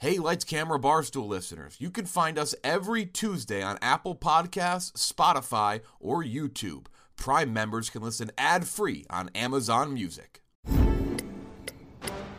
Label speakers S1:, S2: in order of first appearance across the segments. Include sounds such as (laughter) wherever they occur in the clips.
S1: Hey, Lights Camera Barstool listeners, you can find us every Tuesday on Apple Podcasts, Spotify, or YouTube. Prime members can listen ad free on Amazon Music.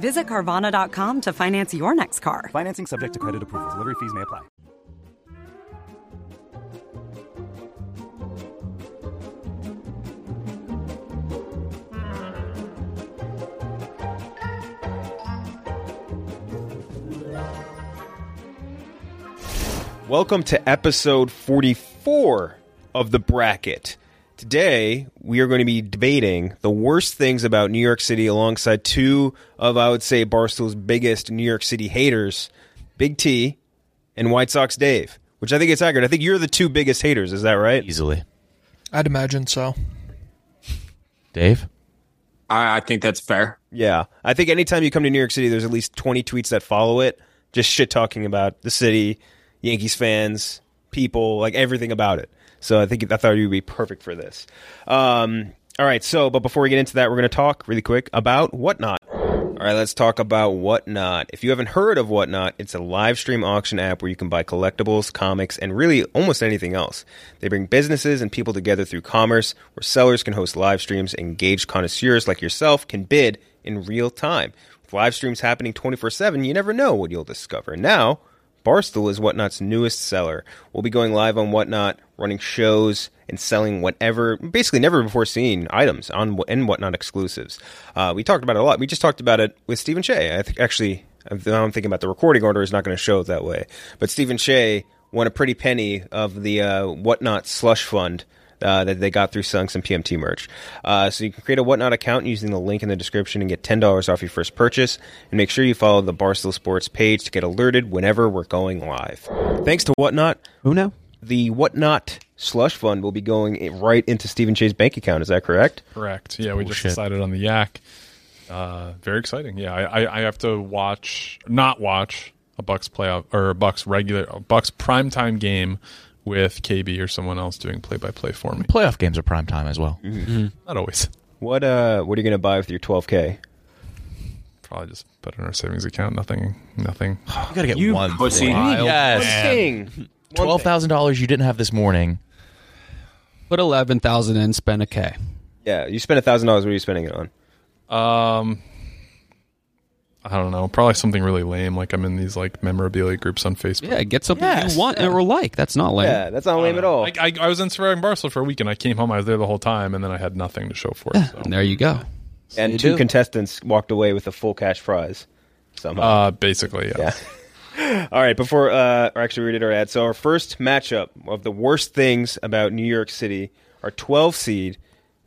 S2: Visit Carvana.com to finance your next car.
S3: Financing subject to credit approval. Delivery fees may apply.
S4: Welcome to episode 44 of The Bracket. Today, we are going to be debating the worst things about New York City alongside two of, I would say, Barstool's biggest New York City haters, Big T and White Sox Dave, which I think it's accurate. I think you're the two biggest haters, is that right?
S5: easily.
S6: I'd imagine
S4: (laughs)
S6: so.
S5: Dave,
S7: I, I think that's fair.
S4: Yeah. I think anytime you come to New York City, there's at least 20 tweets that follow it, just shit talking about the city, Yankees fans, people, like everything about it. So I think I thought you'd be perfect for this. Um, all right. So, but before we get into that, we're going to talk really quick about Whatnot. All right, let's talk about Whatnot. If you haven't heard of Whatnot, it's a live stream auction app where you can buy collectibles, comics, and really almost anything else. They bring businesses and people together through commerce, where sellers can host live streams, engaged connoisseurs like yourself can bid in real time. With live streams happening 24 7, you never know what you'll discover. Now, Barstool is Whatnot's newest seller. We'll be going live on Whatnot, running shows, and selling whatever, basically never before seen items on Wh- and Whatnot exclusives. Uh, we talked about it a lot. We just talked about it with Stephen Shea. I think actually, now I'm thinking about the recording order is not going to show it that way, but Stephen Shea won a pretty penny of the uh, Whatnot slush fund. Uh, that they got through selling some PMT merch. Uh, so you can create a Whatnot account using the link in the description and get $10 off your first purchase. And make sure you follow the Barstool Sports page to get alerted whenever we're going live. Thanks to Whatnot,
S5: who now?
S4: the Whatnot slush fund will be going i- right into Stephen Shay's bank account. Is that correct?
S6: Correct. Yeah, we just
S5: shit.
S6: decided on the yak. Uh, very exciting. Yeah, I, I, I have to watch, not watch a Bucks playoff or a Bucks regular, a Bucks primetime game with KB or someone else doing play by play for me.
S5: Playoff games are prime time as well.
S6: Not always.
S4: What uh, what are you going to buy with your 12k?
S6: Probably just put it in our savings account. Nothing. Nothing.
S5: You gotta get
S7: You
S5: one
S7: pussy.
S5: wild
S8: Yes.
S5: man.
S4: Thing.
S5: Twelve thousand dollars you didn't have this morning.
S8: Put eleven thousand in, spend a K.
S4: Yeah, you spent a thousand dollars. What are you spending it on?
S6: Um, I don't know. Probably something really lame. Like I'm in these like memorabilia groups on Facebook.
S8: Yeah, get something
S5: Yes.
S8: you want or like. That's not lame.
S4: Yeah, that's not lame at all.
S6: I, I, I was in Surviving Barcelona for a week and I came home. I was there the whole time and then I had nothing to show for it. So.
S8: And there you go.
S4: and
S8: you
S4: two
S8: do.
S6: (gasps)
S4: contestants walked away with a full cash prize somehow.
S6: Uh, basically, yeah.
S4: yeah. All right, before uh, or actually we did our ad. So our first matchup of the worst things about New York City, our 12 seed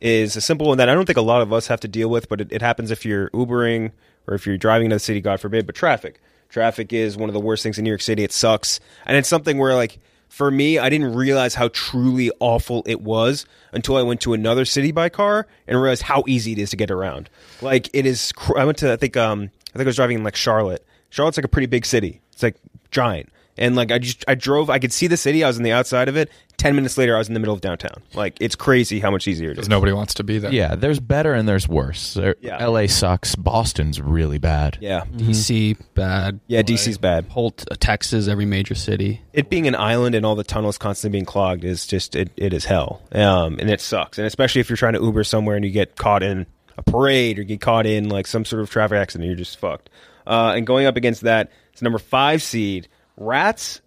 S4: is a simple one that I don't think a lot of us have to deal with, but it, it happens if you're Ubering or if you're driving to the city, God forbid. But traffic, traffic is one of the worst things in New York City. It sucks, and it's something where like for me, I didn't realize how truly awful it was until I went to another city by car and realized how easy it is to get around. Like it is, cr- I went to I think um I think I was driving in like Charlotte. Charlotte's like a pretty big city. It's like giant. And like I just I drove, I could see the city. I was on the outside of it. Ten minutes later, I was in the middle of downtown. Like it's crazy how much easier it is.
S6: Because nobody wants to be there.
S5: Yeah, there's better and there's worse. There-
S4: Yeah.
S5: LA sucks. Boston's really bad.
S4: Yeah, Mm-hmm.
S8: DC bad.
S4: yeah. DC's bad.
S8: Holt, uh, Texas, every major city.
S4: It being an island and all the tunnels constantly being clogged is just it, it is hell. Um, and it sucks. And especially if you're trying to Uber somewhere and you get caught in a parade or get caught in like some sort of traffic accident, you're just fucked. Uh, and going up against that, it's number five seed rats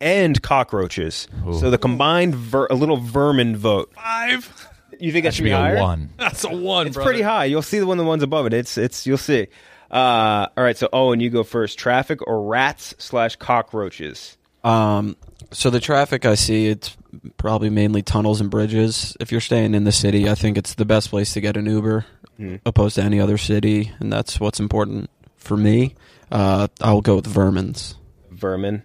S4: and cockroaches. So the combined ver- a little vermin vote.
S6: Five.
S4: You think that,
S5: Should be
S4: higher?
S5: a one.
S6: That's a one.
S4: It's pretty high. You'll see the one the ones above it. It's it's you'll see. Uh, all right, so Owen, you go first. Traffic or rats slash cockroaches?
S9: Um, so the traffic I see, it's probably mainly tunnels and bridges. If you're staying in the city, I think it's the best place to get an Uber,
S4: Hmm.
S9: opposed to any other city, and that's what's important for me. Uh, I'll go with Vermin's.
S4: Vermin.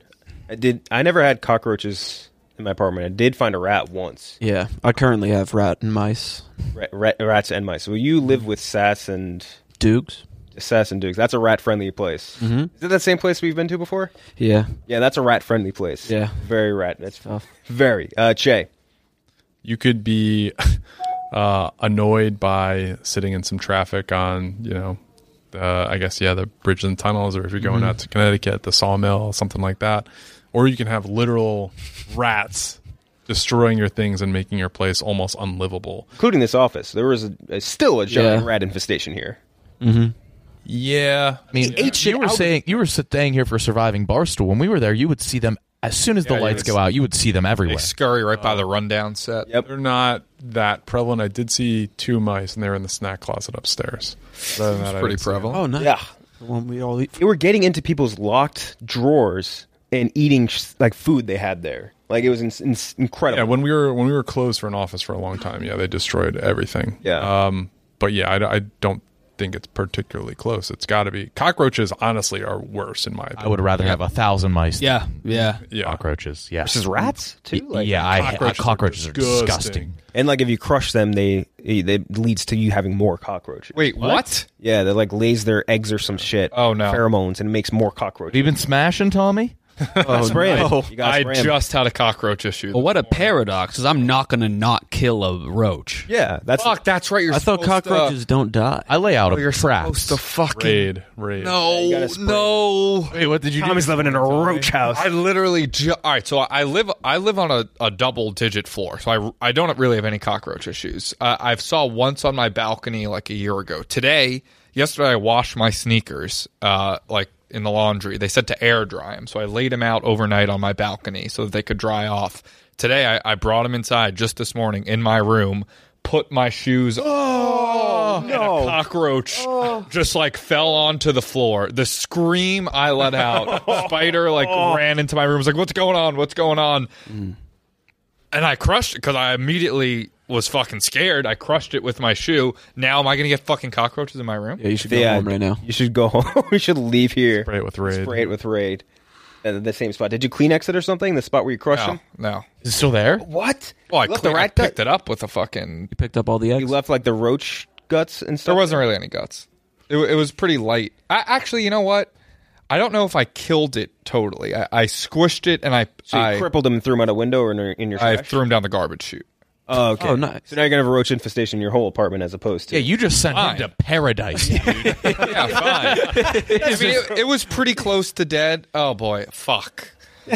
S4: I did. I never had cockroaches in my apartment. I did find a rat once.
S9: Yeah, I currently have rat and mice.
S4: Rat, rat, rats and mice. Well, you live with Sass and
S9: Dukes.
S4: Sass and Dukes. That's a rat friendly place.
S9: Mhm.
S4: Is it that same place we've been to before?
S9: Yeah,
S4: Yeah, that's a rat friendly place.
S9: Yeah.
S4: very rat. That's
S9: Tough.
S4: very. Uh, Che.
S6: You could be (laughs) uh, annoyed by sitting in some traffic on, you know, uh, I guess yeah, the bridges and tunnels, or if you're
S4: Mm-hmm.
S6: going out to Connecticut, the sawmill, something like that. Or you can have literal rats destroying your things and making your place almost unlivable.
S4: Including this office, there was a, a, still a giant
S9: Yeah.
S4: rat infestation here.
S6: Yeah,
S5: I
S4: (laughs)
S5: mean, you were saying you were staying here for surviving barstool. When we were there, you would see them as soon as the
S6: Yeah,
S5: lights
S6: they
S5: go out. You would see them everywhere.
S10: scurry right by the rundown set.
S4: Yep.
S6: Uh, they're not that prevalent. I did see two mice, and they were in the snack closet upstairs. Other than that, I
S10: pretty
S6: didn't see 'em.
S10: prevalent.
S9: Oh, nice.
S4: Yeah.
S9: The one we all eat.
S4: They were getting into people's locked drawers and eating sh- like food they had there. Like it was in- in- incredible.
S6: Yeah, when we were when we were closed for an office for a long time, yeah, they destroyed everything.
S4: Yeah.
S6: Um, but yeah, I, I don't think it's particularly close. It's got to be cockroaches. Honestly, are worse in my opinion.
S5: I would rather have a thousand mice.
S8: Yeah, yeah.
S6: yeah.
S5: cockroaches. Yeah,
S4: versus rats too. Like,
S5: yeah, I,
S6: cockroaches
S5: cockroaches,
S6: are
S5: cockroaches are disgusting.
S6: disgusting.
S4: and like if you crush them, they it leads to you having more cockroaches.
S10: Wait, what?
S4: Yeah, they like lays their eggs or some shit.
S10: Oh, no.
S4: pheromones and it makes more
S5: Have you
S4: cockroaches.
S5: been smashing, Tommy?
S4: Oh, spray 'em. You Oh, gotta
S10: I
S4: spray 'em.
S10: just had a cockroach issue.
S8: But what a paradox! Because I'm not going to not kill a roach.
S4: yeah, that's
S10: Fuck, that's right. You're
S9: I thought
S10: supposed to-
S9: cockroaches don't die.
S5: I lay out
S10: Oh,
S5: a
S10: you're
S5: trap.
S10: supposed to fucking
S6: Raid, raid.
S4: you
S10: no,
S4: gotta spray
S10: no.
S5: Wait, what did you
S4: Tommy's
S5: do?
S4: living in a roach house.
S10: I literally ju- all right. So I live I live on a, a double digit floor, so I I don't really have any cockroach issues. Uh, I've saw once on my balcony like a year ago. Today, yesterday, I washed my sneakers uh, like in the laundry. They said to air dry them, so I laid them out overnight on my balcony so that they could dry off. Today, I, I brought them inside just this morning in my room. Put my shoes. Oh no! cockroach just like fell onto the floor. The scream I let
S9: (laughs)
S10: out. Spider like ran into my room. Was like, "What's going on? What's going on?"
S9: Mm.
S10: And I crushed it because I immediately was fucking scared. I crushed it with my shoe. Now am I gonna get fucking cockroaches in my room?
S9: Yeah, you should go
S4: Yeah,
S9: home right now.
S4: You should go home. (laughs) you should leave here.
S6: Spray it with raid.
S4: Spray it with raid. At the same spot. Did you Kleenex it or something? The spot where you crushed
S10: No,
S4: them?
S10: no.
S5: Is it still there?
S4: What?
S10: Well, I,
S4: You left
S10: clean- I
S4: rat
S10: picked
S4: gut-
S10: it up with a fucking.
S9: You picked up all the eggs.
S4: You left like the roach guts and stuff.
S10: There wasn't really any guts. It, wa- it was pretty light. I actually, you know what? I don't know if I killed it totally. I, I squished it and I
S4: So you
S10: I,
S4: crippled them and threw them out a window or in your, in your
S10: I
S4: trash?
S10: threw him down the garbage chute.
S4: Oh, okay.
S9: Oh, nice.
S4: So now you're gonna have a roach infestation in your whole apartment as opposed to
S5: Yeah, you just sent
S10: Fine.
S5: him to paradise. dude.
S10: Yeah,
S4: (laughs)
S10: fine. I mean, it, it was pretty close to dead. Oh boy, fuck.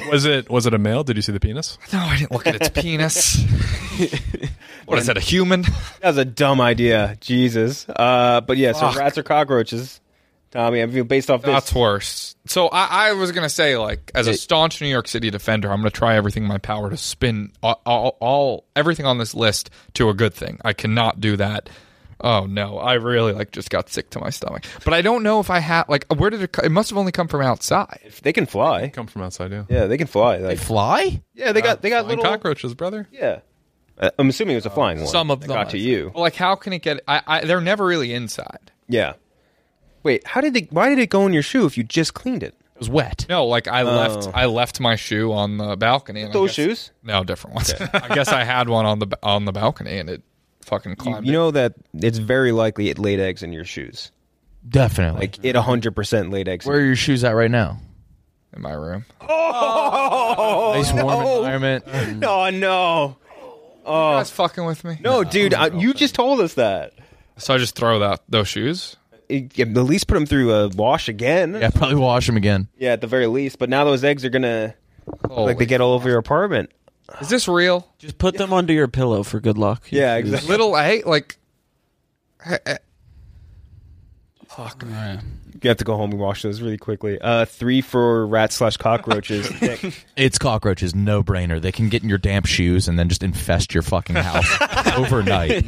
S6: Was it was it a male? Did you see the penis?
S10: No, I didn't look at its
S6: (laughs)
S4: (laughs)
S10: penis.
S9: (laughs)
S10: what is that? A human?
S4: That was a dumb idea, Jesus. Uh, but yeah, so rats or cockroaches, Tommy. I mean, based off this,
S10: That's worse. So I, I was gonna say, like, as a staunch New York City defender, I'm gonna try everything in my power to spin all, all, all everything on this list to a good thing. I cannot do that. Oh no, I really like just got sick to my stomach. But I don't know if I had like where did it? co- It must have only come from outside.
S4: they can fly,
S6: come from outside. Yeah,
S4: yeah, they can fly. Like,
S10: they fly.
S4: Yeah, they got they
S10: Uh,
S4: got
S6: Flying
S4: little
S6: cockroaches, brother.
S4: Yeah, Uh, I'm assuming it was a flying one.
S10: Some of
S4: that
S10: them
S4: got
S10: I
S4: to
S10: think.
S4: you.
S10: Well, like how can it get? I, I they're never really inside.
S4: Yeah. Wait, how did they? Why did it go in your shoe if you just cleaned it?
S5: It was wet.
S10: No, like I
S4: Oh.
S10: left I left my shoe on the balcony. and I
S4: Those
S10: guess-
S4: shoes?
S10: No, different ones.
S4: Okay.
S10: (laughs) I guess I had one on the on the balcony and it fucking
S4: You,
S10: climbed.
S4: you know that it's very likely it laid eggs in your shoes.
S5: Definitely.
S4: Like it 100 percent laid eggs.
S5: Where are your shoes at right now?
S10: In my room.
S4: Oh,
S5: nice warm
S4: (laughs)
S5: environment.
S4: No, no. Oh,
S10: you guys fucking with me?
S4: No, dude, I, you just told us that.
S10: So I just throw that those shoes.
S4: It- at least put them through a wash again.
S5: Yeah, probably wash them again.
S4: Yeah, at the very least. But now those eggs are gonna like they get all over your apartment.
S10: Is this real?
S9: Just put them under your pillow for good luck.
S4: Yeah,
S9: You-
S4: exactly.
S10: Little A, like. eh, eh. Fuck man.
S4: You have to go home and wash those really quickly. Uh, three for rats slash
S10: (laughs)
S4: cockroaches. Nick.
S5: It's cockroaches, no brainer. They can get in your damp shoes and then just infest your fucking house overnight.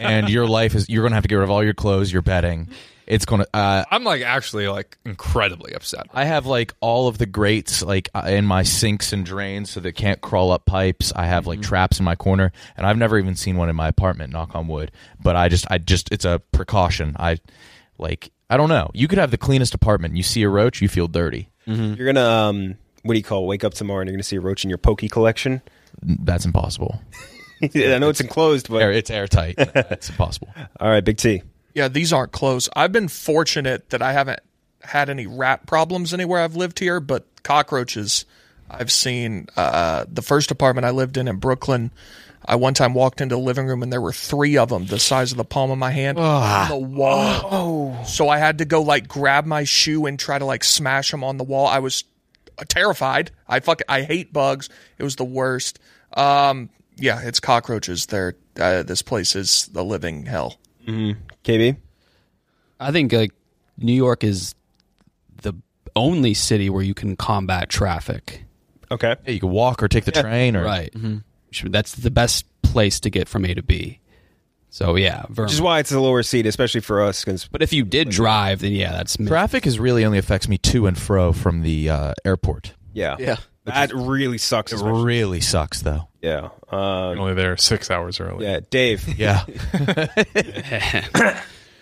S5: and your life is you're gonna have to get rid of all your clothes, your bedding. It's gonna uh,
S10: I'm like actually like incredibly upset.
S5: I have like all of the grates like uh, in my sinks and drains so they can't crawl up pipes. I have like traps in my corner and I've never even seen one in my apartment, knock on wood. But I just I just it's a precaution. I like I don't know. You could have the cleanest apartment. You see a roach, you feel dirty.
S4: You're gonna um, what do you call? it? Wake up tomorrow and you're gonna see a roach in your pokey collection.
S5: That's
S4: (laughs)
S5: impossible.
S4: I know it's enclosed, but
S5: Air- It's airtight. it's impossible.
S4: all right, Big T.
S11: (laughs) Yeah, these aren't close. I've been fortunate that I haven't had any rat problems anywhere I've lived here, but cockroaches I've seen. Uh, the first apartment I lived in in Brooklyn, I one time walked into the living room and there were three of them the size of the palm of my hand
S5: Ah.
S11: on
S4: Ah.
S11: the wall.
S4: Oh.
S11: So I had to go like grab my shoe and try to like smash them on the wall. I was terrified. I fuck. I hate bugs. It was the worst. Um, yeah, it's cockroaches. They're, uh, this place is the living hell.
S5: Mm-hmm.
S4: KB.
S8: I think like New York is the only city where you can combat traffic.
S4: Okay.
S5: Yeah, you could walk or take the train or
S8: Right. Sure, That's the best place to get from A to B. So yeah,
S4: Which
S8: vermin.
S4: is why it's the lower seat, especially for us. 'cause-
S8: but if you did drive, then yeah, that's
S5: Traffic is really only affects me to and fro from the uh, airport.
S4: yeah,
S8: Yeah.
S4: that really sucks.
S5: It
S4: especially-
S5: really sucks though.
S4: Yeah, um,
S6: Only there six hours early.
S4: yeah, Dave.
S7: (laughs)
S4: (laughs)
S5: Yeah.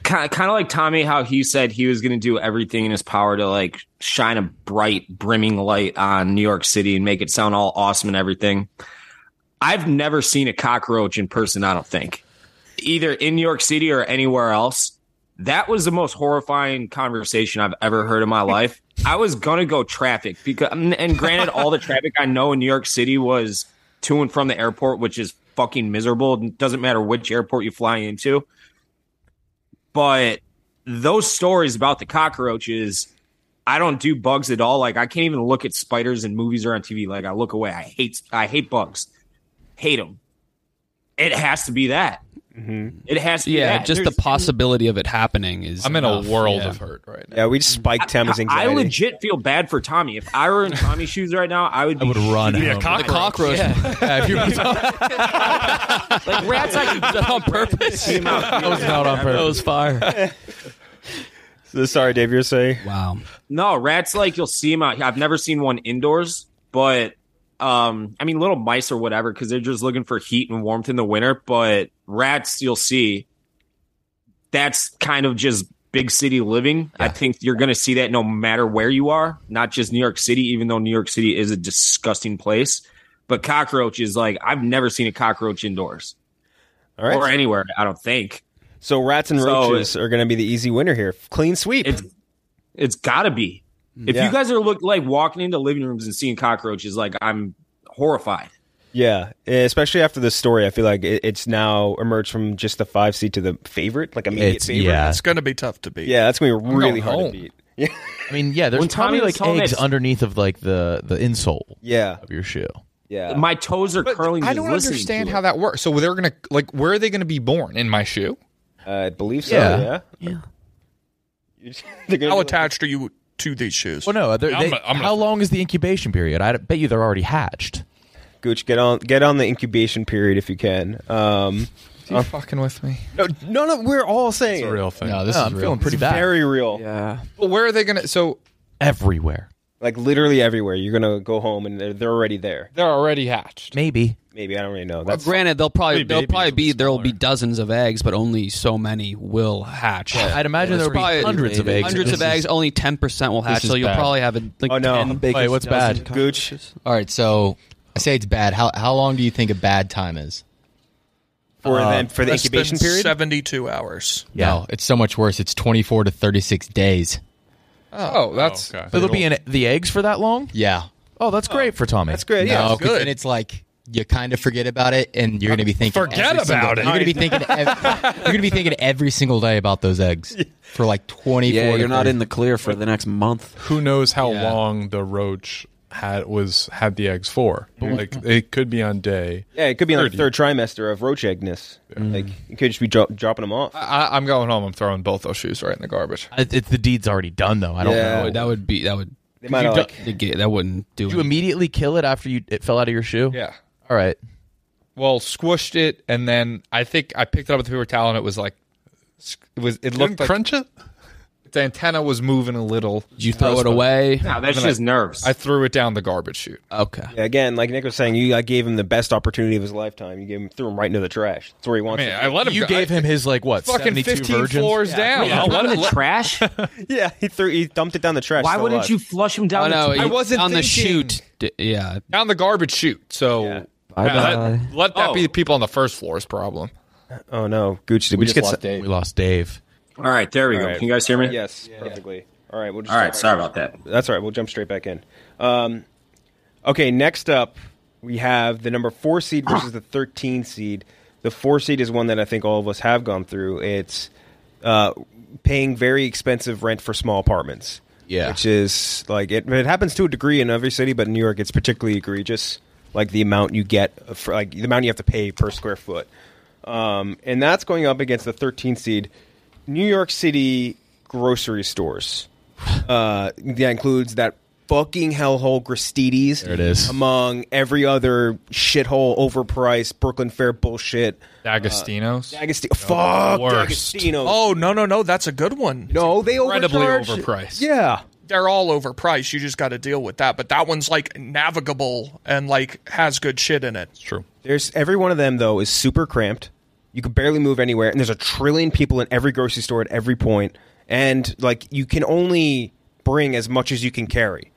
S7: kind kind of like Tommy, how he said he was going to do everything in his power to like shine a bright, brimming light on New York City and make it sound all awesome and everything. I've never seen a cockroach in person. I don't think either in New York City or anywhere else. That was the most horrifying conversation I've ever heard in my life. I was gonna go traffic because, and granted, all the traffic I know in New York City was to and from the airport, which is fucking miserable. It doesn't matter which airport you fly into but those stories about the cockroaches i don't do bugs at all like i can't even look at spiders in movies or on tv like i look away i hate i hate bugs hate them it has to be that
S4: Mm-hmm.
S7: it has to be
S8: yeah,
S7: that.
S8: just
S7: There's-
S8: the possibility of it happening is.
S10: I'm in a
S8: enough,
S10: world
S8: yeah.
S10: of hurt right now.
S4: Yeah, we just spiked Tam's
S7: I
S4: anxiety.
S7: legit feel bad for Tommy. If I were in Tommy's shoes right now, I would be
S5: I would run.
S7: shooting-
S5: home.
S8: The cockroach. (laughs) Yeah.
S5: Yeah, (laughs) if you're-
S7: Like rats, I could just
S8: on purpose.
S7: team out.
S5: that was not on
S8: That
S5: purpose.
S8: was fire.
S4: So Sorry, Dave. You're saying
S8: Wow.
S7: No, rats like you'll see them out. here. I've never seen one indoors, but um, I mean little mice or whatever because they're just looking for heat and warmth in the winter. But rats, you'll see. That's kind of just big city living. I think you're going to see that no matter where you are, not just New York City. Even though New York City is a disgusting place, but cockroaches, like I've never seen a cockroach indoors
S4: all right.
S7: or anywhere. I don't think
S4: So rats and
S7: So-
S4: roaches are going to be the easy winner here. Clean sweep.
S7: It's it's gotta be. If
S4: Mm. Yeah.
S7: you guys are look like walking into living rooms and seeing cockroaches, like I'm horrified.
S4: yeah, especially after this story, I feel like it, it's now emerged from just the five seed to the favorite, like immediate
S5: It's-
S4: favorite.
S5: yeah.
S11: It's going to be tough to beat.
S4: yeah, that's going to be really
S10: going
S4: hard
S10: home.
S4: to beat. Yeah,
S5: (laughs) I mean, yeah, there's
S7: When Tommy
S5: probably
S7: was
S5: like
S7: home,
S5: eggs
S7: it's-
S5: underneath of like the the insole
S4: yeah,
S5: of your shoe.
S4: yeah.
S7: My toes are
S10: But
S7: curling.
S10: I
S7: just
S10: don't
S7: listening
S10: understand
S7: to
S10: how
S7: it.
S10: that works. So they're gonna like where are they gonna be born in my shoe?
S4: I believe so.
S5: Yeah.
S4: Yeah, yeah. They're gonna
S11: How
S4: be
S11: attached are you to these shoes?
S5: Well, no, they're-
S10: Yeah, I'm
S5: they-
S10: a- I'm a-
S5: how long is the incubation period? I bet you they're already hatched.
S4: Gooch, get on get on the incubation period if you can. Um,
S10: Are you fucking with me?
S4: No, no, no. We're all saying
S6: it's a real thing.
S10: No, this is
S4: I'm
S10: real.
S4: feeling pretty
S10: It's
S4: bad.
S10: very
S4: Very real.
S9: Yeah.
S10: But where are they gonna? So
S5: everywhere,
S4: like literally everywhere. You're gonna go home and they're they're already there.
S10: They're already hatched.
S5: Maybe.
S4: Maybe I don't really know.
S8: Well,
S4: That's
S8: granted, they'll probably
S4: Maybe
S8: they'll
S4: babies
S8: probably
S4: will
S8: be
S4: be
S8: there'll be dozens of eggs, but only so many will hatch.
S5: I'd imagine
S8: There's
S5: there'll be
S8: probably
S5: hundreds of eggs.
S8: Hundreds
S5: This
S8: of eggs.
S5: is-
S8: Only ten percent will hatch,
S5: this
S8: so
S5: is
S8: you'll
S5: bad.
S8: probably have like
S4: Oh, no.
S8: ten.
S5: Wait, what's bad?
S4: Gooch.
S12: All right, so I say it's bad. How how long do you think a bad time is?
S4: (laughs) for
S12: Uh,
S4: them for the
S11: Less than
S4: incubation period.
S11: seventy-two hours. Oh.
S12: No, it's so much worse. It's 24 to 36 days.
S10: Oh, that's
S5: So they'll be in the eggs for that long?
S12: Yeah.
S5: Oh, that's great for Tommy.
S12: That's great.
S5: yeah, that's good.
S12: And it's like you kind of forget about it, and you're going to be thinking.
S10: Forget
S12: every single-
S10: about it.
S12: You're going to be thinking.
S5: (laughs)
S12: ev- you're going to be thinking every single day about those eggs for like 24.
S9: Yeah,
S12: to
S9: you're not
S12: 30.
S9: in the clear for the next month.
S6: Who knows how long the roach had was had the eggs for? Like it could be on day.
S4: Yeah, it could be like
S6: 30.
S4: third trimester of roach eggness.
S8: Mm.
S4: Like you could just be dro- dropping them off.
S10: I, I'm going home. I'm throwing both those shoes right in the garbage.
S5: It, it- the deed's already done, though. I don't
S4: Yeah.
S5: know.
S8: That would be that would.
S4: They might
S8: you
S4: have,
S8: don't-
S4: like-
S8: the ga- that wouldn't do.
S5: Did you immediately kill it after you it fell out of your shoe?
S10: Yeah.
S5: All right.
S10: Well, squished it, and then I think I picked it up with a paper towel, and it was like it was. It looked
S6: Didn't
S10: like
S6: crunch it.
S10: its antenna was moving a little. Did
S8: you throw it away?
S7: No, that's just nerves.
S10: I threw it down the garbage chute.
S8: Okay.
S4: Yeah, again, like Nick was saying, you like, gave him the best opportunity of his lifetime. You gave him threw him right into the trash. That's where he wants.
S10: Man,
S4: it.
S10: I let him.
S5: You
S10: go-
S5: gave
S10: I-
S5: him his like what?
S10: fucking
S5: 72
S10: fifteen
S5: virgins?
S10: floors down.
S7: Yeah,
S10: I'll let
S7: in
S10: him-
S7: the
S10: (laughs)
S7: trash.
S4: yeah, he threw. He dumped it down the trash.
S7: Why
S4: still
S7: wouldn't
S4: alive.
S7: you flush him
S10: Oh,
S7: down?
S8: I know.
S7: the
S8: I
S7: toilet?
S8: wasn't on the shoot. D- yeah.
S10: down the garbage chute. So
S9: Bye-bye.
S10: Yeah, let, let that
S7: Oh.
S10: be the people on the first floor's problem.
S4: Oh no, Gucci! Did we, just, get some-
S5: We lost Dave.
S7: All right, there we
S4: All
S7: go.
S4: right.
S7: Can you guys hear me?
S4: Yes, perfectly. All right, we'll just
S7: All right, sorry about that.
S4: That's all right. We'll jump straight back in. Um, okay, next up we have the number four seed versus the thirteen seed. The four seed is one that I think all of us have gone through. It's uh, paying very expensive rent for small apartments.
S5: Yeah.
S4: which is like it, it happens to a degree in every city, but in New York it's particularly egregious. Like the amount you get for like the amount you have to pay per square foot, um, and that's going up against the 13 seed New York City grocery stores. Uh, that includes that fucking hellhole Gristides. There
S5: it is.
S4: Among every other shithole, overpriced Brooklyn Fair bullshit. Uh,
S10: D'Agostino's.
S4: D'Agostino. fuck
S10: worst.
S4: D'Agostino.
S11: Oh no no no! That's a good one.
S4: no, they
S10: incredibly
S4: overcharge.
S10: overpriced.
S4: Yeah.
S11: They're all overpriced. You just got to deal with that. But that one's like navigable and like has good shit in it.
S6: It's true.
S4: There's every one of them though is super cramped. You can barely move anywhere, and there's a trillion people in every grocery store at every point, and like you can only bring as much as you can carry.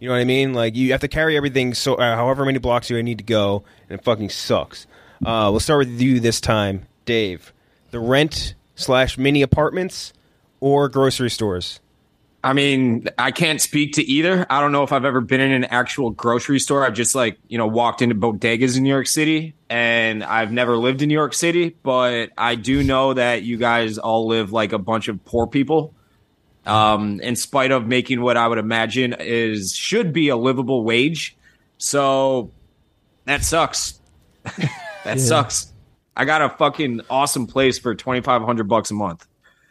S4: You know what I mean? Like you have to carry everything. So uh, however many blocks you need to go, and it fucking sucks. Uh, we'll start with you this time, Dave. The rent slash mini apartments or grocery stores.
S7: I mean, I can't speak to either. I don't know if I've ever been in an actual grocery store. I've just like, you know, walked into bodegas in New York City and I've never lived in New York City, but I do know that you guys all live like a bunch of poor people. Um, in spite of making what I would imagine is should be a livable wage. So that sucks. (laughs) that sucks. I got a fucking awesome place for 2500 bucks a month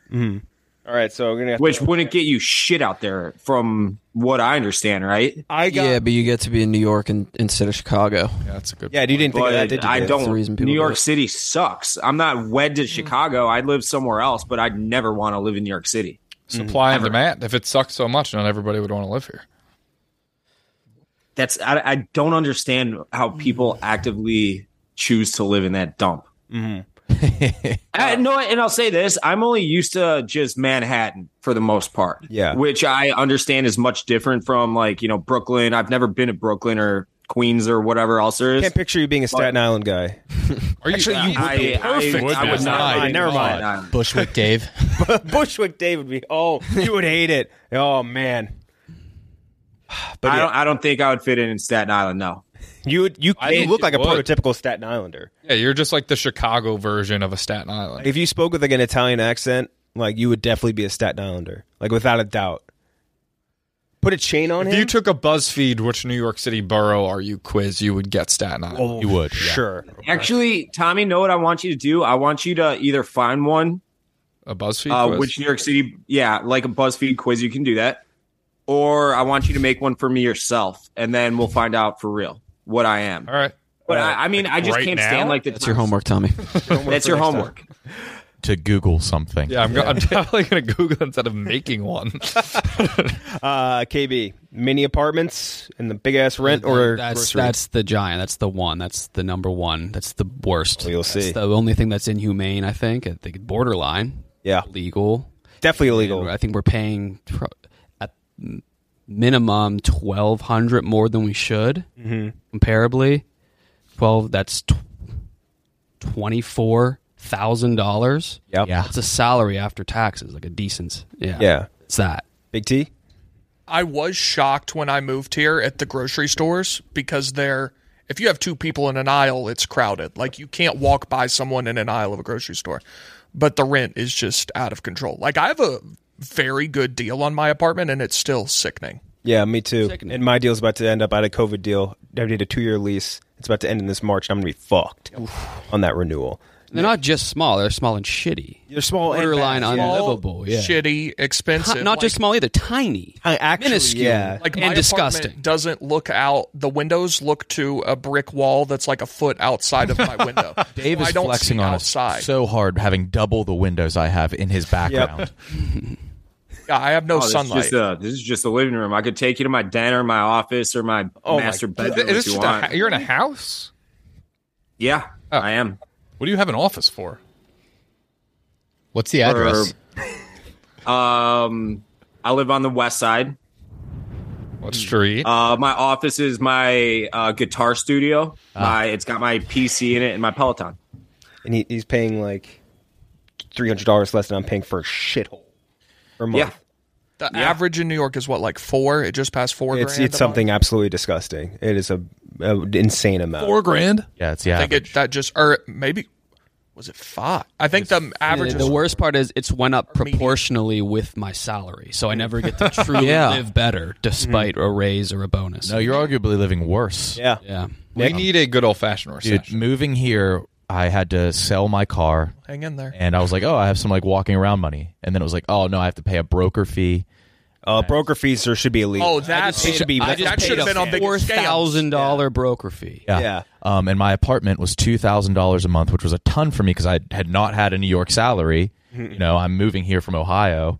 S10: Mm-hmm.
S4: All right, so we're gonna have
S7: which
S4: to-
S7: wouldn't get you shit out there from what I understand, right?
S4: I got.
S9: yeah, but you get to be in New York and, instead of Chicago.
S10: Yeah, that's a good.
S4: Yeah, you didn't think of that,
S7: But
S4: did you? Mm-hmm.
S7: I
S4: Dave?
S9: the reason
S7: don't.
S9: people
S7: New
S9: do
S7: York
S9: it.
S7: City sucks. I'm not wed to Chicago. I live somewhere else, but I'd never want to live in New York City.
S10: Supply and demand. If it sucks so much, not everybody would want to live here.
S7: That's I, I don't understand how people
S4: Mm-hmm.
S7: actively choose to live in that dump.
S4: Uh,
S7: I, Uh, no, and I'll say this: I'm only used to just Manhattan for the most part.
S4: Yeah.
S7: which I understand is much different from like you know Brooklyn. I've never been to Brooklyn or Queens or whatever else there is.
S4: Can't picture you being a Staten Island guy.
S10: Are you?
S4: Actually, you
S7: I-
S4: would be
S7: I-
S4: perfect.
S7: I, would not.
S4: Alright, never mind.
S12: Bushwick Dave.
S4: Bushwick Dave would be. Oh, you would hate it. Oh man. (laughs) But
S7: I
S4: yeah,
S7: don't. I don't think I would fit in in Staten Island. No.
S4: you would. You,
S10: I
S4: you
S10: think
S4: look
S10: you
S4: like a
S10: would.
S4: prototypical Staten Islander.
S10: Yeah, you're just like the Chicago version of a Staten Island.
S4: If you spoke with like an Italian accent, like you would definitely be a Staten Islander, like without a doubt. Put a chain (laughs) on
S10: If
S4: him.
S10: you took a BuzzFeed "Which New York City borough are you?" quiz, you would get Staten Island.
S4: Oh,
S5: You would.
S4: Sure.
S7: Actually, Tommy, know what I want you to do? I want you to either find one,
S10: A BuzzFeed
S7: uh,
S10: quiz.
S7: which New York City, yeah, like a BuzzFeed quiz, you can do that, or I want you to make one for me yourself, and then we'll find out for real what I am.
S10: All right.
S7: But I, I mean, I just
S10: Right
S7: can't
S10: now?
S7: stand like the.
S9: Uh, That's your homework, Tommy.
S7: That's your homework.
S5: (laughs) to Google something.
S10: Yeah, I'm, go- I'm (laughs) definitely going to Google instead of making one.
S4: (laughs)
S10: (laughs)
S4: Uh, KB, mini apartments and the big ass rent or
S8: that's
S4: grocery?
S8: that's the giant. That's the one. That's the number one. That's the worst. We'll
S4: see.
S8: The only thing that's inhumane, I think. I think borderline.
S4: Yeah,
S8: legal.
S4: Definitely illegal.
S8: I think we're paying pro- at m- minimum twelve hundred more than we should.
S4: Mhm.
S8: Comparably, twelve. That's tw- twenty four thousand dollars.
S4: Yeah,
S8: yeah. It's a salary after taxes, like a decent. Yeah,
S4: Yeah.
S8: It's that.
S4: Big T.
S11: I was shocked when I moved here at the grocery stores because they're if you have two people in an aisle, it's crowded. Like you can't walk by someone in an aisle of a grocery store. But the rent is just out of control. Like I have a very good deal on my apartment and it's still sickening.
S4: Yeah, me too. And my deal's about to end up. I had a COVID deal. I did a two year lease. It's about to end in this March. and I'm going to be fucked on that renewal.
S8: They're not just small. They're small and shitty.
S4: They're small, and
S8: borderline
S4: bad.
S8: unlivable. Yeah.
S11: Shitty, expensive.
S8: Not just small either. Tiny.
S4: actually,
S8: minuscule.
S4: yeah.
S11: Like my
S8: and disgusting.
S11: apartment doesn't look out. The windows look to a brick wall that's like a foot outside
S8: (laughs)
S11: of my window.
S5: Dave
S11: So
S5: is
S11: I don't
S5: flexing
S11: see
S5: on
S11: outside.
S5: us so hard, having double the windows I have in his background.
S11: Yeah, I have no
S7: Oh, this is
S11: sunlight.
S7: just a- this is just the living room. I could take you to my dinner, my office, or my
S10: Oh
S7: master bedroom
S10: Is this
S7: if you
S10: just a
S7: want.
S10: ha- you're in a house?
S7: yeah, I am.
S6: What do you have an office for?
S12: What's the
S7: address? Um, I live on the west side.
S10: What street?
S7: Uh, my office is my uh, guitar studio. My it's got my PC in it and my Peloton.
S4: And he, he's paying like $300 less than I'm paying for a shithole per month.
S11: Yeah. The average in New York is what, like four? It just passed four
S4: It's,
S11: grand.
S4: it's something absolutely disgusting. It is a, a insane amount.
S11: Four grand?
S5: Yeah, it's
S11: I think it, that just, or maybe was it five? I think the average.
S8: The,
S11: is,
S8: the worst part is it's went up proportionally with my salary, so
S5: Mm.
S8: I never
S5: (laughs)
S8: get to truly
S11: Yeah.
S8: live better, despite a raise or a bonus.
S5: Mm-hmm. no, you're arguably living worse.
S4: Yeah.
S8: Yeah.
S10: We need a good old fashioned recession.
S5: Dude, moving here, I had to sell my car.
S11: Hang in there.
S5: And I was like, oh, I have some like walking around money. And then it was like, oh, no, I have to pay a broker fee.
S4: Uh, broker fees are, should be illegal.
S11: Oh, that's
S4: it should be.
S11: I just that should have been on bigger
S8: four
S11: scale.
S8: thousand dollar broker fee.
S5: Yeah. Um, and my apartment was two thousand dollars a month, which was a ton for me because I had not had a New York salary.
S4: Mm-hmm.
S5: You know, I'm moving here from Ohio,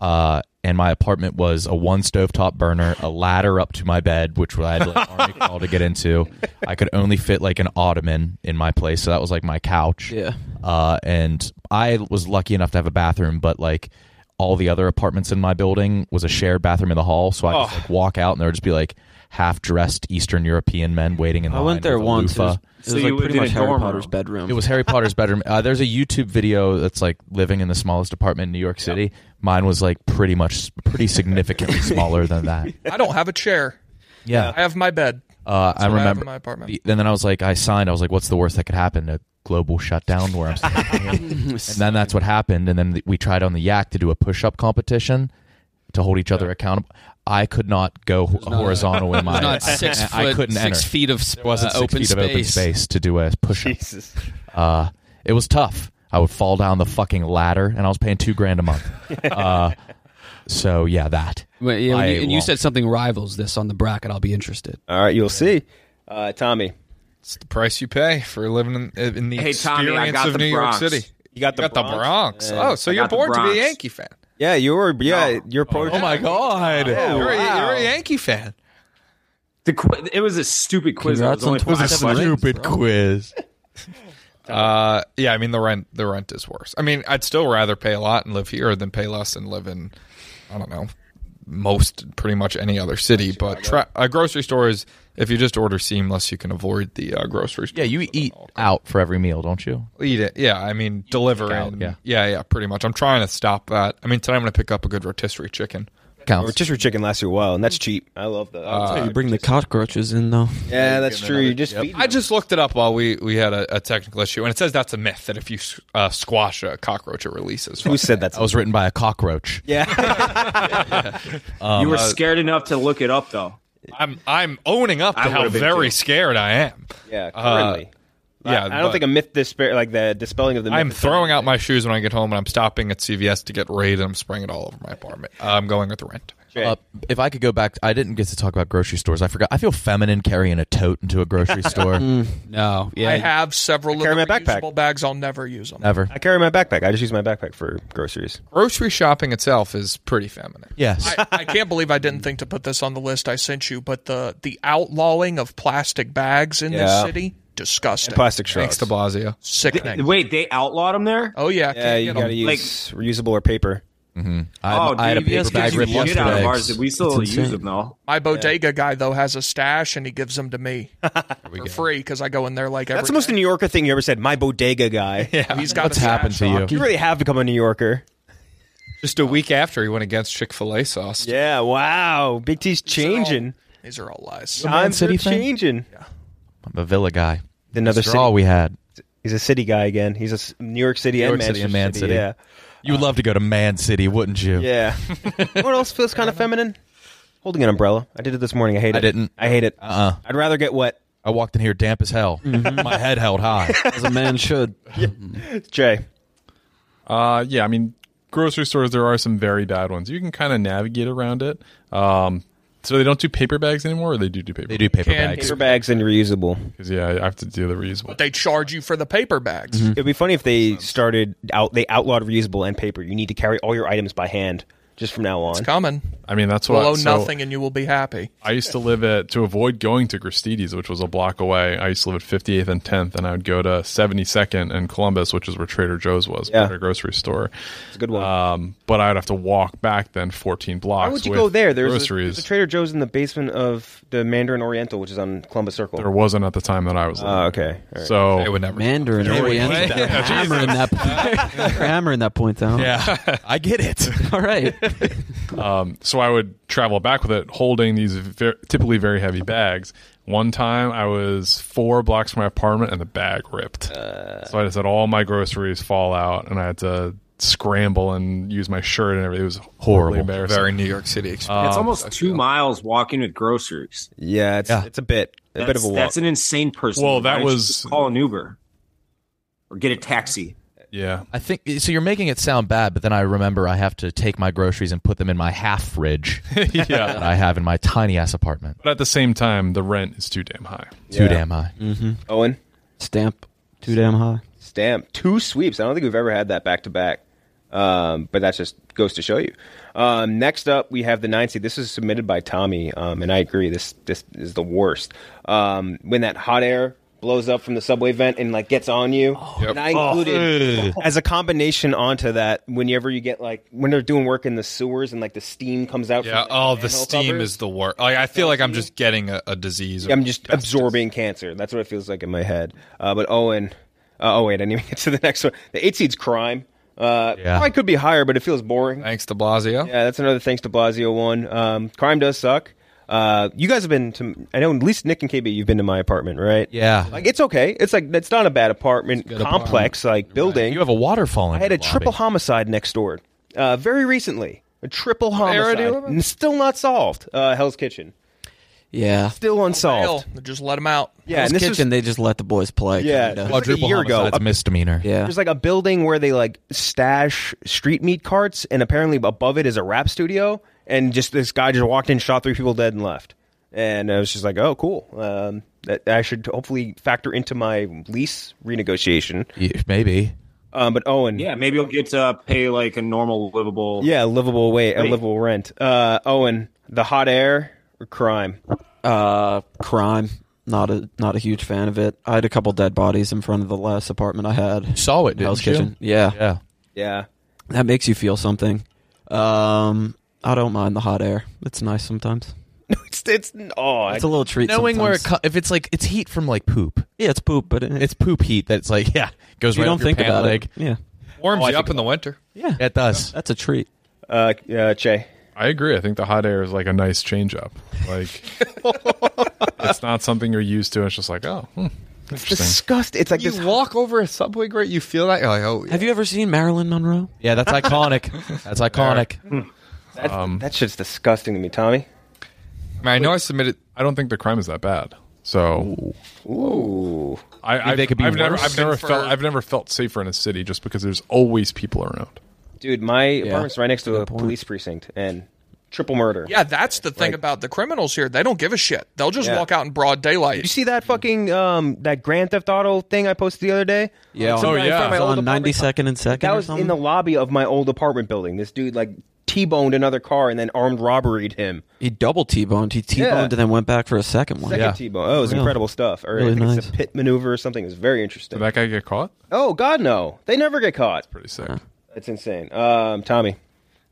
S5: uh, and my apartment was a one stovetop burner, a ladder up to my bed, which I had to
S9: (laughs)
S5: like, army crawl to get into. I could only fit like an ottoman in my place, so that was like my couch.
S9: Yeah.
S5: Uh, and I was lucky enough to have a bathroom, but like all the other apartments in my building was a shared bathroom in the hall, so I would just
S9: Oh.
S5: like, walk out and there would just be like half dressed Eastern European men waiting in
S9: I went there once. It was, it
S7: So
S9: was,
S7: you
S9: like pretty
S7: lived in
S9: much
S7: a
S9: Harry
S7: dorm
S9: Potter's
S7: room.
S9: bedroom.
S5: it was
S7: (laughs)
S5: Harry Potter's bedroom. Uh, there's a YouTube video that's like living in the smallest apartment in New York City. Mine was like pretty much
S7: (laughs)
S5: pretty significantly smaller than that.
S11: I don't have a chair.
S5: Yeah.
S11: I have my
S5: (laughs)
S11: bed.
S5: Uh,
S11: what
S5: I
S11: I have in
S5: remember
S11: my apartment.
S5: the- and then I was like, I signed. I was like, what's the worst that could happen? A global shutdown where I'm.
S8: (laughs)
S5: staying. and then that's what happened. And then we tried on the yak to do a push-up competition to hold each other accountable. I could not
S8: (laughs)
S5: go horizontal in my.
S8: There's not
S5: I-
S8: six
S5: (laughs) I,
S8: foot-
S5: couldn't
S8: six
S5: enter.
S8: feet of s-
S5: There wasn't
S8: uh,
S5: six
S8: open
S5: feet of open
S8: space.
S5: space to do a push-up. Uh, it was tough. I would fall down the fucking ladder, and I was paying two grand a month.
S8: (laughs)
S5: uh, so yeah, that.
S8: Well, yeah, when
S5: I
S8: you- and you
S5: won't.
S8: said something rivals this on the bracket. I'll be interested.
S4: All right, you'll see. Uh, Tommy.
S10: It's the price you pay for living in, in the
S7: Hey,
S10: experience
S7: Tommy, I got
S10: of
S7: the
S10: New
S7: Bronx.
S10: York City.
S4: You got the
S10: the Bronx. Oh, so
S7: I
S10: you're
S7: got the
S10: born to be
S7: Bronx.
S10: a Yankee fan.
S4: Yeah, you're yeah, you're pro-
S10: Oh my god,
S4: Yeah,
S10: you're, a,
S4: wow.
S10: you're a Yankee fan.
S7: The qu- it was a stupid quiz. It was only five questions.
S5: quiz.
S10: Uh, yeah, I mean the rent the rent is worse. I mean, I'd still rather pay a lot and live here than pay less and live in I don't know most pretty much any other city. But tra- a grocery store is if you just order seamless, you can avoid the uh, grocery store.
S5: Yeah, you eat out for every meal, don't you?
S10: Eat it. Yeah, I mean deliver
S5: out,
S10: in.
S5: yeah.
S10: yeah, yeah, pretty much. I'm trying to stop that. I mean today I'm going to pick up a good rotisserie chicken.
S5: Counts.
S4: Rotisserie chicken lasts you a while, and that's cheap. I love that.
S9: you bring the cockroaches in though.
S4: yeah, that's true. You just feed
S10: I just looked it up while we, we had a, a technical issue, and it says that's a myth that if you s- uh, squash a cockroach, it releases.
S5: (laughs)
S4: Who said that?
S5: That was written by a cockroach.
S10: (laughs)
S7: you were scared enough to look it up, though.
S10: I'm I'm owning up to
S7: I
S10: how
S7: would've been
S10: very
S7: too.
S10: scared I am.
S4: Yeah,
S10: Uh,
S4: currently.
S10: yeah,
S4: I, I don't
S10: but
S4: think a myth dispar like the dispelling of the. myth
S10: I'm
S4: is-
S10: throwing out my shoes when I get home, and I'm stopping at CVS to get raid, and I'm spraying it all over my apartment. Uh, I'm going with the rent.
S5: Uh, if I could go back, I didn't get to talk about grocery stores. I forgot. I feel feminine carrying a tote into a grocery store.
S8: Mm, no,
S11: I have several
S4: carry
S11: little
S4: my backpack.
S11: reusable bags. I'll never use them.
S5: Never.
S4: I carry my backpack. I just use my backpack for groceries.
S10: Grocery shopping itself is pretty feminine.
S5: Yes.
S11: I, I can't believe I didn't think to put this on the list I sent you, but the the outlawing of plastic bags in this
S4: Yeah.
S11: city, disgusting.
S4: And plastic straws.
S10: Thanks to Blasio.
S11: Sickening.
S7: Wait, they outlawed them there?
S11: Oh yeah,
S4: Yeah,
S11: can't
S4: you
S11: get
S4: got to
S11: 'em.
S4: use reusable or paper.
S5: Mm-hmm.
S7: oh, dude, yes, 'cause you beat it out of ours. that We still use them though.
S11: My bodega guy though has a stash and he gives them to me
S4: (laughs)
S11: for free because I go in there like every.
S4: That's the most New Yorker thing you ever said. My bodega guy.
S10: Yeah.
S11: He's got
S10: What's
S11: a stash
S10: happened to you?
S11: on.
S4: You really have become a New Yorker.
S10: Just a week after he went against Chick Fil A sauce.
S4: Yeah. Wow. Big T's changing.
S11: These are all lies.
S4: Times
S5: City
S4: are
S5: fan?
S4: changing.
S5: I'm a Villa guy.
S4: Another
S5: Straw
S4: city-
S5: we had.
S4: He's a city guy again. He's a s- New York City
S5: New
S4: and
S5: York
S4: Manchester
S5: City and Man City.
S4: Yeah.
S5: You would love to go to Man City, wouldn't you?
S4: Yeah. (laughs) what else feels kind of feminine? Holding an umbrella. I did it this morning. I hate it.
S5: I didn't.
S4: I hate it.
S5: Uh. uh
S4: I'd rather get wet.
S5: I walked in here damp as hell. (laughs) My head held high.
S9: As a man
S4: (laughs)
S9: should.
S4: Jay.
S6: Uh, yeah, I mean, grocery stores, there are some very bad ones. You can kind of navigate around it. Um, so they don't do paper bags anymore, or they do do paper
S5: They do paper
S11: Can-
S5: bags.
S4: Paper bags and reusable.
S6: 'Cause, yeah, I have to do the reusable.
S11: But they charge you for the paper bags.
S5: Mm-hmm.
S4: It'd be funny if they started out. They outlawed reusable and paper. You need to carry all your items by hand just from now on.
S11: It's coming.
S6: I mean, that's
S11: We'll
S6: what
S11: owe
S6: so
S11: nothing and you will be happy.
S6: I used to live at, to avoid going to Gristides, which was a block away, I used to live at 58th and 10th, and I would go to 72nd and Columbus, which is where Trader Joe's was,
S4: Yeah.
S6: our grocery store.
S4: It's a good one.
S6: Um, but I would have to walk back then 14 blocks.
S4: Why would you
S6: with
S4: go there? There's a,
S6: groceries.
S4: there's a Trader Joe's in the basement of the Mandarin Oriental, which is on Columbus Circle.
S6: there wasn't at the time that I was. living.
S4: Ah, okay. All right.
S6: So
S10: They would never.
S9: Mandarin
S10: There we
S9: Oriental.
S10: go. (laughs) Yeah,
S9: hammering that. hammering that point down.
S5: Yeah, I
S10: (laughs)
S5: get it.
S9: All right.
S6: Um, so I would travel back with it, holding these ver- typically very heavy bags. One time, I was four blocks from my apartment, and the bag ripped.
S4: Uh.
S6: so I just had all my groceries fall out, and I had to scramble and use my shirt and everything. It was horribly
S5: Horrible.
S6: embarrassing.
S10: Very New York City experience.
S6: Um,
S7: it's almost two miles walking with groceries.
S4: yeah, it's
S5: Yeah.
S4: it's a bit a
S7: That's,
S4: bit of a walk.
S7: that's an insane person.
S6: Well, that
S7: Why don't you
S6: was-
S7: just call an Uber or get a taxi.
S6: yeah.
S5: I think so. You're making it sound bad, but then I remember I have to take my groceries and put them in my half fridge
S6: (laughs) yeah.
S5: that I have in my tiny ass apartment.
S6: But at the same time, the rent is too damn high.
S5: Too
S4: Yeah.
S5: damn high.
S10: Mm-hmm.
S4: (laughs) Owen,
S9: Stamp too damn high.
S4: stamp two sweeps. I don't think we've ever had that back to back. Um, but that just goes to show you. Um, next up, we have the nine seed. This is submitted by Tommy, um, and I agree. This this is the worst. Um, when that hot air blows up from the subway vent and like gets on you,
S6: Oh.
S4: and I
S10: Oh.
S4: included as a combination onto that. Whenever you get like when they're doing work in the sewers and like the steam comes out.
S10: Yeah.
S4: from, like,
S10: Oh, the
S4: manhole
S10: steam
S4: covers,
S10: is the worst. Like, I feel like I'm just getting a, a disease.
S4: I'm just absorbing cancer. That's what it feels like in my head. Uh, but Owen, uh, oh wait, I didn't even get to the (laughs) next one. The eight seed's crime. Uh,
S5: Yeah.
S4: Probably could be higher, but it feels boring.
S10: Thanks to Blasio.
S4: Yeah, that's another thanks to Blasio one. Um, crime does suck. Uh, you guys have been to, I know at least Nick and KB, you've been to my apartment, right?
S5: Yeah.
S4: Like it's okay. It's like it's not a bad apartment
S9: good
S4: complex, like building.
S5: You have a waterfall in
S4: I had a
S5: your
S4: triple
S5: lobby.
S4: homicide next door, uh, very recently. A triple
S10: era
S4: homicide,
S10: do you live in?
S4: and still not solved. Uh, Hell's Kitchen,
S9: Yeah.
S4: still
S11: Hell,
S4: unsolved.
S11: they just let them out.
S4: Yeah, and
S9: this
S4: this
S9: kitchen,
S4: is
S9: they just let the boys play.
S4: Yeah.
S9: kinda.
S4: Well,
S5: quadruple
S4: a year ago,
S5: homicide's
S4: a-
S5: a misdemeanor.
S9: yeah.
S4: There's like a building where they like stash street meat carts, and apparently above it is a rap studio. And just this guy just walked in, shot three people dead, and left. And I was just like, oh, cool. Um, that I should hopefully factor into my lease renegotiation.
S5: Yeah, maybe.
S4: Um, but Owen,
S7: Yeah, maybe you'll get to pay like a normal livable.
S4: yeah, livable way, a
S7: Wait.
S4: livable rent. Uh, Owen, the hot air or crime?
S9: uh, crime. Not a not a huge fan of it. I had a couple dead bodies in front of the last apartment I had.
S5: Saw it, didn't
S9: Hell's
S5: you?
S9: Kitchen. Yeah.
S5: Yeah.
S4: Yeah,
S9: that makes you feel something. Um, I don't mind the hot air. It's nice (laughs) sometimes.
S4: it's it's oh, I-
S9: It's a little treat.
S5: Knowing where it
S9: sometimes.
S5: co- if it's like it's heat from like poop.
S9: yeah, it's poop, but it,
S5: It's poop heat that's like (laughs) yeah goes
S9: you
S5: right
S9: don't
S5: up your
S9: think
S5: pant
S9: about
S5: leg.
S9: it. Yeah,
S4: Oh,
S10: Warms you up in the winter.
S9: yeah,
S5: It does.
S9: that's a treat.
S4: uh, uh, Che.
S6: I agree. I think the hot air is like a nice change up.
S4: (laughs)
S6: Like, it's not something you're used to. It's just like, oh, hmm, interesting.
S4: Disgust. It's like
S10: You
S4: this.
S10: walk over a subway grate, you feel that. You're like, oh, yeah.
S9: Have you ever seen
S10: (laughs)
S9: Marilyn Monroe?
S5: Yeah, that's iconic. That's iconic.
S4: That's, Hmm.
S9: Um,
S4: that shit's disgusting to me, Tommy.
S10: I, mean, I know I submitted.
S6: I don't think the crime is that bad. So
S4: Ooh.
S6: I, I
S5: they could be
S6: I've never,
S5: worse?
S6: I've never
S10: For-
S6: felt, I've never felt safer in a city just because there's always people around.
S4: Dude, my apartment's right next to a police precinct, and triple murder.
S11: Yeah, that's the thing
S4: Like-
S11: about the criminals here. They don't give a shit. They'll just
S4: Yeah.
S11: walk out in broad daylight.
S4: (laughs) You see that fucking um that Grand Theft Auto thing I posted the other day?
S9: Oh, Yeah,
S4: Some
S9: on-
S4: guy in front of my
S9: It's
S4: old
S9: on
S4: apartment-
S9: ninety second and second.
S4: That
S9: or
S4: was in
S9: something?
S4: the lobby of my old apartment building. This dude like T-boned another car and then armed robberyed him.
S9: He double T-boned. He T-boned
S4: Yeah.
S9: and then went back for a second one.
S4: Second T-bone. Oh, it was
S9: Real.
S4: incredible stuff. Or
S9: Really
S4: I think
S9: nice.
S4: it's a pit maneuver or something. It was very interesting.
S6: Did that guy get caught?
S4: Oh God, no! They never get caught.
S6: pretty sick.
S4: It's insane. Um, Tommy.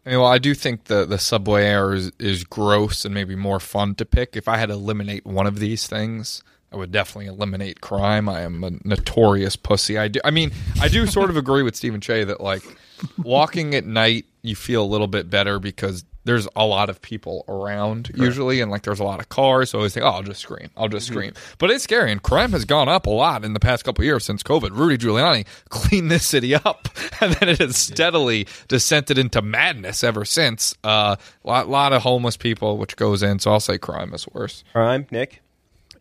S10: I mean, well, I do think the the subway air is, is gross and maybe more fun to pick. If I had to eliminate one of these things, I would definitely eliminate crime. I am a notorious pussy. I do. I mean, I do
S4: (laughs)
S10: sort of agree with Stephen Che that like walking at night, you feel a little bit better because there's a lot of people around usually, and like there's a lot of cars. So I always think, oh, I'll just scream. I'll just
S4: Mm-hmm.
S11: Mhm.
S10: scream. But it's scary, and crime has gone up a lot in the past couple years since COVID. Rudy Giuliani (laughs) cleaned this city up, (laughs) and then it has steadily descended into madness ever since. A uh, lot, lot of homeless people, which goes in. So I'll say crime is worse.
S4: Crime, Nick.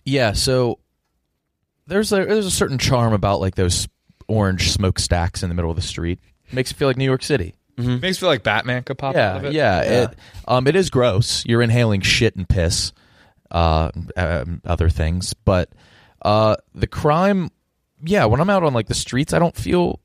S5: Yeah, so there's a there's a certain charm about like those orange smokestacks in the middle of the street. Makes it feel like New York City.
S4: Mm-hmm.
S10: Makes me feel like Batman could pop out
S5: yeah,
S10: of it.
S5: yeah. It, um, it is gross. You're inhaling shit and piss, uh, um, other things. But uh, the crime, yeah. When I'm out on like the streets, I don't feel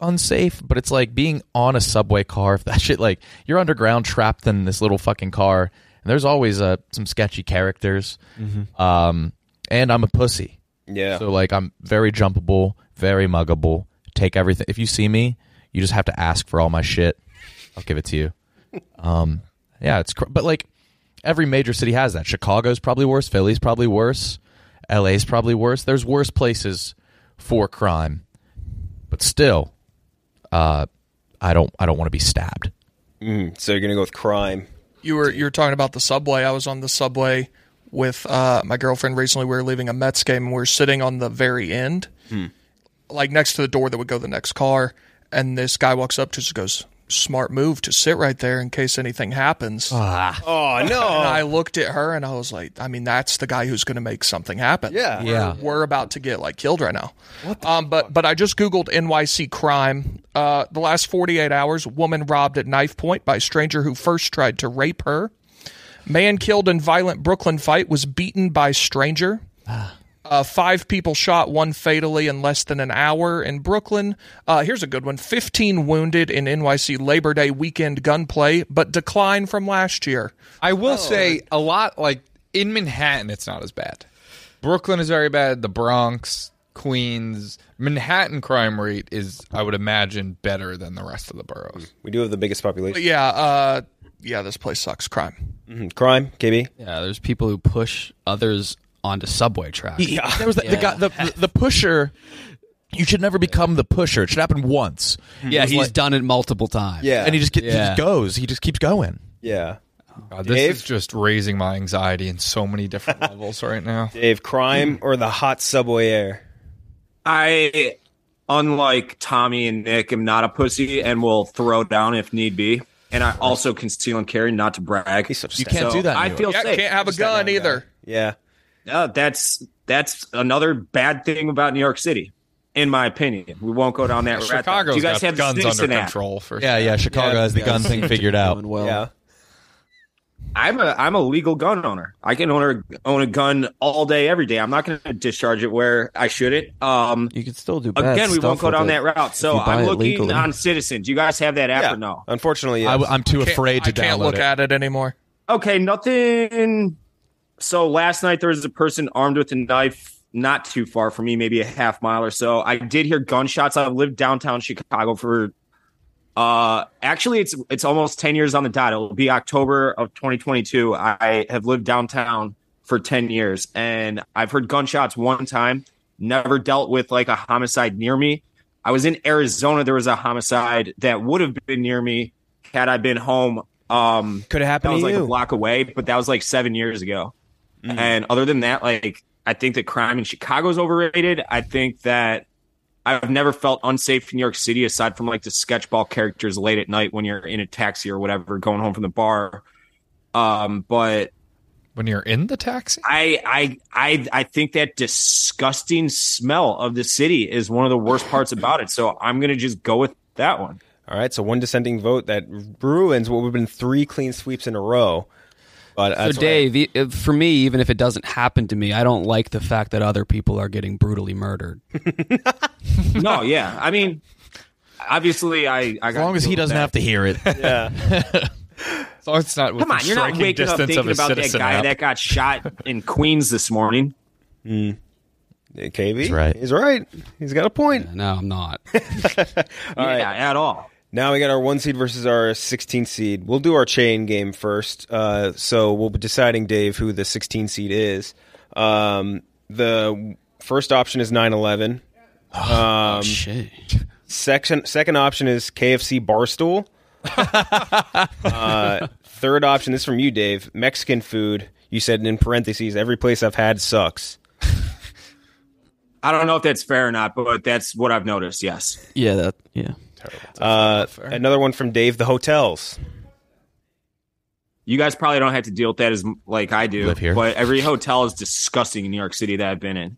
S5: unsafe. But it's like being on a subway car. If that (laughs) shit, like you're underground, trapped in this little fucking car, and there's always uh, some sketchy characters.
S10: Mm-hmm.
S4: Mhm.
S5: Um, and I'm a pussy.
S4: Yeah.
S5: So like I'm very jumpable, very muggable. Take everything. If you see me, you just have to ask for all my shit. I'll give it to you. Um, yeah, it's cr- but like every major city has that. Chicago's probably worse. Philly's probably worse. LA's probably worse. There's worse places for crime, but still, uh, I don't I don't want to be stabbed.
S4: Mm, so you're gonna go with crime.
S11: You were you were talking about the subway. I was on the subway with uh, my girlfriend recently. We were leaving a Mets game and we were sitting on the very end,
S4: Hmm.
S11: like next to the door that would go to the next car. And this guy walks up to us and goes, "Smart move to sit right there in case anything happens."
S5: Ah.
S4: Oh
S11: And
S5: (laughs)
S11: I looked at her and I was like, "I mean, that's the guy who's going to make something happen."
S4: Yeah.
S11: We're-
S4: Yeah.
S11: We're about to get like killed right now. um, but but I just googled NYC crime. Uh, the last 48 hours, woman robbed at knife point by stranger who first tried to rape her. Man killed in violent Brooklyn fight was beaten by stranger. Uh, five people shot, one fatally in less than an hour in Brooklyn. Uh, here's a good one 15 wounded in NYC Labor Day weekend gunplay, but decline from last year.
S10: I will say a lot like in Manhattan, it's not as bad. Brooklyn is very bad. The Bronx, Queens, Manhattan crime rate is, I would imagine, better than the rest of the boroughs.
S4: We do have the biggest population.
S11: But yeah, uh, yeah, this place sucks. Mm-hmm. Crime.
S4: Mhm. Crime, KB.
S8: Yeah, there's people who push others onto subway tracks.
S5: Yeah. There was the, the guy, the, the, the pusher. You should never become the pusher. It should happen once.
S8: Hmm. Yeah,
S5: It was
S8: he's
S5: like-
S8: done it multiple times.
S5: and he just get, he
S8: Yeah.
S5: just goes. He just keeps going.
S4: Yeah.
S10: God, Uh, this
S4: Dave?
S10: is just raising my anxiety in so many
S4: (laughs)
S10: different levels right now.
S4: Dave, crime or the
S10: (laughs)
S4: hot subway air?
S7: I, unlike Tommy and Nick, am not a pussy and will throw down if need be. And I also conceal and carry, not to brag.
S11: You
S7: So I feel
S11: yeah,
S7: safe.
S11: can't have a gun either.
S4: Yeah.
S7: No, that's that's another bad thing about New York City, in my opinion. We won't go down that route.
S10: Chicago's
S7: Do you guys
S10: got
S7: have the
S10: guns
S7: Stinson
S10: under
S7: app?
S10: control for
S5: Yeah, yeah. Chicago has the
S7: yeah.
S8: (laughs)
S5: gun thing figured out.
S4: Yeah.
S7: I'm a I'm a legal gun owner. I can own a own a gun all day, every day. I'm not going to discharge it where I shouldn't. Um,
S9: you can still do bad
S7: again. We won't
S9: stuff
S7: go
S9: with
S7: down
S9: it
S7: that route.
S9: if
S7: So
S9: you buy
S7: I'm
S9: it
S7: looking
S9: legally.
S7: on citizens. You guys have that app
S4: Yeah.
S7: or no?
S4: Unfortunately,
S5: I,
S4: yes.
S5: am too
S7: Can't-
S5: afraid to
S7: I can't
S5: download
S7: look
S5: it.
S11: At it anymore.
S7: Okay, nothing. So last night there was a person armed with a knife not too far from me, maybe a half mile or so. I did hear gunshots. I've lived downtown Chicago for uh actually it's it's almost 10 years on the dot. It'll be October of 2022. I have lived downtown for 10 years and I've heard gunshots one time. Never dealt with like a homicide near me. I was in Arizona. There was a homicide that would have been near me had I been home. Um,
S4: Could have happened
S7: That was
S4: to
S7: like
S4: you.
S7: a block away, but that was like seven years ago.
S10: Mm-hmm.
S7: And other than that, like I think that crime in Chicago is overrated. I think that I've never felt unsafe in New York City aside from like the sketchball characters late at night when you're in a taxi or whatever going home from the bar. Um, but
S10: When you're in the taxi,
S7: I I I I think that disgusting smell of the city is one of the worst parts about it. So I'm gonna just go with that one.
S4: All right, so one dissenting vote that ruins what would have been three clean sweeps in a row. But that's
S8: so
S4: what I-
S8: Dave, e- if- for me, even if it doesn't happen to me, I don't like the fact that other people are getting brutally
S4: (laughs)
S8: murdered.
S7: no, yeah. I mean, obviously, I. I as
S5: long as he doesn't have to hear it.
S4: (laughs)
S7: yeah.
S10: As long as it's not
S7: Come
S10: within
S7: on, you're not
S10: striking
S7: waking up
S10: distance
S7: thinking
S10: of a
S7: about that
S10: citizen
S7: guy
S10: app.
S7: that got shot in Queens this morning.
S4: Mm. KB,
S7: He's right.
S4: He's right. He's got a point.
S8: no, I'm
S4: (laughs)
S8: not.
S7: yeah, at all.
S4: Now we got our one seed versus our 16 seed. We'll do our chain game first. Uh, so we'll be deciding, Dave, who the 16 seed is. Um, the first option is 9 11. Um,
S8: Oh, shit.
S4: Section, second option is KFC
S8: (laughs)
S4: Barstool. uh, third option this is from you, Dave. Mexican food. You said in parentheses, every place I've had sucks.
S7: I don't know if that's fair or not, but that's what I've noticed. Yes.
S4: Yeah, that yeah. Uh, another one from Dave. The hotels.
S7: You guys probably don't have to deal with that as m- like I do.
S4: Live here.
S7: But every hotel is disgusting in New York City that I've been in.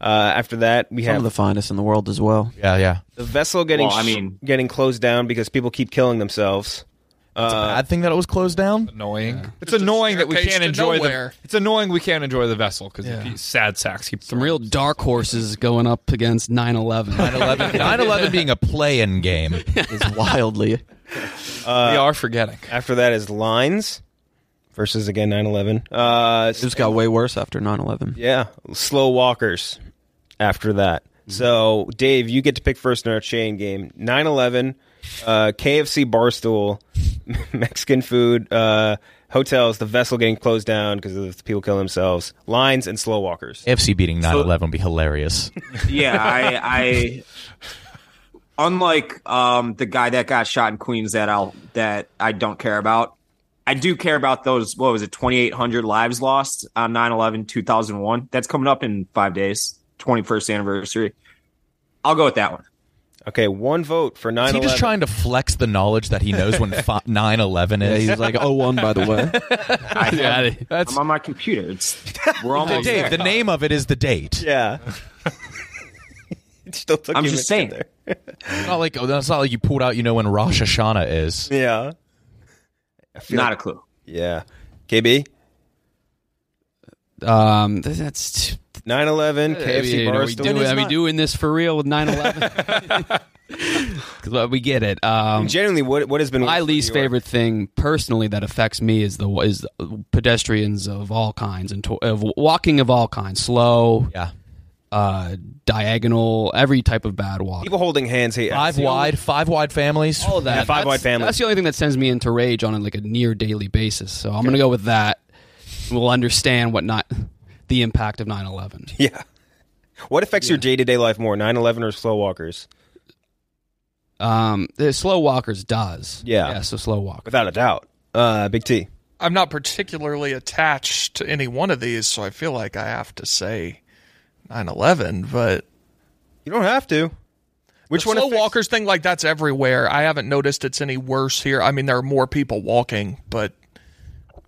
S4: Uh, after that, we
S9: Some
S4: have
S9: of the finest in the world as well.
S5: Yeah, yeah.
S4: the vessel getting
S7: Well, I
S4: sh-
S7: mean-
S4: getting closed down because people keep killing themselves. Uh,
S5: It's a bad thing that it was closed down.
S10: Annoying. It's annoying that we
S11: staircase
S10: can't
S11: to
S10: enjoy the.
S11: nowhere.
S10: It's annoying we can't enjoy the vessel because
S8: Yeah.
S10: sad sacks keep
S8: Some
S10: (laughs)
S8: real dark horses going up against 9 11.
S5: 9 11 being a play
S9: (laughs)
S5: in game is
S8: wildly.
S4: (laughs) Uh,
S10: we are forgetting.
S4: After that is lines versus again 9/11. Uh, it
S9: just got way worse after 9/11.
S4: Yeah, slow walkers. After that,
S9: Mm-hmm.
S4: so Dave, you get to pick first in our chain game. 9/11, uh, KFC barstool, (laughs) Mexican food, uh, hotels, the vessel getting closed down because of the people killing themselves, lines, and slow walkers. (laughs)
S5: FC beating 9 11 would be hilarious.
S7: yeah, I, I unlike um, the guy that got shot in Queens that I'll that I don't care about. I do care about those. What was it? Twenty eight hundred lives lost on 9-11, 2001. That's coming up in five days. Twenty first anniversary. I'll go with that one.
S4: Okay, one vote for 9/11.
S5: Is he just trying to flex the knowledge that he knows when 9 11 is?
S9: Yeah, he's like, oh, one, by the
S5: (laughs)
S9: way.
S7: I,
S5: Yeah,
S7: I'm on my computer. It's we're
S5: (laughs) Dave,
S7: almost there.
S5: the name of it is the date.
S4: Yeah. still took
S7: I'm
S4: you a
S7: just saying.
S4: minute there.
S5: (laughs) It's not like oh, that's not like you pulled out. You know when Rosh Hashanah is.
S4: Yeah. I feel
S7: Not
S4: like-
S7: a clue.
S4: Yeah. KB?
S8: Um, (laughs) th- that's. t-
S4: 9 11, KFC
S8: Yeah,
S4: bar
S8: are we, doing, are we doing this for real with 9 11?
S4: (laughs)
S8: (laughs) we get it. Um,
S4: Genuinely, what, what has been
S8: my least favorite thing personally that affects me is the is pedestrians of all kinds and to, of walking of all kinds, slow,
S5: yeah,
S8: uh, diagonal, every type of bad walk.
S4: People holding hands here.
S5: Five wide, five wide families.
S8: All of that.
S4: Yeah, five wide
S8: That's-
S4: families.
S8: That's the only thing that sends me into rage on a, like a near daily basis. So I'm gonna go with that. We'll understand what not the impact of 9/11.
S4: Yeah. What affects your day to day life more, 9 11 or slow walkers?
S8: Um, the slow walkers does.
S4: Yeah.
S8: Yeah. So slow walk.
S4: Without a doubt. Uh, Big T.
S11: I'm not particularly attached to any one of these, so I feel like I have to say 9/11. But
S4: you don't have to. Which
S11: the
S4: one
S11: Slow
S4: affects-
S11: walkers thing like that's everywhere. I haven't noticed it's any worse here. I mean, there are more people walking, but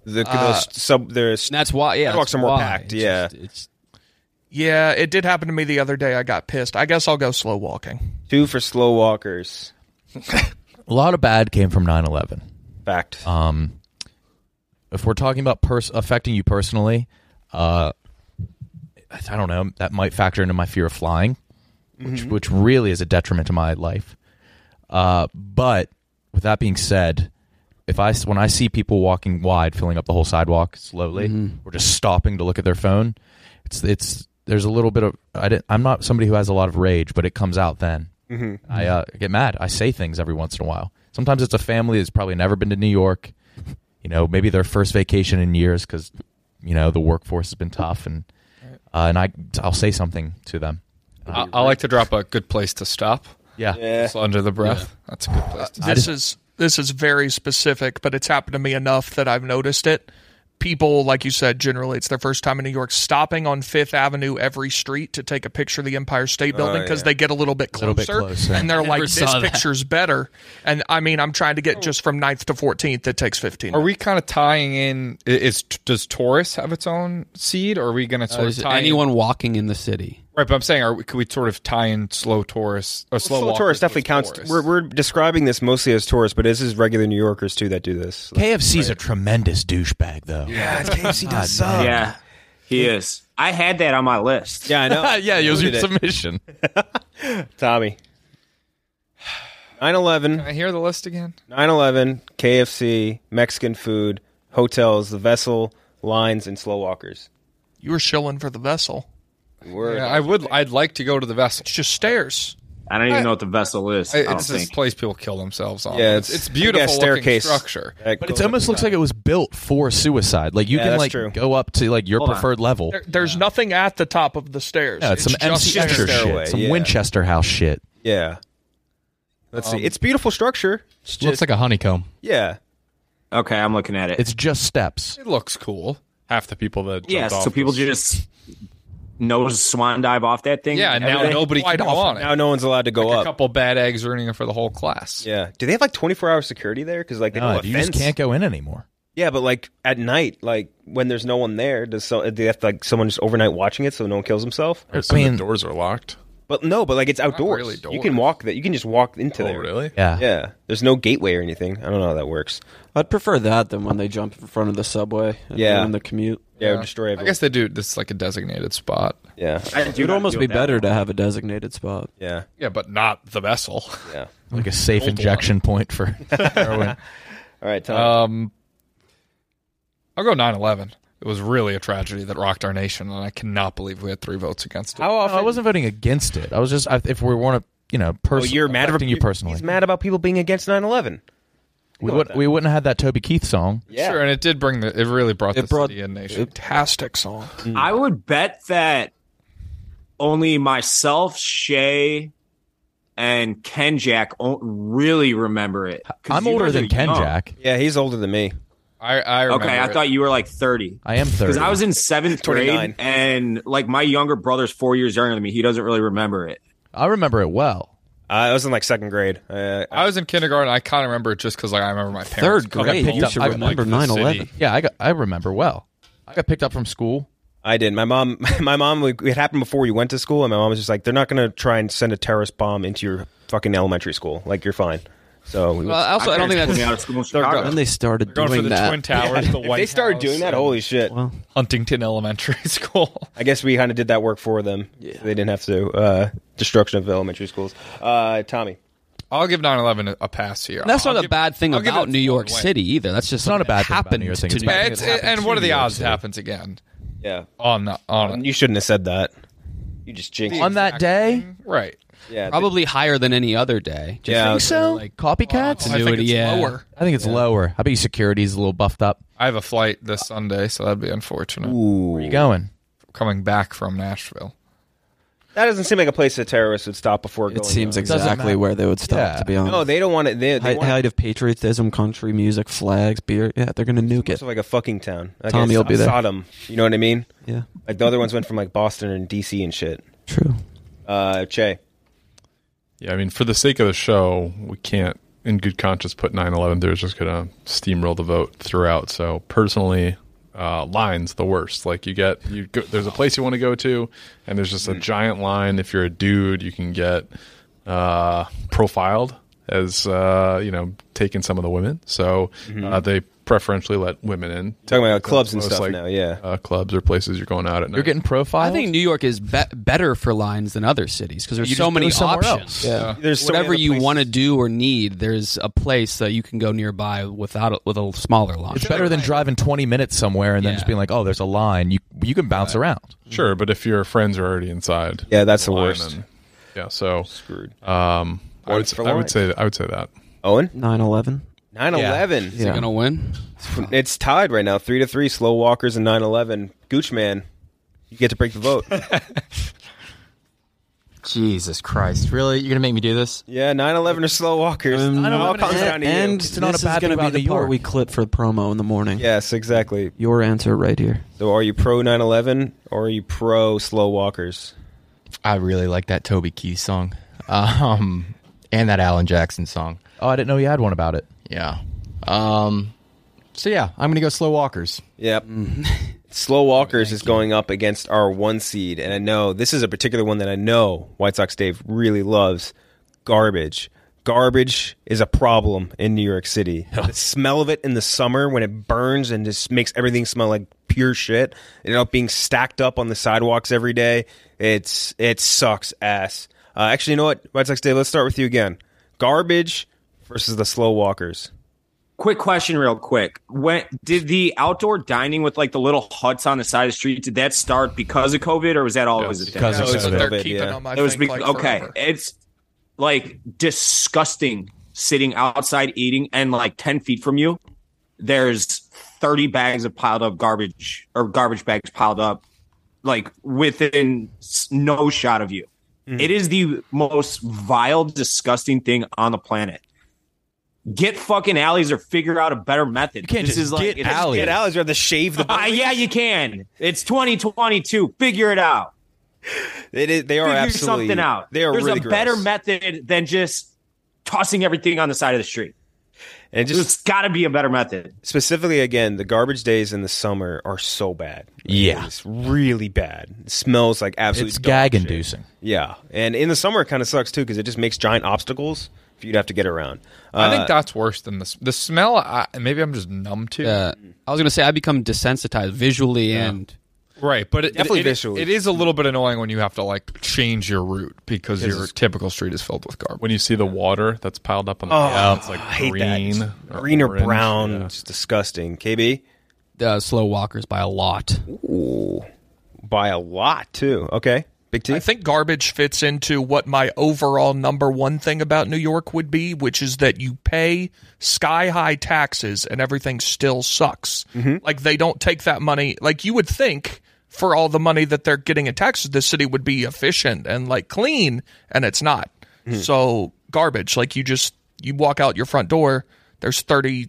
S4: The,
S11: Uh,
S4: the sub, there's
S8: And that's why. Yeah.
S4: sidewalks
S8: that's
S4: are more
S8: why.
S4: packed.
S8: It's
S4: yeah.
S8: just- it's
S11: yeah, it did happen to me the other day. I got pissed. I guess I'll go slow walking.
S4: Two for slow walkers.
S5: A lot of bad came from 9 11.
S4: Fact.
S5: Um, if we're talking about pers- affecting you personally, uh, I don't know. That might factor into my fear of flying, which, which really is a detriment to my life. Uh, but with that being said, if I s- when I see people walking wide, filling up the whole sidewalk slowly, or just stopping to look at their phone, it's it's there's a little bit of I didn't, I'm not somebody who has a lot of rage, but it comes out then.
S4: Mhm.
S5: I uh, get mad. I say things every once in a while. Sometimes it's a family that's probably never been to New York. You know, maybe their first vacation in years because you know the workforce has been tough, and uh, and I I'll say something to them.
S10: I, I like to drop a good place to stop.
S5: Yeah,
S10: Just under the breath. That's a good place. to
S11: Uh, This is this is very specific, but it's happened to me enough that I've noticed it. People, like you said, generally it's their first time in New York, stopping on Fifth Avenue every street to take a picture of the Empire State
S5: Oh,
S11: Building because
S5: yeah.
S11: they get a little bit closer,
S5: Little bit closer.
S11: and they're
S5: Never
S11: like, "This
S5: saw that.
S11: picture's better." And I mean, I'm trying to get just from 9th to fourteenth. It takes fifteen.
S10: Are we kind of tying in? i- Is does Taurus have its own seed, or are we going to
S8: Uh,
S10: sort
S8: is
S10: of tie in-
S8: anyone walking in the city?
S10: Right, but I'm saying, are we, could we sort of tie in slow Taurus or slow,
S4: Slow
S10: walkers
S4: tourists
S10: with
S4: definitely counts.
S10: Taurus?
S4: We're, we're describing this mostly as tourists, but this is regular New Yorkers too that do this.
S5: KFC's a tremendous douchebag, though.
S4: Yeah, (laughs) KFC
S5: does suck.
S7: Yeah, he is. I had that on my list.
S4: Yeah, I know.
S5: (laughs) yeah, it was
S4: You
S5: your
S4: did it.
S5: submission.
S4: (laughs) Tommy. 9 11.
S10: Can I hear the list again?
S4: 9 11, KFC, Mexican food, hotels, the vessel, lines, and slow walkers.
S11: You were shilling for the vessel.
S10: Yeah, I would. I'd like to go to the vessel. It's
S11: just stairs.
S7: I don't even know what the vessel is.
S10: I-
S7: I, don't
S10: it's this
S7: think.
S10: place people kill themselves on.
S4: Yeah,
S10: it's,
S4: it's-
S10: it's beautiful
S4: yeah, staircase.
S10: looking structure.
S4: That
S5: But it almost looks like it was built for suicide. Like you
S10: Yeah,
S5: can
S10: that's
S5: like
S10: true.
S5: go up to like your
S11: Hold on.
S5: preferred level.
S11: There- there's nothing at the top of the stairs.
S5: Yeah, it's, some MC
S11: just
S5: Escher
S11: stairway,
S5: shit, some
S11: yeah.
S5: Winchester House shit.
S4: Yeah. Let's
S5: Um,
S4: see. It's beautiful structure.
S12: Looks like a honeycomb.
S4: Yeah.
S7: Okay, I'm looking at it.
S5: It's just steps.
S10: It looks cool.
S6: Half the people that
S7: yeah, so people just nose swan dive off that thing.
S10: Yeah, and now
S7: every day?
S10: nobody can go on it.
S4: Now no one's allowed to go
S10: Like
S4: up.
S10: A couple bad eggs earning it for the whole class.
S4: Yeah. Do they have like 24 hour security there? Because like they
S5: No,
S4: don't have
S5: you
S4: fence.
S5: just can't go in anymore.
S4: Yeah, but like at night, like when there's no one there, does so, do they have to, like someone just overnight watching it so no one kills himself?
S6: Or so I the mean- doors are locked.
S4: But no, but like it's outdoors.
S6: really
S4: you can
S6: doors.
S4: walk that. You can just walk into
S6: Oh,
S4: there.
S6: really?
S5: Yeah.
S4: Yeah. There's no gateway or anything. I don't know how that works.
S9: I'd prefer that than when they jump in front of the subway. And
S4: Yeah.
S9: ruin the commute.
S4: Yeah, it would destroy
S10: I
S4: everyone.
S10: guess they do. This is like a designated spot.
S4: Yeah.
S7: I do
S9: It would
S7: not
S9: almost
S7: feel
S9: be
S7: that
S9: better to have a designated spot.
S4: Yeah.
S10: Yeah, but not the vessel.
S4: Yeah.
S5: Like a safe injection point for
S4: (laughs)
S5: heroin.
S4: All right, Tom.
S10: Um, I'll go 9/11. It was really a tragedy that rocked our nation, and I cannot believe we had three votes against it.
S4: How uh,
S5: No, I wasn't voting against it. I was just I, if we weren't, you know,
S4: Well,
S5: personally.
S4: you're mad about
S5: affecting you personally.
S4: He's mad about people being against 9/11.
S5: We would we wouldn't have had that Toby Keith song.
S4: Yeah.
S10: Sure, and it did bring the. It really brought the city and nation.
S11: Fantastic song.
S7: I would bet that only myself, Shay, and Ken Jack o- really remember it. 'Cause
S5: I'm
S7: you
S5: older
S7: guys
S5: than
S7: are
S5: Ken
S7: young.
S5: Jack.
S4: Yeah, he's older than me.
S10: I, I remember
S7: Okay, I
S10: it.
S7: thought you were like 30.
S5: I am
S7: Because
S5: thirty.
S7: I was in seventh grade,
S4: 29.
S7: and like my younger brother's four years younger than me. He doesn't really remember it.
S5: I remember it well.
S4: Uh, I was in like second grade. Uh,
S10: I was in kindergarten. I kind of remember it just because like, I remember my parents.
S9: Third
S10: coming
S9: grade,
S10: home
S9: you should
S10: from,
S9: remember
S10: the
S9: 9/11.
S10: city.
S5: Yeah, I got I remember well. I got picked up from school.
S4: I did. My mom, (laughs) my mom, like, it happened before we went to school, and my mom was just like, "They're not going to try and send a terrorist bomb into your fucking elementary school. Like, you're fine." So, we
S8: Well, also, I don't think
S7: Coming
S8: that's
S7: out of school in
S10: They're
S7: Chicago.
S9: When they started
S10: Going for
S9: doing
S10: the
S9: that,
S10: Twin
S4: (laughs)
S10: Towers, the White
S4: if they started
S10: House,
S4: doing that,
S10: and
S4: holy shit!
S9: well,
S10: Huntington (laughs) Elementary School.
S4: I guess we kind of did that work for them. Yeah. They didn't have to. Uh, destruction of elementary schools. Uh, Tommy,
S10: I'll give 9/11 a pass here.
S8: And that's
S10: I'll
S8: not a
S10: give-
S8: bad thing
S10: I'll give
S8: about
S10: it
S8: New York
S10: away.
S8: City either. That's just
S5: It's not a bad thing about
S8: happened
S5: New York City.
S8: to
S5: It's
S8: New
S10: Yeah,
S8: York.
S10: it's,
S5: happened
S10: and
S5: to
S10: what are
S5: New
S10: the
S5: York
S10: odds it
S5: City.
S10: happens again?
S4: yeah,
S10: On the- on
S4: you shouldn't have said that. You just jinxed.
S5: On that day,
S10: right.
S4: yeah,
S8: Probably higher than any other day. Just
S4: yeah.
S5: so
S8: like
S5: copycats.
S10: I think
S8: continuity.
S10: it's
S8: Yeah,
S10: lower.
S5: I think it's lower. I bet you security's a little buffed up.
S10: I have a flight this Sunday, so that'd be unfortunate.
S4: Ooh.
S5: Where you going?
S10: Coming back from Nashville.
S4: That doesn't seem like a place that terrorists would stop before going.
S9: it seems
S4: on.
S9: exactly
S5: matter.
S9: where they would stop.
S5: Yeah.
S9: To be honest,
S4: no, they don't want it. They, they
S9: Height,
S4: want
S9: height of patriotism, country music, flags, beer. Yeah, they're gonna nuke it.
S4: It's like a fucking town. Like
S9: Tommy
S4: it's-
S9: will be there.
S4: Sodom. You know what I mean?
S9: Yeah,
S4: Like the other ones went from like Boston and DC and shit.
S9: true.
S4: Uh, Che.
S6: Yeah, I mean, for the sake of the show, we can't, in good conscience, put 9 11 through. It's just going to steamroll the vote throughout. So, personally, uh, lines the worst. Like, you get, you go, there's a place you want to go to, and there's
S4: Mm.
S6: just a giant line. If you're a dude, you can get uh, profiled as, uh, you know, taking some of the women. So, uh, they preferentially let women in.
S4: Mm-hmm. Talking about clubs and
S6: Most
S4: stuff now, yeah.
S6: Uh, clubs or places you're going out at night.
S5: You're getting profiled.
S8: I think New York is be- better for lines than other cities because there's
S5: You
S8: so
S5: just
S8: many
S5: go somewhere
S8: options.
S5: else.
S9: Yeah.
S4: There's so many
S8: Whatever
S4: other
S8: you
S4: places.
S8: want to do or need, there's a place that you can go nearby without a, with a smaller line.
S5: it's better than driving 20 minutes somewhere and then
S8: Yeah.
S5: just being like, "Oh, there's a line." You you can bounce around.
S6: Sure, but if your friends are already inside,
S4: Yeah, that's the
S6: line,
S4: worst.
S6: then- yeah, so
S4: Screwed.
S6: Um, I would,
S4: Works for
S6: I would
S4: lines.
S6: say I would say that.
S4: Owen.
S9: 9-11.
S4: 9-11.
S8: Is it gonna win?
S4: It's tied right now, three to three. Slow walkers and 9-11. Gooch man, you get to break
S5: (laughs)
S4: the vote.
S12: Jesus Christ! Really, you're gonna make me do this?
S4: yeah, 9-11 or slow walkers. It all comes
S9: And,
S4: down to you.
S9: and
S5: Um, It's
S9: this
S5: not a bad
S9: is
S5: thing
S9: gonna
S5: about
S9: be the
S5: New
S9: part
S5: York.
S9: we clip for the promo in the morning.
S4: yes, exactly.
S9: Your answer right here.
S4: So, are you pro 9-11 or are you pro slow walkers?
S12: I really like that Toby Keith song, um, and that Alan Jackson song.
S5: Oh, I didn't know you had one about it.
S12: Yeah. Um, so yeah, I'm gonna go slow walkers.
S4: Yep. Mm-hmm. (laughs) Slow Walkers is going up against our one seed, and I know this is a particular one that I know White Sox Dave really loves. Garbage. Garbage is a problem in New York City. the smell of it in the summer when it burns and just makes everything smell like pure shit. It ended up being stacked up on the sidewalks every day. It's it sucks ass. Uh, actually, you know what, White Sox Dave? Let's start with you again. Garbage versus the Slow Walkers.
S7: Quick question, real quick. When did the outdoor dining with like the little huts on the side of the street? Did that start because of COVID, or was that always a thing?
S5: because of That was what they're COVID,
S11: keeping yeah. them, I
S7: It was
S11: think,
S7: be-
S11: like,
S7: okay.
S11: forever.
S7: It's like disgusting sitting outside eating, and like ten feet from you, there's thirty bags of piled up garbage or garbage bags piled up, like within s- no shot of you.
S5: Mm-hmm.
S7: It is the most vile, disgusting thing on the planet. Get fucking alleys or figure out a better method. You
S4: can't
S7: this
S4: just
S7: is like
S4: get
S7: it's-
S4: alleys. Get alleys, you have to shave
S7: (laughs)
S4: the
S7: Ah, yeah, you can. It's 2022. Figure it out.
S4: It is, they are
S7: Figure
S4: absolutely
S7: something out.
S4: They are
S7: There's
S4: really
S7: a
S4: gross.
S7: better method than just tossing everything on the side of the street.
S4: And it just,
S7: There's got to be a better method.
S4: specifically again the garbage days in the summer are so bad yeah it's really bad it smells like absolute
S5: It's
S4: dog
S5: gag
S4: shit.
S5: inducing.
S4: yeah and in the summer it kind of sucks too because it just makes giant obstacles for you to have to get around
S10: I
S4: Uh,
S10: think that's worse than the s- the smell. I, maybe I'm just numb to.
S8: Yeah. I was gonna say I become desensitized visually and
S10: Right, but it,
S8: Definitely
S10: it-
S8: visually.
S10: it is a little bit annoying when you have to like change your route because
S6: Because
S10: your
S6: it's-
S10: typical street is filled with garbage.
S6: When you see the water that's piled up on the
S10: Oh,
S6: ground, it's like
S10: I hate that.
S6: green,
S10: It's
S6: or
S4: green or
S6: orange.
S4: brown it's disgusting kb
S8: uh, slow walkers by a lot.
S4: Ooh, by a lot too okay big t
S11: I think garbage fits into what my overall number one thing about New York would be, which is that you pay sky high taxes and everything still sucks.
S4: Mm-hmm.
S11: Like they don't take that money. Like you would think for all the money that they're getting in taxes, the city would be efficient and like clean, and it's not.
S4: Mm-hmm.
S11: So garbage. Like you just you walk out your front door, there's thirty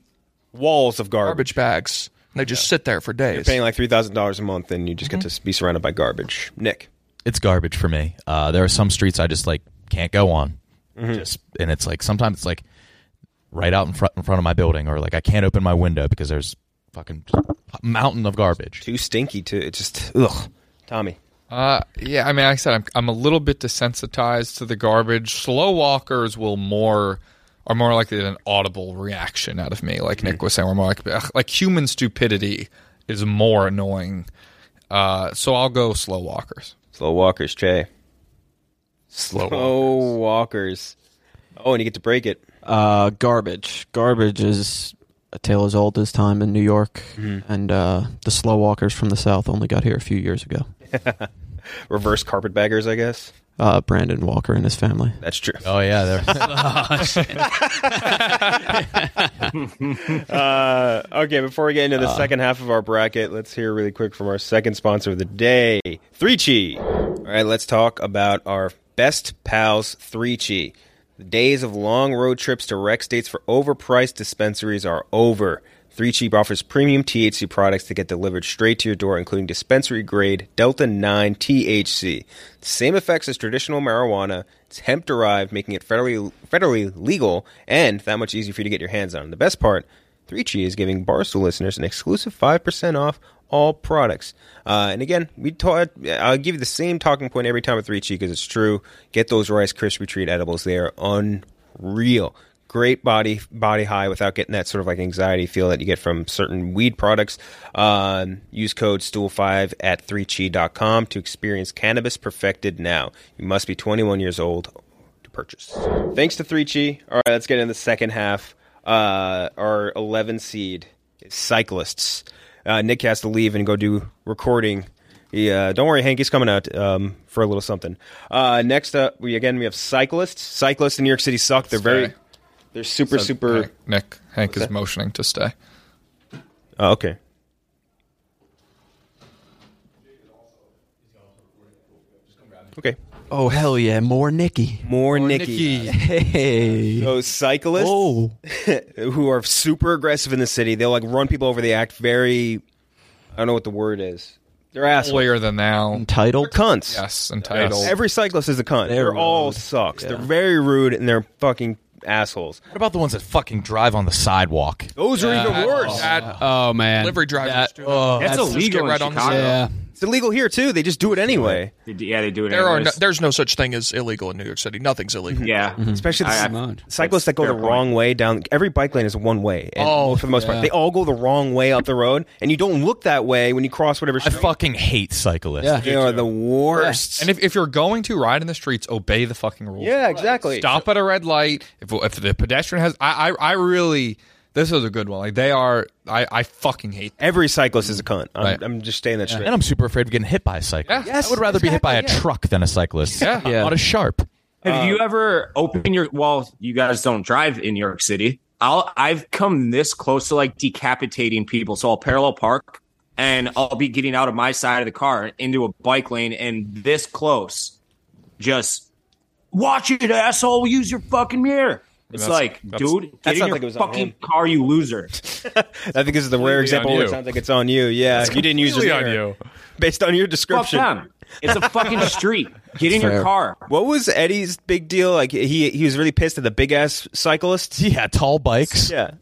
S4: walls of garbage,
S11: bags, and they just sit there for days.
S4: you're paying like $3000 a month and you just get to be surrounded by garbage nick
S5: It's garbage for me. Uh, there are some streets I just like can't go on.
S4: Mm-hmm.
S5: Just and it's like sometimes it's like right out in front in front of my building, or like I can't open my window because there's fucking mountain of garbage.
S4: Too stinky. Too. It's just ugh. Tommy.
S10: Uh, yeah, I mean, like I said, I'm I'm a little bit desensitized to the garbage. Slow walkers will more are more likely than an audible reaction out of me, like Nick
S4: Mm-hmm.
S10: was saying. We're more like ugh, like human stupidity is more annoying. Uh, so I'll go slow walkers.
S4: Slow walkers, Trey.
S10: Slow
S4: walkers. walkers. Oh, and you get to break it.
S9: Uh, garbage. Garbage is a tale as old as time in New York,
S4: Mm-hmm.
S9: and uh, the slow walkers from the south only got here a few years ago.
S4: (laughs) Reverse carpetbaggers, I guess.
S9: Uh, Brandon Walker and his family.
S4: That's true.
S5: Oh yeah, they're
S4: uh, okay, before we get into the
S9: Uh.
S4: second half of our bracket, let's hear really quick from our second sponsor of the day, 3Chi. All right, let's talk about our best pals, 3Chi. The days of long road trips to rec states for overpriced dispensaries are over. 3Chi offers premium THC products that get delivered straight to your door, including dispensary grade Delta 9 THC. The same effects as traditional marijuana. It's hemp derived, making it federally, federally legal and that much easier for you to get your hands on. The best part 3Chi is giving Barstool listeners an exclusive 5% off all products. Uh, and again, we taught, I'll give you the same talking point every time with 3Chi because it's true. Get those Rice Krispie Treat edibles. They are unreal. Great body body high without getting that sort of like anxiety feel that you get from certain weed products. Um, use code STOOL5 at 3chi.com to experience cannabis perfected now. You must be 21 years old to purchase. Thanks to 3Chi. All right, let's get into the second half. Uh, our 11 seed is cyclists. Uh, Nick has to leave and go do recording. Yeah, don't worry, Hank. He's coming out um, for a little something. Uh, next up, we again we have cyclists. Cyclists in New York City suck. They're very,
S10: Stay.
S4: they're super,
S10: Said
S4: super.
S10: Hank- Nick Hank
S4: What's
S10: is
S4: that?
S10: motioning to stay.
S4: Oh, okay. Okay.
S9: Oh hell yeah! More Nikki.
S4: More, Nikki.
S9: Hey.
S4: So cyclists (laughs) who are super aggressive in the city, they'll like run people over. They act very, I don't know what the word is. They're assholes.
S10: Holier than thou.
S9: Entitled
S4: cunts.
S10: Yes, entitled.
S4: Every cyclist is a cunt. They're, all sucks. They're very rude and they're fucking assholes.
S5: What about the ones that fucking drive on the sidewalk?
S4: Those are
S8: Yeah.
S4: even worse.
S8: Oh, that- oh, man.
S11: Delivery drivers
S8: That-
S11: do
S8: oh,
S11: that.
S8: That's that's- illegal
S11: Just get
S8: in
S11: on the
S8: Chicago.
S11: side.
S4: It's illegal here too. They just do it anyway.
S11: Mm.
S7: Yeah, they do it.
S11: There are no,
S7: anyways.
S11: there's no such thing as illegal in New York City. Nothing's illegal.
S7: Yeah,
S4: (laughs) Mhm. Especially the cyclists that go the wrong way down. Every bike lane is one way. And
S11: Oh,
S4: for the most
S11: yeah.
S4: part, they all go the wrong way up the road, and you don't look that way when you cross whatever. Street. I
S5: fucking hate cyclists.
S4: Yeah. They are the worst.
S10: And if, if you're going to ride in the streets, obey the fucking rules.
S4: Yeah, exactly.
S10: Stop at a red light. If if the pedestrian has, I I, I really this is a good one. Like they are, I I fucking hate.
S4: Every cyclist is a cunt. I'm,
S10: Right.
S4: I'm just staying that straight.
S5: And I'm super afraid of getting hit by a cyclist.
S10: Yeah.
S5: I would rather be hit by a
S10: exactly, yeah.
S5: truck than a cyclist.
S10: Yeah. Uh, Yeah.
S5: Not a sharp.
S7: Have
S4: Um,
S7: you ever opened your? Well, you guys don't drive in New York City. I'll I've come this close to like decapitating people. So I'll parallel park and I'll be getting out of my side of the car into a bike lane and this close, just watch it, asshole. Use your fucking mirror. It's
S4: That's-
S7: like,
S4: that's-
S7: dude,
S4: that
S7: get
S4: sounds
S7: in your
S4: like it was on
S7: fucking
S4: him.
S7: car, you loser.
S4: I think this is the rare
S7: on
S4: example where
S7: you.
S4: it sounds like it's on you. Yeah,
S7: It's
S4: you didn't use your
S7: completely on
S4: mirror. based on your description.
S7: Fuck them. It's a
S4: (laughs)
S7: fucking street. Get in your
S4: Fair.
S7: car.
S4: What was Eddie's big deal? Like he he was really pissed at the big ass cyclists.
S5: Yeah, tall bikes.
S4: Yeah,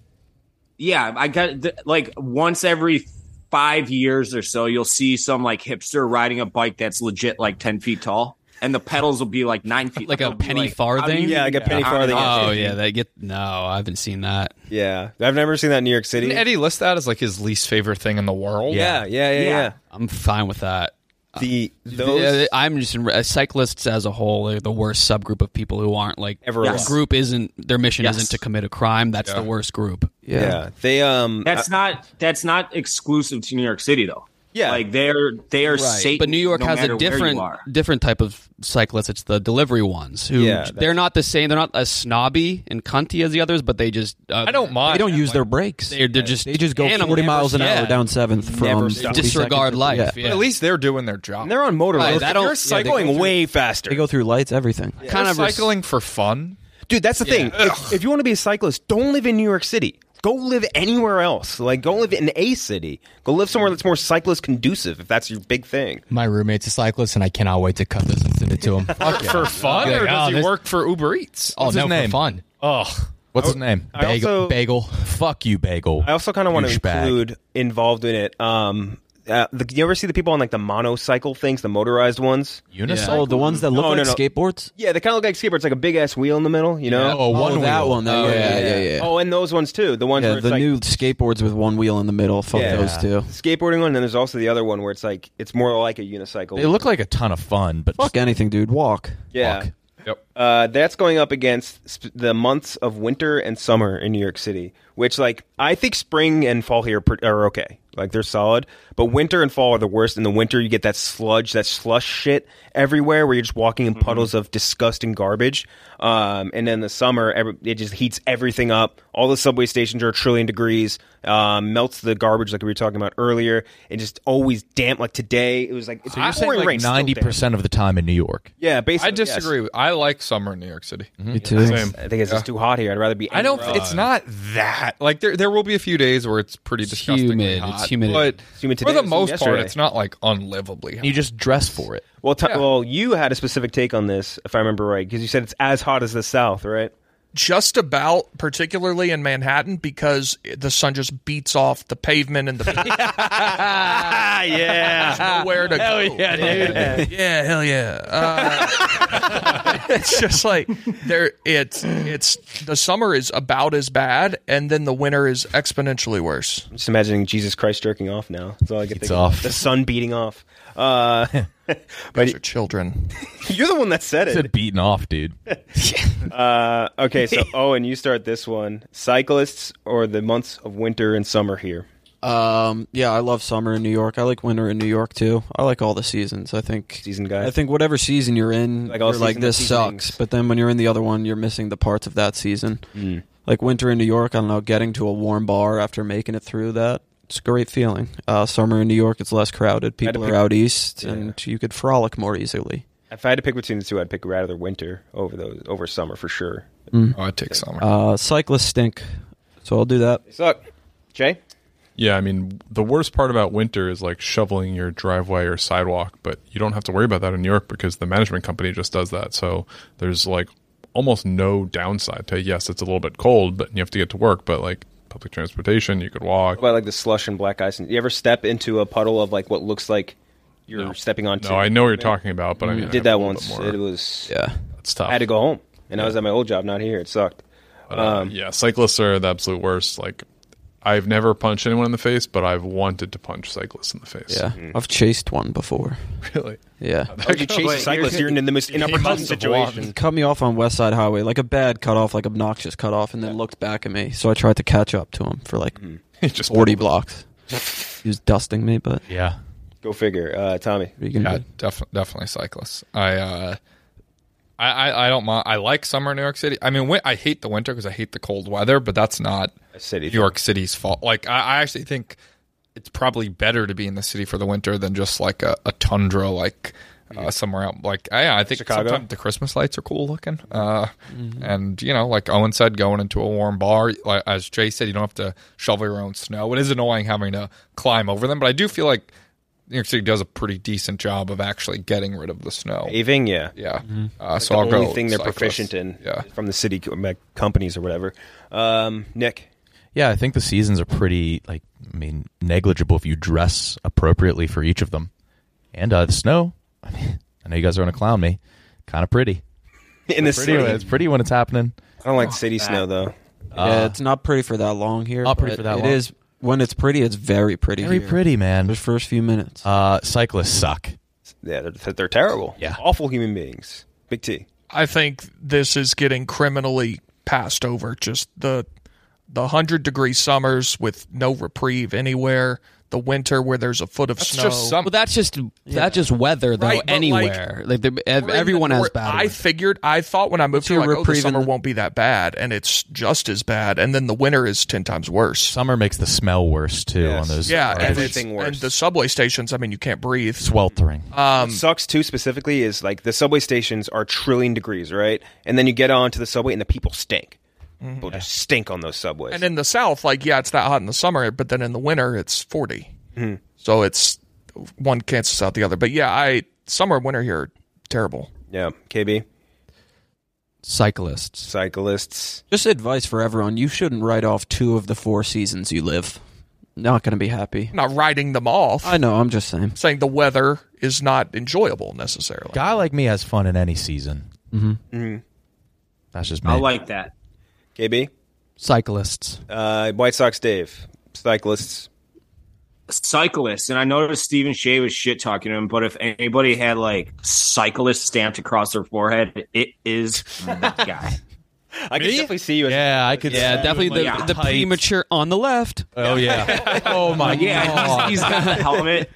S7: Yeah, I got th- like once every five years or so, you'll see some like hipster riding a bike that's legit like ten feet tall, and the pedals will be like nine feet.
S8: Like a
S7: They'll be,
S8: penny
S7: like,
S8: farthing.
S7: I'm- I'm-
S8: Oh yeah, they get no. I haven't seen that.
S4: Yeah, I've never seen that in New York City.
S10: Didn't Eddie list that as like his least favorite thing in the world?
S4: Yeah, yeah, yeah, yeah.
S8: I'm fine with that.
S4: The
S10: those-
S8: Yeah, I'm just uh, cyclists as a whole are the worst subgroup of people who aren't like
S4: Ever
S8: That
S4: was.
S8: group isn't their mission
S4: Yes.
S8: isn't to commit a crime. That's
S4: Yeah.
S8: the worst group.
S4: Yeah. they um.
S7: That's not that's not exclusive to New York City though.
S4: Yeah,
S7: like they're they are
S8: Right.
S7: Satan.
S8: But New York
S7: no
S8: has a
S7: matter where
S8: different
S7: you are.
S8: different type of cyclists. It's the delivery ones who
S4: Yeah, that's-
S8: they're not the same. They're not as snobby and cunty as the others, but they just uh,
S10: I don't mind.
S8: They don't
S9: use their brakes.
S8: They're, they're just
S9: They just go
S8: animals.
S9: 40 miles an
S8: Yeah.
S9: hour down 7th from
S8: Never
S9: 40
S8: stop. Disregard
S9: seconds.
S8: life,
S10: But at least they're doing their job.
S4: They're on motor
S9: Right,
S4: roads.
S9: that
S4: If
S9: don't-
S4: You're
S9: yeah, they go
S4: cycling
S9: through-
S4: way faster.
S9: They go through lights, everything.
S10: kind of
S4: They're
S10: cycling for fun.
S4: Dude, that's the thing. If, if you want to be a cyclist, don't live in New York City. Go live anywhere else. Like, go live in a city. Go live somewhere that's more cyclist conducive. If that's your big thing.
S12: My roommate's a cyclist, and I cannot wait to cut this and send it to
S5: (laughs)
S12: him. Fuck yeah.
S10: For fun,
S12: Be like,
S10: or does
S12: "Oh,
S10: he
S12: this-
S10: work for Uber Eats?
S12: Oh
S10: What's his
S12: no,
S10: name?
S12: for fun.
S10: Oh,
S5: What's his name?
S4: I
S5: Bagel.
S4: also-
S5: bagel. Fuck you, Bagel.
S4: I also kind of want to
S5: Douchebag.
S4: include involved in it. Um, uh, the, you ever see the people on like the monocycle things, the motorized ones?
S5: Unicycle?
S9: Oh, the ones that look
S4: No,
S9: like
S4: no, no.
S9: skateboards?
S4: Yeah, they kind of look like skateboards, like a big ass wheel in the middle. You know?
S9: Yeah. Oh, one Oh, that wheel. one, that- Oh, yeah, yeah, yeah.
S4: Oh, and those ones too. The ones
S9: Yeah,
S4: where it's
S9: the
S4: like,
S9: new skateboards with one wheel in the middle. Fuck
S4: Yeah.
S9: those two.
S4: skateboarding one, and then there's also the other one where it's like it's more like a unicycle.
S5: They look like a ton of fun, but
S9: Fuck anything, dude. Walk.
S4: yeah.
S10: Yep.
S4: Uh, that's going up against sp- the months of winter and summer in New York City, which like I think spring and fall here pr- are okay. Like they're solid, but winter and fall are the worst. In the winter, you get that sludge, that slush shit everywhere, where you're just walking
S5: Mm-hmm.
S4: in puddles of disgusting garbage. Um, and then the summer, every, it just heats everything up. All the subway stations are a trillion degrees, um, melts the garbage like we were talking about earlier, and just always damp. Like today, it was like it's
S5: so you're
S4: pouring
S5: saying
S4: rain,
S5: like
S4: still damp.
S5: ninety percent of the time in New York.
S4: Yeah, basically.
S10: I disagree. with I like summer in New York City.
S4: Me too. I think it's just too hot here. I'd rather be.
S10: I don't.
S4: anywhere
S10: It's
S4: else.
S10: not that. Like there, there will be a few days where it's pretty disgustingly
S8: humid.
S10: hot.
S8: It's humid.
S10: But
S8: It's
S4: humid
S10: for
S4: today.
S10: the
S4: It was humid
S10: most part,
S4: yesterday.
S10: it's not like unlivably hot.
S5: You just dress for it.
S4: Well, t- well, you had a specific take on this, if I remember right, because you said it's as hot as the South, right?
S11: Just about, particularly in Manhattan, because the sun just beats off the pavement and the
S4: (laughs) (laughs)
S11: (laughs)
S4: Ah, yeah.
S11: nowhere to
S4: Hell
S11: go.
S4: yeah, dude.
S11: yeah, hell yeah. Uh, (laughs) it's just like there. It's it's the summer is about as bad, and then the winter is exponentially worse.
S4: I'm just imagining Jesus Christ jerking off now. That's all I get.
S5: It's
S4: thinking.
S5: off.
S4: The sun (laughs) beating off. Uh, (laughs) but
S11: Your children.
S4: you're the one that said
S5: It's a
S4: it.
S5: beaten off, dude.
S4: (laughs) Uh, okay,
S5: (laughs)
S4: so Owen, you start this one. Cyclists or the months of winter and summer here.
S9: Um, yeah, I love summer in New York. I like winter in New York too. I like all the seasons. I think
S4: season guy.
S9: I think whatever season you're in,
S4: Like
S9: like
S4: all
S9: you're like
S4: season of
S9: this
S4: seasonings.
S9: sucks. But then when you're in the other one, you're missing the parts of that season.
S4: Mm.
S9: Like winter in New York, I don't know, getting to a warm bar after making it through that. It's a great feeling. Uh, summer in New York, it's less crowded.
S4: had to
S9: People
S4: pick-
S9: are out east, and you could frolic more easily.
S4: If I had to pick between the two, I'd pick rather winter over those over summer for sure.
S10: Oh, I take summer.
S9: Uh, cyclists stink, so I'll do that.
S4: They suck. Jay.
S6: Yeah, I mean, the worst part about winter is like shoveling your driveway or sidewalk, but you don't have to worry about that in New York because the management company just does that. So there's like almost no downside to. Yes, it's a little bit cold, but you have to get to work. But like public transportation, you could walk.
S4: What about like the slush and black ice? And you ever step into a puddle of like what looks like you're stepping onto?
S6: No, I know what you're talking about, but I mean, I
S4: did
S6: have
S4: that
S6: a little
S4: once.
S6: bit more-
S4: It was
S9: yeah,
S6: it's tough.
S4: I had to go home, and I was at my old job, not here. It sucked. Um,
S6: But, uh, yeah, cyclists are the absolute worst. Like, I've never punched anyone in the face, but I've wanted to punch cyclists in the face.
S9: Yeah,
S4: Mm. Mm-hmm.
S9: I've chased one before.
S6: Really? (laughs)
S9: Yeah.
S6: How'd you chase a Wait, cyclist? you're- You're in the most he inopportune must have situation. walked.
S9: Cut me off on West Side Highway, like a bad cutoff, like obnoxious cutoff, and then looked back at me. So I tried to catch up to him for like
S4: (laughs) He just
S9: forty
S4: went-
S9: blocks. he was dusting me, but
S5: yeah,
S4: Go figure, uh, Tommy.
S10: Yeah, def- definitely cyclists. I, uh, I, I, I don't mind. I like summer in New York City. I mean, wi- I hate the winter because I hate the cold weather, but that's not
S4: city
S10: New York City's fault. Like, I, I actually think it's probably better to be in the city for the winter than just like a, a tundra, like uh, somewhere out. Like, yeah, I think
S4: Chicago?
S10: sometimes the Christmas lights are cool looking. Uh,
S11: Mm-hmm.
S10: And, you know, like Owen said, going into a warm bar, like, as Jay said, you don't have to shovel your own snow. It is annoying having to climb over them, but I do feel like New York City does a pretty decent job of actually getting rid of the snow.
S4: Paving, yeah,
S10: yeah.
S5: Mm-hmm.
S11: Mm-hmm.
S10: Uh,
S4: That's
S10: so
S4: the
S10: I'll
S4: only
S10: go
S4: thing they're
S10: cyclists.
S4: proficient in from the city co- ma- companies or whatever. Um, Nick,
S5: (laughs) Yeah, I think the seasons are pretty like I mean negligible if you dress appropriately for each of them. And uh, the snow, I mean, (laughs) I know you guys are going to clown me, kind of pretty.
S4: (laughs) In the
S5: It's pretty-
S4: city.
S5: it's pretty when it's happening.
S4: I don't like
S5: Oh,
S4: city snow though.
S9: yeah, it's not pretty for that long here.
S5: Uh, Not pretty
S9: but
S5: for that
S9: it
S5: long.
S9: is- when it's pretty. It's very pretty.
S5: Very
S9: here.
S5: pretty, man.
S9: Those first few minutes.
S5: Uh, cyclists suck.
S4: Yeah, they're, they're terrible.
S5: Yeah,
S4: awful human beings. Big T.
S11: I think this is getting criminally passed over. Just the the hundred degree summers with no reprieve anywhere. The winter where there's a foot of snow.
S8: Well, that's just that's just weather though.
S11: Right, but, like,
S8: anywhere, like, the
S11: We're
S8: ev
S11: in the-
S8: everyone has
S11: we're-
S8: bad.
S11: I figured, I thought when I moved
S8: So
S11: here,
S8: you're
S11: like, oh, the
S8: reprieving
S11: summer
S8: the-
S11: won't be that bad, and it's just as bad. And then the winter is ten times worse.
S5: Summer makes the smell worse too on those.
S11: yeah,
S5: on
S11: and
S5: those-
S11: it's- And the subway stations, I mean, you can't breathe.
S5: sweltering.
S11: Um,
S4: what sucks too specifically is like the subway stations are trillion degrees, right? And then you get onto the subway and the people stink.
S8: Mm-hmm.
S4: People just stink on those subways.
S11: And in the south, like yeah, it's that hot in the summer, but then in the winter, it's forty. So it's one cancels out the other. But yeah, I summer and winter here are terrible.
S4: yeah, KB
S9: cyclists.
S4: Cyclists.
S9: Just advice for everyone: you shouldn't write off two of the four seasons you live. Not going to be happy.
S11: I'm not writing them off.
S9: I know. I'm just saying.
S11: I'm saying the weather is not enjoyable necessarily.
S5: Guy like me has fun in any season.
S9: Mm-hmm.
S5: That's just me.
S7: I like that.
S4: KB
S8: cyclists.
S4: Uh, White Sox Dave cyclists.
S7: cyclists, and I noticed Stephen Shea was shit talking to him. But if anybody had like cyclist stamped across their forehead, it is that guy.
S4: I can definitely see you. As
S5: yeah, I could.
S8: yeah,
S5: see
S8: definitely
S5: you
S8: the,
S5: in, like,
S8: the
S5: tights.
S8: premature on the left.
S5: Oh yeah. oh my
S7: yeah, (laughs) he's-
S5: god.
S7: he's got the helmet.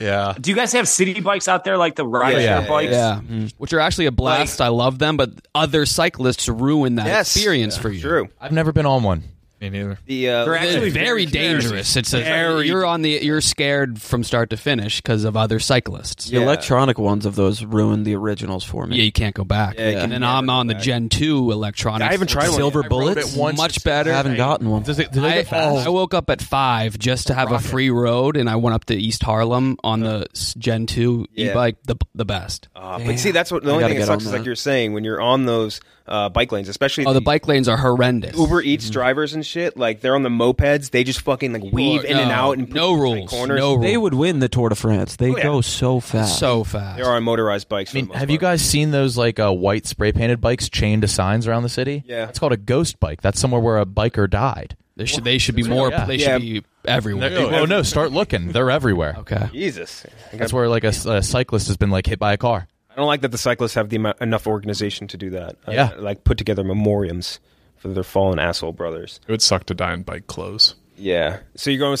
S5: yeah.
S7: Do you guys have city bikes out there, like the ride share bikes?
S8: yeah.
S5: Mm-hmm.
S8: Mm-hmm. Which are actually a blast. I love them, but other cyclists ruin that
S7: Yes.
S8: experience for you.
S4: True.
S5: I've never been on one.
S10: Me neither.
S4: (laughs) The uh,
S8: They're very, dangerous. It's a, you're on the you're scared from start to finish because of other cyclists.
S9: The electronic ones of those ruined the originals for me.
S8: Yeah, you can't go back.
S9: Yeah, you can
S8: and then
S9: never
S8: I'm on the Gen 2 electronics.
S9: I haven't
S8: with
S9: tried one
S8: Silver
S9: yet. I rode
S8: Bullets.
S9: it once.
S8: Much better.
S9: I haven't gotten one. Does
S5: it,
S8: I, I woke up at 5 just to have a free road, and I went up to East Harlem on the s- Gen 2
S4: Yeah.
S8: e-bike, the, the best.
S4: Uh, but see, that's what the only thing that sucks is like you're saying when you're on those uh, bike lanes, especially
S8: Oh, the bike lanes Mm-hmm. are horrendous.
S4: Uber Eats drivers and shit. Like they're on the mopeds, they just fucking like weave in and
S8: Oh, no.
S4: out and
S8: No rules.
S4: corners.
S8: No
S9: They
S8: rules.
S9: would win the Tour de France. They
S4: Oh, yeah.
S9: go so fast.
S8: So fast.
S4: They are on motorized bikes.
S5: I mean, have you guys seen those like uh, white spray painted bikes chained to signs around the city?
S4: Yeah.
S5: it's called a ghost bike. That's somewhere where a biker died.
S8: They should they should be more they should be everywhere.
S5: They're- Oh no, start looking. They're everywhere.
S8: Okay.
S4: Jesus,
S5: That's where like a, a cyclist has been like hit by a car.
S4: I don't like that the cyclists have the amount, enough organization to do that. Uh,
S5: Yeah.
S4: like put together memoriams for their fallen asshole brothers.
S6: It would suck to die in bike clothes.
S4: Yeah. So you're going with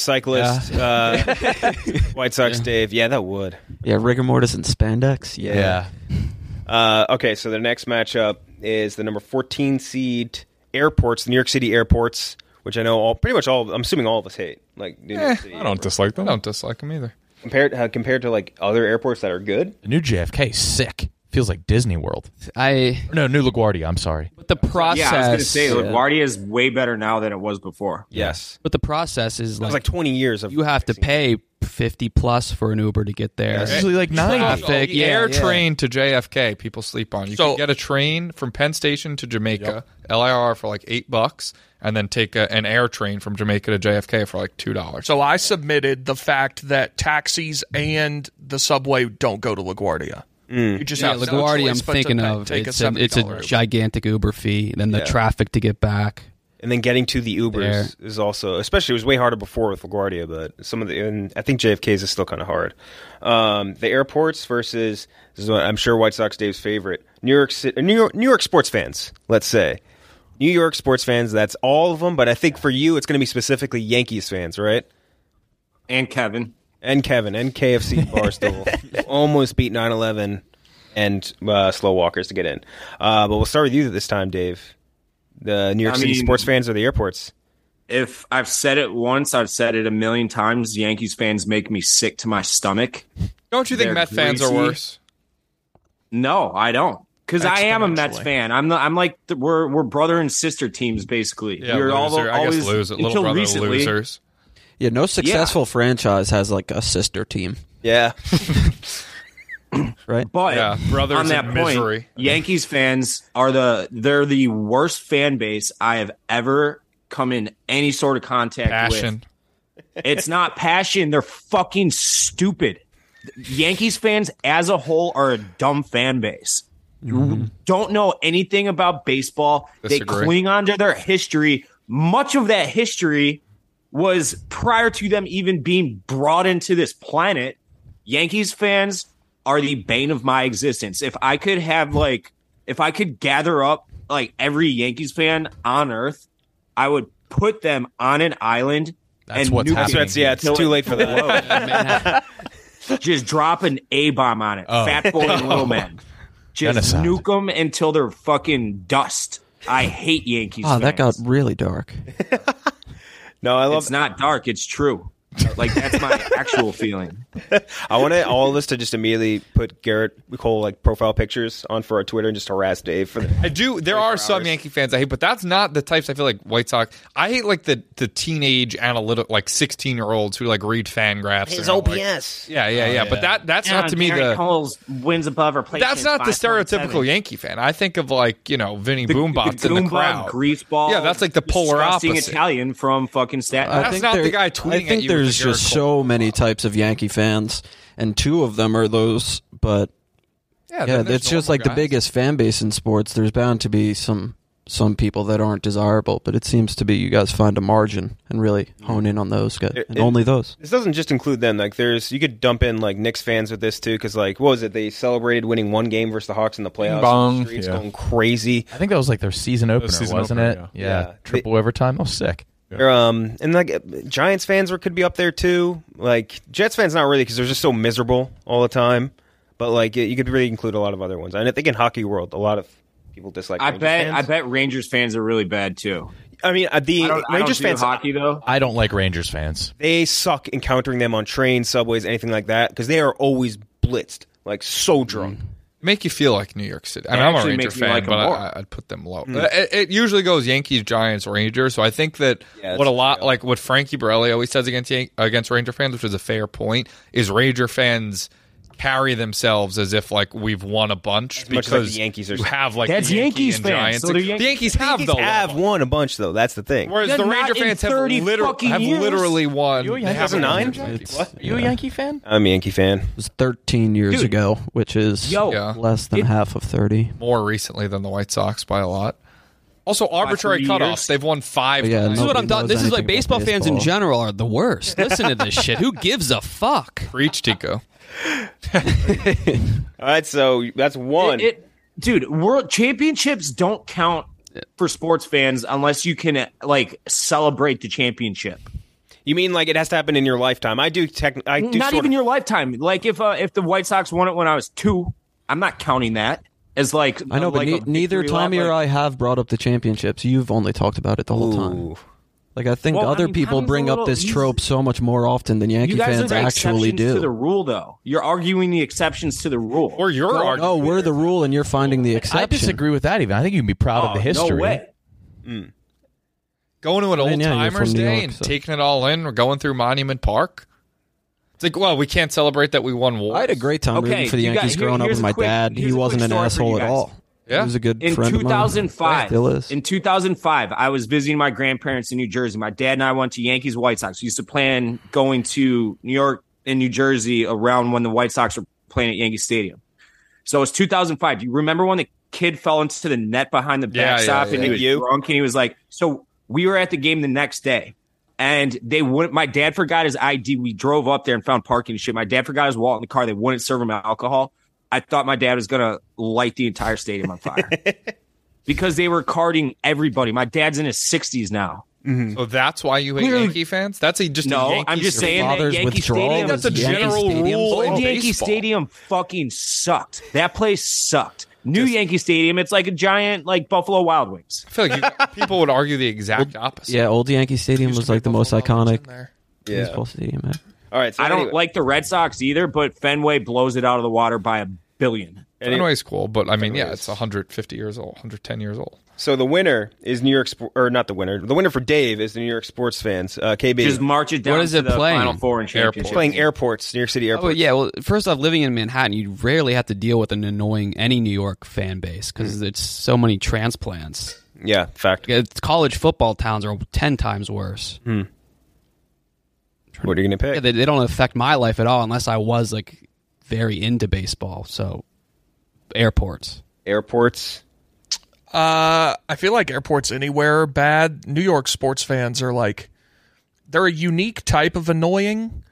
S6: (laughs)
S4: cyclists, uh, White Sox Dave. Yeah, that would.
S9: Yeah, rigor mortis and spandex. Yeah.
S4: Uh, okay, so the next matchup is the number 14 seed airports, the New York City airports, which I know all pretty much all. I'm assuming all of us hate. Like, New York City
S6: Eh. I don't dislike them.
S10: I don't dislike them either.
S4: compared uh, compared to like other airports that are good.
S5: The new JFK is sick. Feels like Disney World. I no New LaGuardia. I'm sorry.
S8: But the process.
S7: Yeah, I was going to say LaGuardia is way better now than it was before.
S4: Yes.
S8: But the process is like,
S4: like 20 years of
S8: you have to pay 50 plus for an Uber to get there.
S10: It's
S8: Traffic, yeah,
S10: air
S8: yeah.
S10: train to JFK. People sleep on. You
S11: So-
S10: can get a train from Penn Station to Jamaica, LIR for like eight bucks, and then take a, an air train from Jamaica to JFK for like two dollars.
S11: So I submitted the fact that taxis and the subway don't go to LaGuardia.
S4: Hmm.
S11: You just
S8: yeah,
S11: have no
S8: LaGuardia. I'm
S11: choice but to
S8: thinking
S11: pay-
S8: of
S11: take
S8: it's
S11: a
S8: a, it's a
S11: $70
S8: gigantic Uber fee, then the
S4: Yeah.
S8: traffic to get back.
S4: And then getting to the Ubers is also, especially it was way harder before with LaGuardia, but some of the, and I think JFK's is still kind of hard. Um, the airports versus this is what I'm sure White Sox Dave's favorite New York City, New York, New York sports fans. Let's say New York sports fans. That's all of them, but I think for you, it's going to be specifically Yankees fans, right?
S7: And Kevin,
S4: and Kevin, and KFC Barstool almost beat 9/11 and uh, slow walkers to get in. Uh, but we'll start with you this time, Dave. The New York
S7: I
S4: City
S7: mean-
S4: sports fans or the airports?
S7: if I've said it once, I've said it a million times. Yankees fans make me sick to my stomach.
S10: Don't you think
S7: They're
S10: Met fans are
S7: greasy.
S10: worse?
S7: No, I don't. Because I am a Mets
S10: Exponentially.
S7: fan. I'm the, I'm like the, we're we're brother and sister teams basically.
S10: Yeah,
S7: we were all
S10: loser. I guess
S7: always
S10: loser- little
S7: until
S10: brother
S7: recently.
S10: losers.
S9: Yeah, no successful franchise has like a sister team.
S4: Yeah.
S9: right?
S7: But
S10: brothers
S7: on that
S10: in
S7: point,
S10: misery.
S7: Yankees fans are the they're the worst fan base I have ever come in any sort of contact
S10: Passion.
S7: with. It's not passion. They're fucking stupid. Yankees fans as a whole are a dumb fan base.
S9: Mm-hmm.
S7: You don't know anything about baseball. They
S10: Disagree.
S7: cling on to their history. Much of that history was prior to them even being brought into this planet. Yankees fans are the bane of my existence. If I could have like if I could gather up like every Yankees fan on earth, I would put them on an island
S4: That's
S7: and
S4: what's
S7: nuke it
S4: happening That's- yeah, it's
S7: until
S4: too
S7: it
S4: late for (laughs) that.
S7: explodes. Just drop an A bomb on it.
S4: Oh.
S7: Fat boy and
S4: (laughs)
S7: little man. Just
S9: Genocide.
S7: nuke them until they're fucking dust. I hate Yankees.
S9: Oh, that
S7: fans.
S9: got really dark.
S4: No, I love.
S7: It's not dark. It's true. Like that's my
S4: (laughs)
S7: actual feeling.
S4: I want all of us to just immediately put Garrett Cole like profile pictures on for our Twitter and just harass Dave for the
S10: I do. There are some Yankee fans I hate, but that's not the types I feel like White Sox. I hate like the the teenage analytic, like sixteen year olds who like read fan graphs.
S7: His
S10: and are, like-
S7: OPS.
S10: yeah, yeah, yeah. But that that's not to me the
S7: Cole's wins above replacement.
S10: that's not the stereotypical Yankee fan. I think of like you know Vinny Boombot in the crowd.
S7: greaseball.
S10: Yeah, that's like the polar
S7: disgusting
S10: opposite.
S7: Italian from fucking Staten.
S9: I
S7: Island.
S9: think there- I think there's just so many types of Yankee fans, and two of them are those. But
S7: Yeah,
S9: yeah,
S7: then there's
S9: it's just
S7: normal
S9: like the
S7: guys.
S9: biggest fan base in sports. There's bound to be some some people that aren't desirable, but it seems to be you guys find a margin and really hone in on those guys,
S4: It-
S9: and
S4: it-
S9: only those.
S4: This doesn't just include them. Like, there's you could dump in like Knicks fans with this too, because like, what was it? They celebrated winning one game versus the Hawks in the playoffs.
S5: Bong,
S4: The streets
S5: yeah.
S4: going crazy.
S5: I think that was like their season opener,
S4: season
S5: wasn't
S4: opener,
S5: it?
S4: yeah.
S5: Yeah,
S4: Yeah.
S5: triple overtime. That was sick.
S4: Or, Um, and like uh, Giants fans were could be up there too. Like Jets fans, not really, because they're just so miserable all the time. But like, you could really include a lot of other ones. And I think in hockey world, a lot of people dislike.
S7: I
S4: Rangers
S7: bet.
S4: fans.
S7: I bet Rangers fans are really bad too.
S4: I mean, uh, the
S7: I don't- I don't
S4: Rangers
S7: do
S4: fans.
S7: hockey though.
S5: I don't like Rangers fans.
S4: They suck encountering them on trains, subways, anything like that, because they are always blitzed, like
S10: Mm.
S4: so drunk.
S10: Make you feel like New York City. I
S4: They
S10: mean, I'm a
S4: actually
S10: Ranger
S4: make me
S10: fan,
S4: like 'em
S10: but
S4: more.
S10: I, I'd put them low.
S4: Mm.
S10: Uh, It, it usually goes Yankees, Giants, Rangers. So I think that
S4: that's
S10: what a lot like what Frankie Borelli always says against Yan- against Ranger fans, which is a fair point, is Ranger fans carry themselves as if like we've won a bunch
S4: much as,
S10: because
S4: like, the Yankees are-
S10: you have like
S4: That's
S10: the Yankee
S4: Yankees
S10: and
S4: fans,
S10: Giants.
S4: so they're Yan-
S10: the Yankees have
S4: Yankees
S10: the
S4: have won a bunch though. That's the thing.
S10: Whereas the Ranger fans have, liter- have literally won.
S5: You a
S10: they
S5: Yankee
S10: haven't won
S5: fan?
S10: the Yankees.
S5: What? You a Yankee fan?
S4: I'm a Yankee fan. It
S9: was 13 years
S10: Dude.
S9: ago, which is
S10: Yo. Yeah.
S9: less than
S10: It-
S9: half of 30.
S10: More recently than the White Sox by a lot. Also, arbitrary
S9: three
S10: cutoffs.
S9: years?
S10: They've won five.
S9: Yeah,
S10: times.
S9: This is what I'm
S8: Th- this is like baseball, fans in general are the worst. Listen to this shit. Who gives a fuck?
S10: Reach Tico.
S4: All right, so that's one.
S7: It, it- dude, world championships don't count for sports fans unless you can like celebrate the championship.
S4: You mean like it has to happen in your lifetime? I do. Tech, I do.
S7: not
S4: sort
S7: even
S4: of-
S7: your lifetime. Like if uh, if the White Sox won it when I was two, I'm not counting that as like
S9: I know, but
S7: like
S9: ne-
S7: a
S9: neither
S7: victory lap,
S9: Tommy
S7: like-
S9: or I have brought up the championships. You've only talked about it the whole time. Like I think
S7: Well, I
S9: other
S7: mean,
S9: people
S7: Tommy's a
S9: bring
S7: little-
S9: up this
S7: he's-
S9: trope so much more often than Yankee
S7: you guys
S9: fans
S7: are the
S9: actually
S7: exceptions to the
S9: do.
S7: rule, though. You're arguing the exceptions to the rule, or you're
S9: Oh, no, we're the rule, and you're finding the exception.
S5: I disagree with that. Even I think you can be proud of the history.
S10: Going to an
S5: I mean,
S10: old
S5: yeah, you're
S10: timers
S5: from New
S10: day
S5: York,
S10: and
S5: so-
S10: taking it all in. We're going through Monument Park. It's like, well, we can't celebrate that we won war.
S9: I had a great time rooting for the Yankees growing up with my dad. He wasn't an asshole at all. He was a good
S7: in
S9: friend of mine.
S7: 2005
S9: Still is.
S7: in 2005 i was visiting my grandparents in new jersey my dad and i went to yankees white sox we used to plan going to new york and new jersey around when the white sox were playing at yankee stadium so it was 2005 do you remember when the kid fell into the net behind the
S10: Yeah,
S7: backstop
S10: yeah,
S7: and
S10: yeah.
S7: he was
S10: You?
S7: drunk and he was like so we were at the game the next day and they wouldn't my dad forgot his id we drove up there and found parking and shit my dad forgot his wallet in the car they wouldn't serve him alcohol i thought my dad was gonna light the entire stadium
S10: (laughs)
S7: on fire because they were carding everybody. My dad's in his 60s now.
S10: So that's why you hate Yankee fans. That's a just A
S7: no,
S10: Yankee
S7: I'm just
S10: story.
S7: saying that Yankee Stadium.
S10: That's a general rule.
S7: Old
S10: in
S7: Yankee
S10: baseball.
S7: Stadium fucking sucked. That place sucked. New Yankee Stadium, it's like a giant like Buffalo Wild Wings.
S10: I feel like you, people would argue the exact opposite.
S9: Yeah, old Yankee Stadium was like the most iconic
S7: Yeah.
S9: baseball stadium. eh? ever.
S7: All right, I don't
S10: anyway-
S7: like the Red Sox either, but Fenway blows it out of the water by a billion.
S10: Fenway's cool, but I mean, yeah, it's 150 years old, 110 years old.
S4: So the winner is New York, Sp- or not the winner. The winner for Dave is the New York sports fans. Uh, KB,
S7: Just march it down What is to it the playing? Final Four and championship.
S4: Playing airports, New York City airports.
S8: Oh yeah. Well, first off, living in Manhattan, you rarely have to deal with an annoying any New York fan base because it's so many transplants.
S4: Hmm. Yeah, fact.
S8: It's, college football towns are ten times worse.
S4: What are you going to pick?
S8: Yeah, they, they don't affect my life at all unless I was like very into baseball. So airports.
S4: Airports.
S11: Uh, I feel like airports anywhere are bad. New York sports fans are like, they're a unique type of annoying.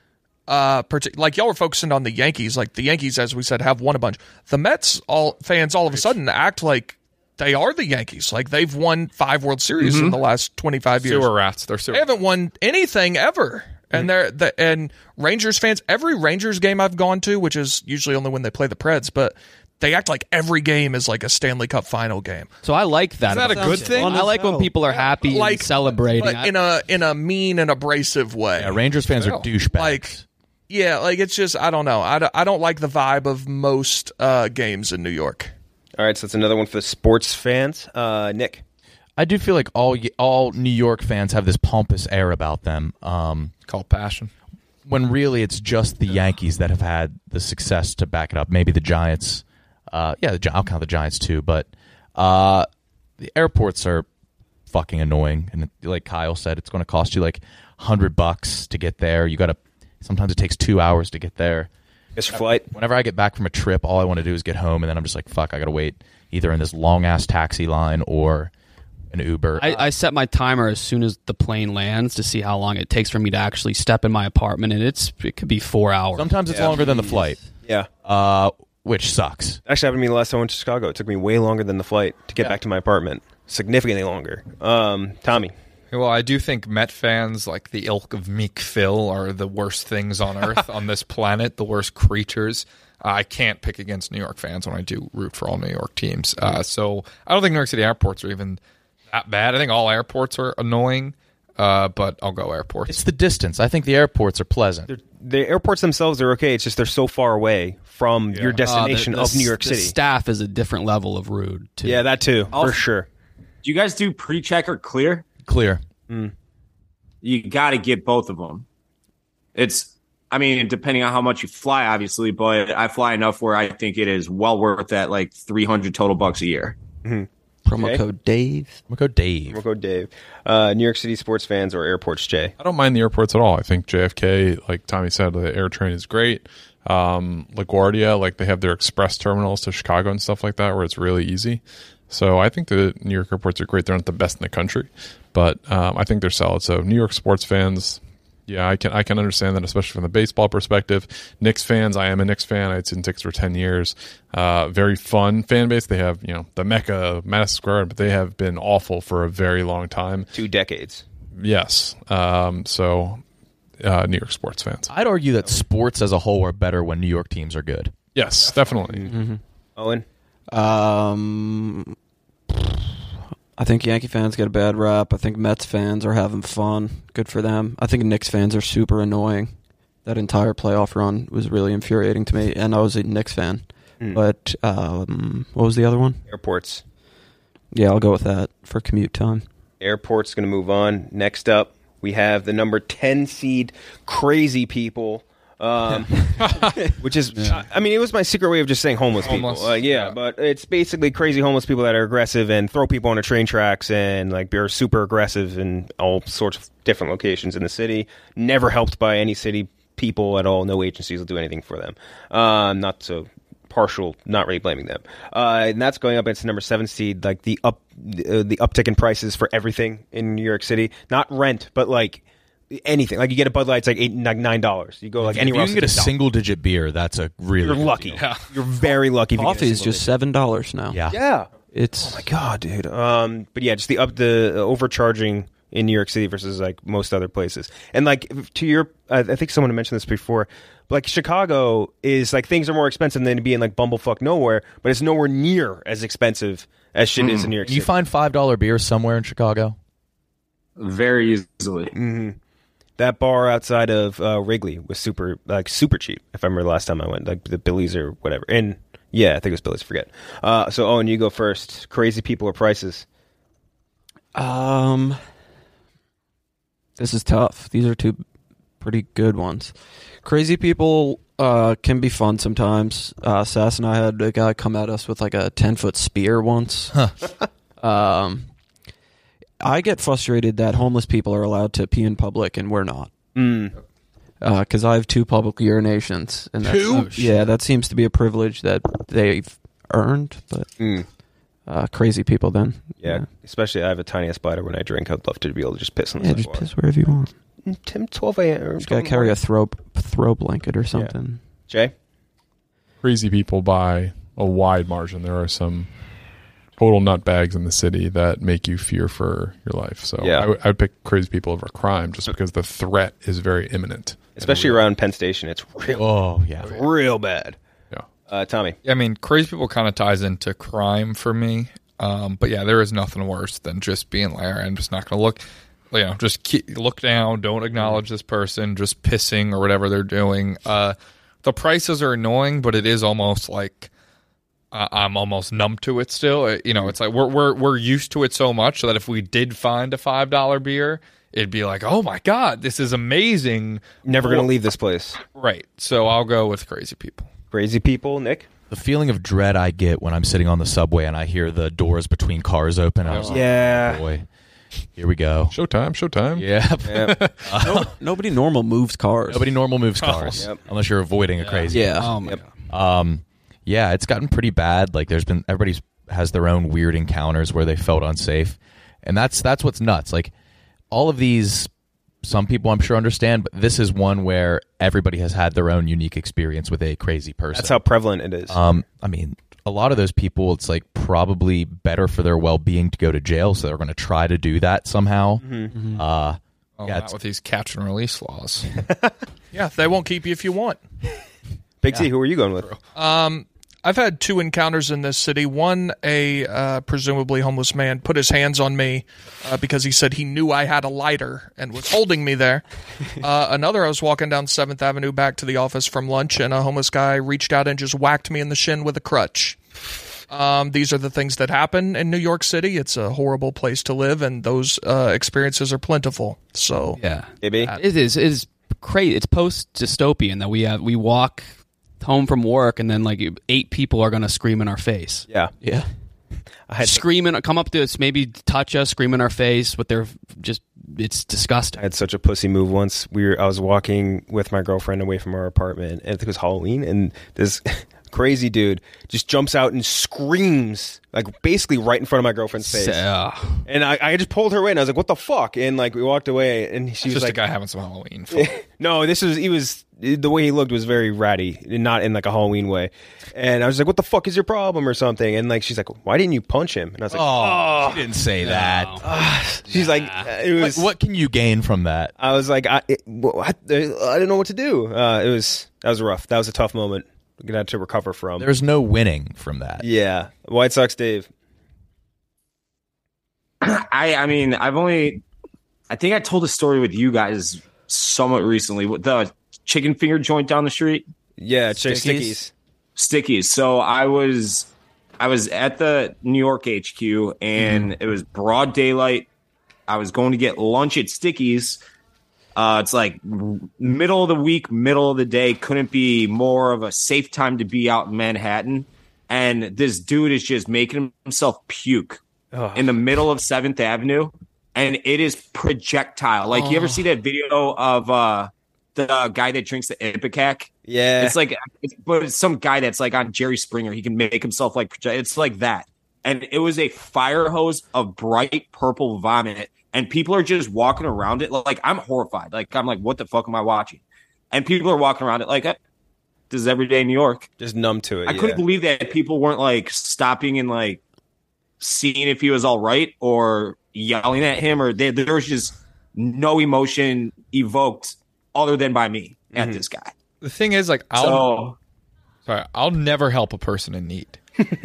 S11: Uh, partic- like y'all were focusing on the Yankees. Like the Yankees, as we said, have won a bunch. The Mets all fans all of a sudden act like they are the Yankees. Like they've won five World Series in
S10: Mhm.
S11: the last twenty five years.
S10: Sewer rats. They're sewer
S11: They haven't won anything ever.
S8: Mm.
S11: And they're the and Rangers fans. Every Rangers game I've gone to, which is usually only when they play the Preds, but they act like every game is like a Stanley Cup final game.
S8: So I like that.
S11: Isn't that
S8: about
S11: a good
S8: them.
S11: thing?
S8: I like when people are happy
S11: Like-
S8: and celebrating.
S11: But
S8: I-
S11: in a in a mean and abrasive way.
S5: Yeah, Rangers fans are
S11: Well,
S5: douchebags.
S11: Like, yeah, like it's just I don't know. I don't, I don't like the vibe of most uh, games in New York.
S4: All right, so that's another one for the sports fans. Uh, Nick.
S5: I do feel like all all New York fans have this pompous air about them, um,
S10: called passion.
S5: When really, it's just the Yankees that have had the success to back it up. Maybe the Giants. Uh, yeah, the, Gi- I'll count the Giants too. But uh, the airports are fucking annoying, and like Kyle said, it's going to cost you like hundred bucks to get there. You got to. Sometimes it takes two hours to get there.
S4: Mr. Flight.
S5: Whenever I get back from a trip, all I want to do is get home, and then I'm just like, fuck, I got to wait either in this long ass taxi line or an Uber.
S8: I, I set my timer as soon as the plane lands to see how long it takes for me to actually step in my apartment, and it's it could be four hours.
S5: Sometimes it's longer than the flight.
S4: Yeah.
S5: Uh, which sucks.
S4: Actually, happened to me the last time I went to Chicago. It took me way longer than the flight to get back to my apartment. Significantly longer. Um, Tommy.
S10: Well, I do think Met fans, like the ilk of Meek Phil, are the worst things
S4: (laughs)
S10: on earth, on this planet, the worst creatures. Uh, I can't pick against New York fans when I do root for all New York teams. Uh, so I don't think New York City airports are even that bad. I think all airports are annoying, uh, but I'll go airports.
S5: It's the distance. I think the airports are pleasant.
S4: The airports themselves are okay. It's just they're so far away from your destination
S8: Uh, the- the
S4: of New York
S8: s- the
S4: City.
S8: staff is a different level of rude. Too.
S4: Yeah, that too,
S7: Also-
S4: for sure.
S7: Do you guys do pre-check or clear?
S5: Clear.
S4: Mm.
S7: you got to get both of them. It's, I mean, depending on how much you fly, obviously, but I fly enough where I think it is well worth that like 300 total bucks a year.
S9: Promo
S4: Mm-hmm. Okay.
S9: code Dave.
S5: We'll go Dave.
S4: We'll go Dave. Uh, New York City sports fans or airports, Jay.
S6: I don't mind the airports at all. I think JFK, like Tommy said, the air train is great. Um, LaGuardia, like they have their express terminals to Chicago and stuff like that, where it's really easy. So I think the New York airports are great. They're not the best in the country, but um, I think they're solid. So New York sports fans, yeah, I can I can understand that, especially from the baseball perspective. Knicks fans, I am a Knicks fan. I've seen Knicks for ten years. Uh, very fun fan base. They have you know the mecca of Madison Square, Garden, but they have been awful for a very long time.
S4: Two decades.
S6: Yes. Um, so uh, New York sports fans.
S5: I'd argue that sports as a whole are better when New York teams are good.
S9: Mm-hmm.
S6: Yes, definitely.
S4: Owen.
S9: Um, I think Yankee fans get a bad rap. I think Mets fans are having fun. Good for them. I think Knicks fans are super annoying. That entire playoff run was really infuriating to me, and I was a Knicks fan.
S4: Mm.
S9: But um, what was the other one?
S4: Airports.
S9: Yeah, I'll go with that for commute time.
S4: Airport's going to move on. Next up, we have the number 10 seed crazy people.
S8: (laughs)
S4: Um, (laughs) which is, I mean, it was my secret way of just saying homeless,
S10: Homeless,
S4: people. Like, yeah, but it's basically crazy homeless people that are aggressive and throw people on the train tracks and like they're super aggressive in all sorts of different locations in the city. Never helped by any city people at all. No agencies will do anything for them. Um, not so partial, not really blaming them. Uh, and that's going up. It's the number seven seed. Like the up, uh, the uptick in prices for everything in New York City. Not rent, but like anything. Like you get a Bud Light, it's like eight, like nine dollars. You go like
S5: If
S4: anywhere
S5: you
S4: else,
S5: can get a
S4: it's dollar.
S5: single digit beer, that's a really
S4: You're
S5: good
S4: lucky.
S5: deal.
S4: You're very lucky. if you get a
S9: Coffee is
S4: single
S9: just seven dollars now.
S5: Yeah.
S4: Yeah.
S9: It's
S4: oh my god, dude. Um, but yeah, just the up the uh, overcharging in New York City versus like most other places, and like to your, I, I think someone mentioned this before. but, Like Chicago is like things are more expensive than being like bumblefuck nowhere, but it's nowhere near as expensive as shit
S6: Mm.
S4: is in New York
S5: Can
S4: City.
S5: Mm-hmm. You find five dollar beer somewhere in Chicago?
S7: Very easily.
S4: hmm That bar outside of uh, Wrigley was super like super cheap. If I remember the last time I went, like the Billy's or whatever. And yeah, I think it was Billy's. Forget. Uh, so Owen, you go first. Crazy people or prices?
S9: Um, this is tough. These are two pretty good ones. Crazy people uh, can be fun sometimes. Uh, Sass and I had a guy come at us with like a ten foot spear once. (laughs) um, I get frustrated that homeless people are allowed to pee in public and we're not.
S4: Mm.
S9: Because I have two public urinations, and that's,
S4: Two? Oh,
S9: yeah, that seems to be a privilege that they've earned. But
S4: Mm.
S9: uh, crazy people, then
S4: Yeah, especially I have a tiny ass bladder when I drink. I'd love to be able to just piss in the
S9: yeah, just piss wherever you want.
S4: Tim, 12 a.m. or
S9: Just gotta carry a throw throw blanket or something.
S4: Jay?
S6: Crazy people by a wide margin. There are some total nutbags in the city that make you fear for your life. So
S4: Yeah.
S6: I would- I would pick crazy people over crime just because the threat is very imminent.
S4: Especially around Penn Station, it's real.
S5: Oh yeah,
S4: real bad.
S6: Yeah.
S4: Uh, Tommy.
S10: I mean, crazy people kind of ties into crime for me. Um, but yeah, there is nothing worse than just being like, "All right, I'm just not going to look, you know, just keep, look down, don't acknowledge
S5: Mm-hmm.
S10: this person, just pissing or whatever they're doing. Uh, the prices are annoying, but it is almost like I I'm almost numb to it still. Uh, you know,
S5: Mm-hmm.
S10: it's like we're we're we're used to it so much that if we did find a five dollar beer, it'd be like, oh my god, this is amazing.
S4: Never gonna leave this place.
S10: Right. So I'll go with crazy people.
S4: Crazy people, Nick.
S5: The feeling of dread I get when I'm sitting on the subway and I hear the doors between cars open. I was like,
S4: Yeah.
S5: oh, boy, here we go. Uh,
S6: Showtime, showtime.
S5: Yeah.
S6: Yep.
S5: (laughs)
S9: No- nobody normal moves cars.
S5: Nobody normal moves cars
S9: Yep.
S5: unless you're avoiding a crazy.
S9: Yeah.
S4: Oh
S5: person. Um, yeah, it's gotten pretty bad. Like there's been everybody's has their own weird encounters where they felt unsafe, and that's that's what's nuts. Like all of these, some people I'm sure understand, but this is one where everybody has had their own unique experience with a crazy person.
S4: That's how prevalent it is.
S5: Um, I mean, a lot of those people, it's like probably better for their well being to go to jail, so they're going to try to do that somehow.
S11: Mhm. Mhm.
S4: Mm-hmm.
S5: Uh,
S10: Oh,
S5: yeah,
S10: not with these catch and release laws.
S11: Yeah, they won't keep you if you want.
S4: Big T, (laughs) who are you going with?
S11: Um, I've had two encounters in this city. One, a uh, presumably homeless man put his hands on me uh, because he said he knew I had a lighter and was holding
S8: (laughs)
S11: me there. Uh, another, I was walking down Seventh Avenue back to the office from lunch, and a homeless guy reached out and just whacked me in the shin with a crutch. Um, these are the things that happen in New York City. It's a horrible place to live, and those uh, experiences are plentiful. So,
S8: Yeah,
S4: Maybe.
S8: it is. It is crazy. It's post dystopian that we have. We walk home from work, and then like eight people are going to scream in our face.
S4: Yeah,
S8: yeah.
S4: (laughs) I had
S8: screaming, come up to us, maybe touch us, scream in our face with their just. It's disgusting.
S4: I had such a pussy move once. We were I was walking with my girlfriend away from our apartment, and I think it was Halloween, and this (laughs) crazy dude just jumps out and screams like basically right in front of my girlfriend's face.
S10: Yeah.
S4: And I, I just pulled her away, and I was like, "What the fuck?" And like we walked away, and she
S10: It's
S4: was
S10: just
S4: like,
S10: a guy having some Halloween fun.
S4: (laughs) no, this was he was the way he looked was very ratty, not in like a Halloween way. And I was like, "What the fuck is your problem?" or something. And like she's like, "Why didn't you punch him?" And I was like,
S5: Oh,
S4: "Oh."
S5: she didn't say that. (sighs)
S4: She's like, uh, it was.
S5: What, what can you gain from that?
S4: I was like, I, it, wh- I, I didn't know what to do. Uh, it was that was rough. That was a tough moment. We're gonna have to recover from.
S5: There's no winning from that.
S4: yeah, White Sox Dave.
S7: I I mean I've only I think I told a story with you guys somewhat recently with the chicken finger joint down the street.
S4: Yeah, chick- Stickies?
S7: Stickies. So I was I was at the New York HQ and
S4: Mm-hmm.
S7: it was broad daylight. I was going to get lunch at Stickies. Uh, it's like r- middle of the week, middle of the day. Couldn't be more of a safe time to be out in Manhattan. And this dude is just making himself puke in the middle of Seventh Avenue, and it is projectile. Like you ever
S13: Oh.
S7: see that video of uh, the guy that drinks the Ipecac?
S4: Yeah,
S7: it's like, it's, but it's some guy that's like on Jerry Springer. He can make himself like project. It's like that, and it was a fire hose of bright purple vomit, and people are just walking around it. Like I'm horrified. Like I'm like, what the fuck am I watching? And people are walking around it like. eh, This is everyday New York.
S4: Just numb to it.
S7: I couldn't
S4: yeah.
S7: believe that people weren't like stopping and like seeing if he was all right or yelling at him or they, there was just no emotion evoked other than by me at this guy.
S10: The thing is, like, I'll
S7: So-
S10: sorry, I'll never help a person in
S4: (laughs)
S10: need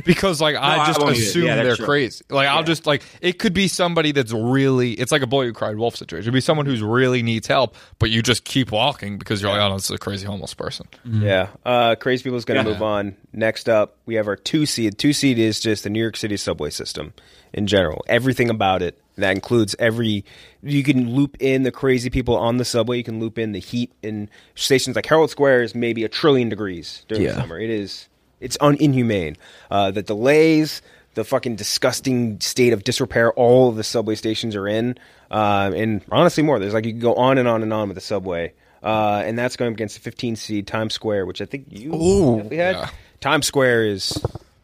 S10: because, like, I
S7: I
S10: just
S7: won't either.
S10: assume
S7: Yeah, that's
S10: they're
S7: true.
S10: crazy. Like, I'll just like it could be somebody that's really. It's like a boy who cried wolf situation. It'd be someone who's really needs help, but you just keep walking because you're like, oh, no, this is a crazy homeless person.
S4: Yeah. Uh, crazy people is going to
S10: Yeah.
S4: move on. Next up, we have our two seed. Two seed is just the New York City subway system in general. Everything about it. That includes every. You can loop in the crazy people on the subway. You can loop in the heat in stations like Herald Square is maybe a trillion degrees during
S9: Yeah.
S4: the summer. It is. It's un- inhumane. Uh, the delays, the fucking disgusting state of disrepair all of the subway stations are in, uh, and honestly more. There's like you can go on and on and on with the subway, uh, and that's going against the 15 seed Times Square, which I think you
S10: Ooh.
S4: definitely had.
S10: Yeah.
S4: Times Square is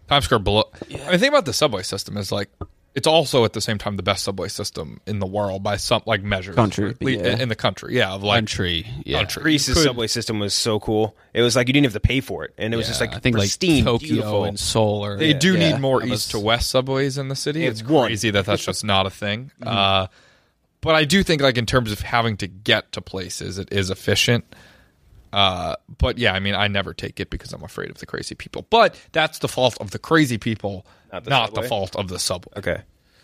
S10: Times Square below. I mean, think about the subway system is like it's also at the same time the best subway system in the world by some like measures
S4: Country,
S10: At lea-
S4: yeah.
S10: in the country yeah of like
S8: country
S10: yeah
S4: Greece's subway system was so cool. It was like you didn't have to pay for it, and it was just like
S8: I think like
S4: pristine,
S8: Tokyo
S4: beautiful.
S8: and Seoul are.
S10: They do
S8: Yeah.
S10: need more
S8: That was-
S10: east to west subways in the city.
S8: It's
S10: It's,
S8: one.
S10: crazy that that's just not a
S4: (laughs)
S10: thing.
S4: Mm-hmm.
S10: Uh, but I do think, like in terms of having to get to places, it is efficient. Uh, but yeah, I mean, I never take it because I'm afraid of the crazy people. But that's the fault of the crazy people, not
S4: Not
S10: the,
S4: the subway?
S10: fault of the subway.
S4: Okay.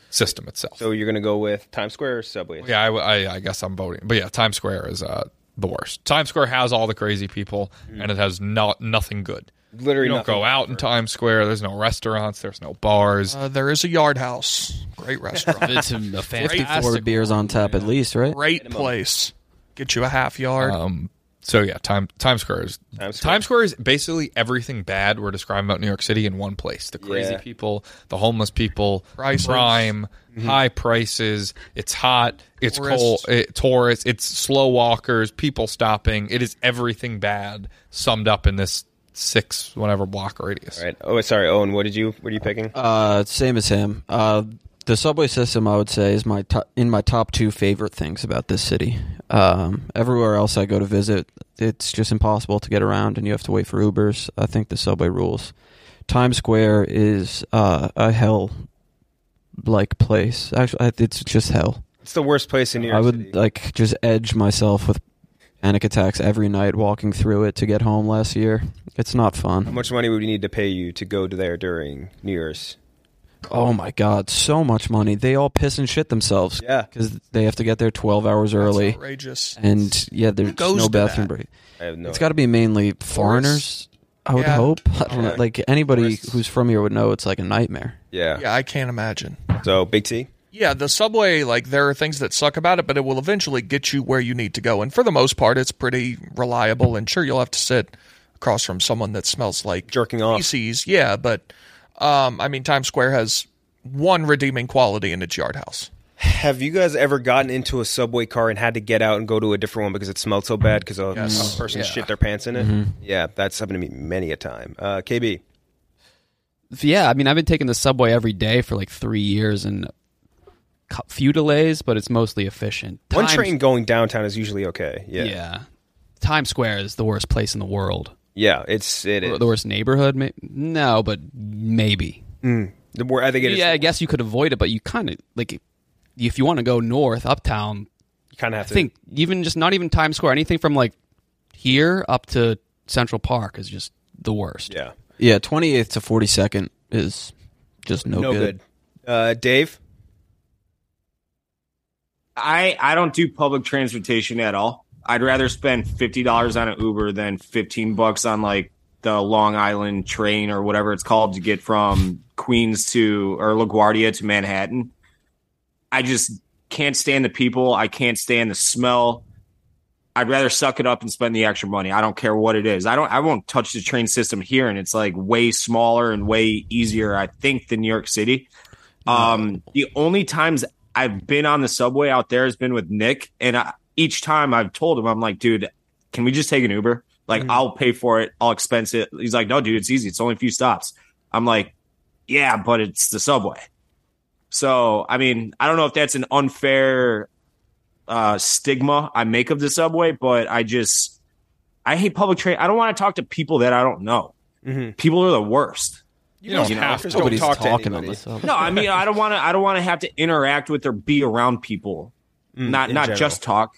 S10: System itself.
S4: So you're gonna go with Times Square or subway?
S10: Yeah, I, w- I- I guess I'm voting. But yeah, Times Square is uh, the worst. Times Square has all the crazy people, and it has not nothing good.
S4: Mm-hmm. Literally
S10: you don't
S4: nothing
S10: go out in Times Square. There's no restaurants. There's no bars.
S11: Uh, there is a Yard House, great restaurant.
S10: It's a fantastic-
S9: Fifty-four beers on tap at least, right?
S11: Great place. Get you a half yard.
S10: Um, so yeah, time, Times Square is Times Square. is basically everything bad we're describing about New York City in one place. The crazy
S11: Yeah.
S10: people, the homeless people,
S11: Prices.
S10: crime,
S11: Mhm.
S4: Mm-hmm.
S10: high prices. It's hot. It's
S11: Tourists.
S10: cold. It, tourists. It's slow walkers. People stopping. It is everything bad summed up in this six whatever block radius.
S4: Right. Oh, sorry, Owen. What did you? What are you picking?
S9: Uh, same as him. Uh, the subway system, I would say, is my to- in my top two favorite things about this city. Um, everywhere else I go to visit, it's just impossible to get around, and you have to wait for Ubers. I think the subway rules. Times Square is uh, a hell like place. Actually, I- it's just hell.
S4: It's the worst place in New York.
S9: I would like just edge myself with panic attacks every night walking through it to get home last year. It's not
S4: How
S9: fun.
S4: much money would you need to pay you to go to there during New Year's?
S9: Oh my god, so much money. They all piss and shit themselves.
S4: Yeah.
S9: because they have to get there twelve hours early.
S11: outrageous.
S9: And yeah,
S11: Who
S9: there's
S11: goes
S9: no
S11: to
S9: bathroom
S11: that?
S9: break.
S11: I have no
S9: it's
S11: idea.
S9: got to be mainly foreigners. I would
S11: Yeah.
S9: hope. (laughs) I don't know.
S11: Yeah.
S9: Like anybody who's from here would know it's like a nightmare.
S4: Yeah.
S11: Yeah, I can't imagine.
S4: So Big T.
S11: Yeah, the subway, like, there are things that suck about it, but it will eventually get you where you need to go. And for the most part, it's pretty reliable. And sure, you'll have to sit across from someone that smells like
S4: jerking off.
S11: Feces. Yeah, but um, I mean, Times Square has one redeeming quality in its yard house.
S4: Have you guys ever gotten into a subway car and had to get out and go to a different one because it smelled so bad because a
S11: Yes.
S4: a person
S11: Yeah.
S4: shit their pants in it?
S8: Mhm.
S4: Yeah, that's happened to me many a time. Uh, KB,
S8: Yeah, I mean, I've been taking the subway every day for like three years and cu- few delays, but it's mostly efficient.
S4: one
S8: Times-
S4: train going downtown is usually okay. Yeah,
S8: yeah. Times Square is the worst place in the world.
S4: yeah, it's it
S8: Or
S4: is.
S8: the worst neighborhood? May- No, but maybe.
S4: Mm. The more I think it is.
S8: yeah, I guess you could avoid it, but you kind of like if you want to go north, uptown,
S4: you kind of have
S8: I think even just not even Times Square, anything from like here up to Central Park is just the worst.
S4: Yeah.
S9: Yeah, twenty eighth to forty second is just no,
S4: Uh, Dave,
S7: I I don't do public transportation at all. I'd rather spend fifty dollars on an Uber than fifteen bucks on like the Long Island train or whatever it's called to get from Queens to or LaGuardia to Manhattan. I just can't stand the people. I can't stand the smell. I'd rather suck it up and spend the extra money. I don't care what it is. I don't. I won't touch the train system here, and it's like way smaller and way easier, I think, than New York City. Um, the only times I've been on the subway out there has been with Nick, and I, each time I've told him, I'm like, dude, can we just take an Uber? Like, I'll pay for it. I'll expense it. He's like, no, dude, it's easy. It's only a few stops. I'm like, yeah, but it's the subway. So, I mean, I don't know if that's an unfair uh, stigma I make of the subway, but I just, I hate public train. I don't want to talk to people that I don't know. People are the worst.
S10: You don't have to. Mm-hmm. Nobody's talking on the subway.
S7: No, I mean, I don't want to. I don't want to have to interact with or be around people.
S4: Mm,
S7: not
S4: in
S7: not
S4: general.
S7: just talk.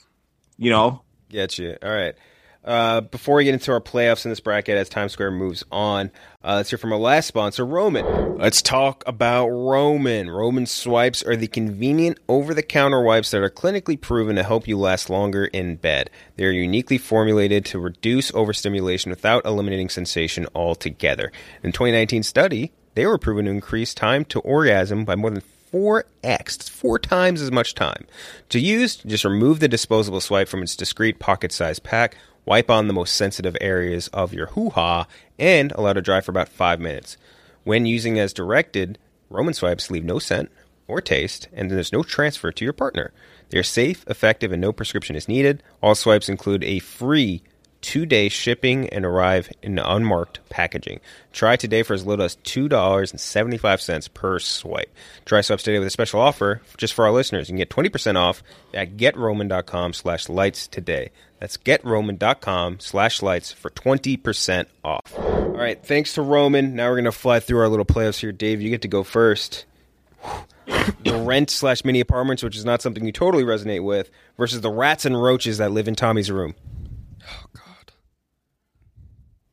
S7: You know.
S4: Gotcha. All right. Uh, before we get into our playoffs in this bracket, as Times Square moves on, uh, let's hear from our last sponsor, Roman. Let's talk about Roman. Roman swipes are the convenient over the counter wipes that are clinically proven to help you last longer in bed. They are uniquely formulated to reduce overstimulation without eliminating sensation altogether. In a 2019 study, they were proven to increase time to orgasm by more than 4x, It's four times as much time. To use, just remove the disposable swipe from its discreet pocket sized pack, wipe on the most sensitive areas of your hoo ha, and allow to dry for about five minutes. When using as directed, Roman swipes leave no scent or taste, and there's no transfer to your partner. They are safe, effective, and no prescription is needed. All swipes include a free two day shipping and arrive in unmarked packaging. Try today for as little as $2.75 per swipe. Try swipes today with a special offer just for our listeners. You can get 20% off at getroman.com slash lights today. That's getroman.com slash lights for 20% off. All right, thanks to Roman. Now we're going to fly through our little playoffs here. Dave, you get to go first (sighs) the rent slash mini apartments, which is not something you totally resonate with, versus the rats and roaches that live in Tommy's room.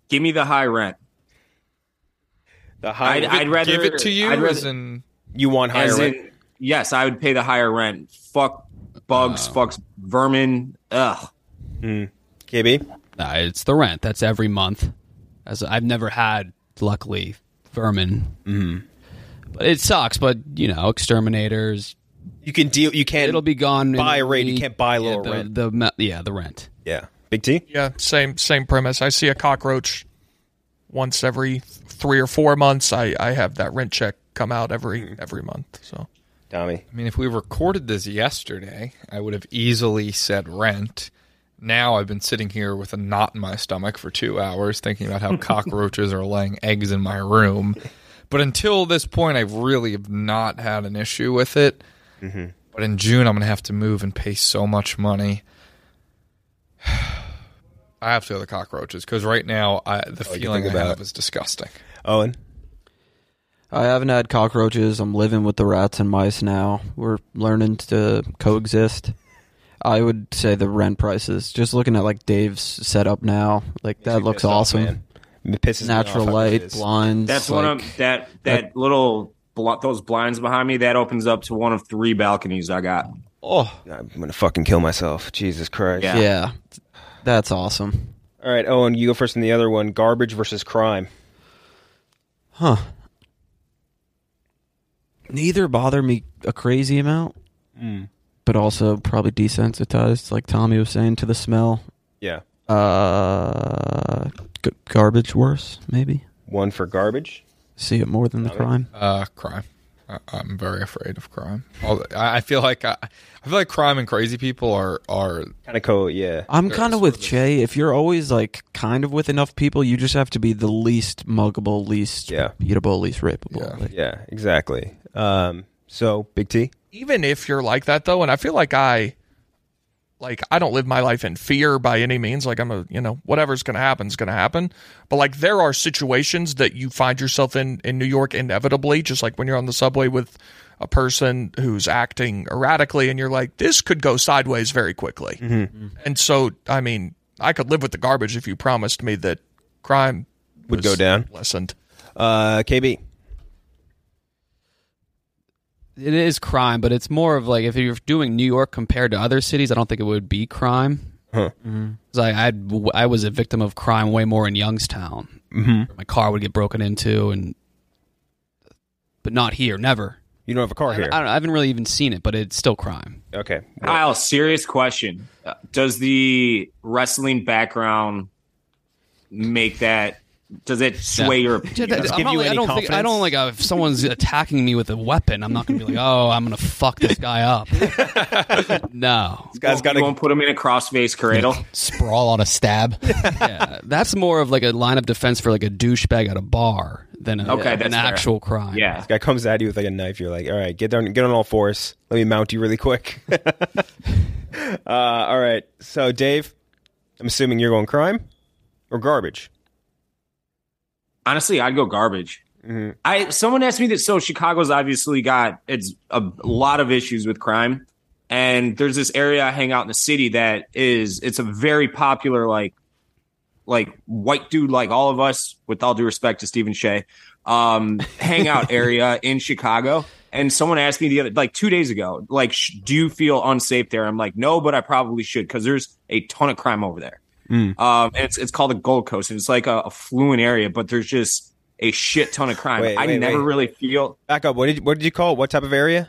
S7: Give me the high rent.
S4: The
S10: high-
S7: I'd,
S10: Give it-
S7: I'd rather
S10: give it to you
S7: I'd rather-
S10: as in-
S4: You want higher
S7: as in-
S4: rent?
S7: yes, I would pay the higher rent. Fuck
S10: Oh.
S7: bugs. Fucks vermin. Ugh.
S10: Hmm.
S4: KB?
S8: Nah, it's the rent. That's every month. As I've never had, luckily, vermin.
S10: Mm-hmm.
S8: Mm. But it sucks. But you know, exterminators.
S4: You can deal. You can't.
S8: It'll be gone. in
S11: buy
S8: a
S11: a rate, you
S8: week.
S11: can't buy
S8: Yeah,
S11: lower
S8: the-
S11: rent.
S8: The, me- yeah, the rent.
S4: Yeah. Big T.
S11: Yeah, same same premise. I see a cockroach once every three or four months. I I have that rent check come out
S4: Mm.
S11: every every month. So
S4: Tommy.
S10: I mean, if we recorded this yesterday, I would have easily said rent. Now I've been sitting here with a knot in my stomach for two hours thinking about
S4: (laughs)
S10: how cockroaches are laying eggs in my room. But until this point, I really have not had an issue with it.
S4: Mhm.
S10: But in June, I'm going to have to move and pay so much money. I have to go to cockroaches because right now, I, the
S4: can
S10: feeling I
S4: Oh, think about
S10: have
S4: it.
S10: is disgusting.
S4: Owen?
S9: I haven't had cockroaches. I'm living with the rats and mice now. We're learning to coexist. I would say the rent prices. Just looking at like Dave's setup now, like that looks awesome.
S4: It pisses me
S7: Oh,
S9: Natural
S4: off how it
S9: light
S4: is.
S9: blinds.
S7: That's
S9: like,
S7: one of that that, little bl- those blinds behind me that opens up to one of three balconies I got.
S9: Oh,
S4: I'm gonna fucking kill myself. Jesus Christ.
S9: yeah. that's awesome.
S4: All right, Owen, you go first in the other one. Garbage versus crime.
S9: Huh. Neither bother me a crazy amount,
S4: Mm.
S9: but also probably desensitized, like Tommy was saying, to the smell.
S4: Yeah.
S9: Uh, g- garbage worse, maybe.
S4: One for garbage.
S9: See it more than the crime.
S10: Uh, crime. I, I'm very afraid of crime. All the- I I feel like I, I feel like crime and crazy people are are
S4: kind of cool. Yeah,
S9: I'm kind of with Che. If you're always like kind of with enough people, you just have to be the least muggable, least
S4: Yeah.
S9: beatable, least rapeable. Like,
S4: Yeah, exactly. Um, so Big T.
S11: even if you're like that though, and I feel like I like I don't live my life in fear by any means. Like I'm a you know whatever's gonna happen is gonna happen. But like there are situations that you find yourself in in New York inevitably, just like when you're on the subway with a person who's acting erratically, and you're like this could go sideways very quickly. And so I mean I could live with the garbage if you promised me that crime
S4: Would
S11: was
S4: go down.
S11: lessened.
S4: Uh, KB.
S8: it is crime, but it's more of like if you're doing New York compared to other cities, I don't think it would be crime.
S4: Huh.
S8: mm I I'd, I was a victim of crime way more in Youngstown.
S4: Mhm.
S8: My car would get broken into, and but not here, never.
S4: You don't have a car
S8: here. I, don't, I haven't really even seen it, but it's still crime.
S4: Okay.
S7: Kyle, serious question. Uh, Does the wrestling background make that? Does it sway your opinion?
S8: Yeah, that- I'm not like- I don't think- I don't like uh, if someone's (laughs) attacking me with a weapon. I'm not going to be like, oh, I'm going to fuck this guy up. no,
S7: this guy's got to. Won't put him in a crossface cradle. (laughs)
S8: sprawl on a stab. (laughs) yeah, that's more of like a line of defense for like a douchebag at a bar than a,
S4: Okay,
S8: an
S4: that's fair.
S8: actual crime.
S7: Yeah.
S4: This guy comes at you with like a knife. You're like, all right, get down, get on all fours. Let me mount you really quick. (laughs) uh, all right. So, Dave, I'm assuming you're going crime or garbage.
S7: Honestly, I'd go garbage. I someone asked me that. So Chicago's obviously got it's a lot of issues with crime, and there's this area I hang out in the city that is it's a very popular like like white dude like all of us with all due respect to Stephen Shea um hangout area in Chicago and someone asked me the other like 2 days ago like sh- do you feel unsafe there I'm like no but I probably should cuz there's a ton of crime over there
S4: Mm.
S9: Uh,
S7: um and it's it's called the Gold Coast and it's like a affluent area but there's just a shit ton of crime
S4: Wait,
S7: I
S4: wait,
S7: never
S4: wait.
S7: really feel
S4: Back up. What did what did you call it? What type of area?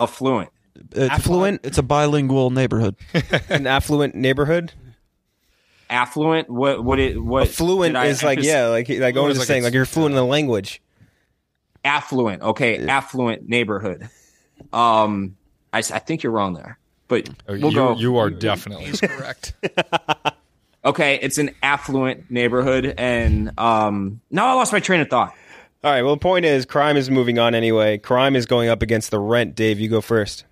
S7: Affluent.
S9: It's affluent. it's a bilingual neighborhood.
S4: (laughs) An affluent neighborhood.
S7: affluent what what it what
S4: Affluent
S7: did I (laughs)
S4: is like
S7: emphasis-
S4: yeah, like like Owen was saying, like you're fluent in the language.
S7: affluent okay affluent neighborhood um I, s- I think you're wrong there but we'll
S10: Oh, you,
S7: go
S10: you are definitely correct.
S7: (laughs) okay it's an affluent neighborhood and um now i lost my train of thought
S4: All right. Well, the point is, crime is moving on anyway. Crime is going up against the rent. Dave, you go first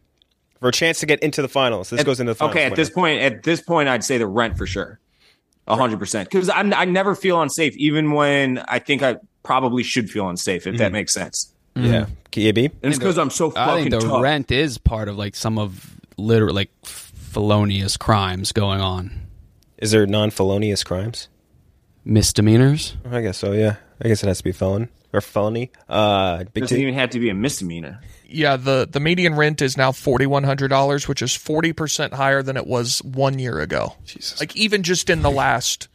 S4: for a chance to get into the finals. This goes into the finals.
S7: okay at this point at this point i'd say the rent for sure 100% because i never feel unsafe even when i think i probably should feel unsafe if
S10: Mm-hmm.
S7: that
S4: Mhm.
S7: makes sense
S4: yeah, KAB.
S7: and it's because i'm so
S8: I
S7: fucking
S8: think the
S7: tough.
S8: rent is part of like some of literal like felonious crimes going on.
S4: Is there non-felonious crimes?
S8: Misdemeanors.
S4: I guess so. Yeah, I guess it has to be felon or felony. Uh, big
S7: doesn't
S4: T?
S7: even have to be a misdemeanor
S11: Yeah, the, the median rent is now forty one hundred dollars, which is forty percent higher than it was one year ago. Jesus. Like even just in the last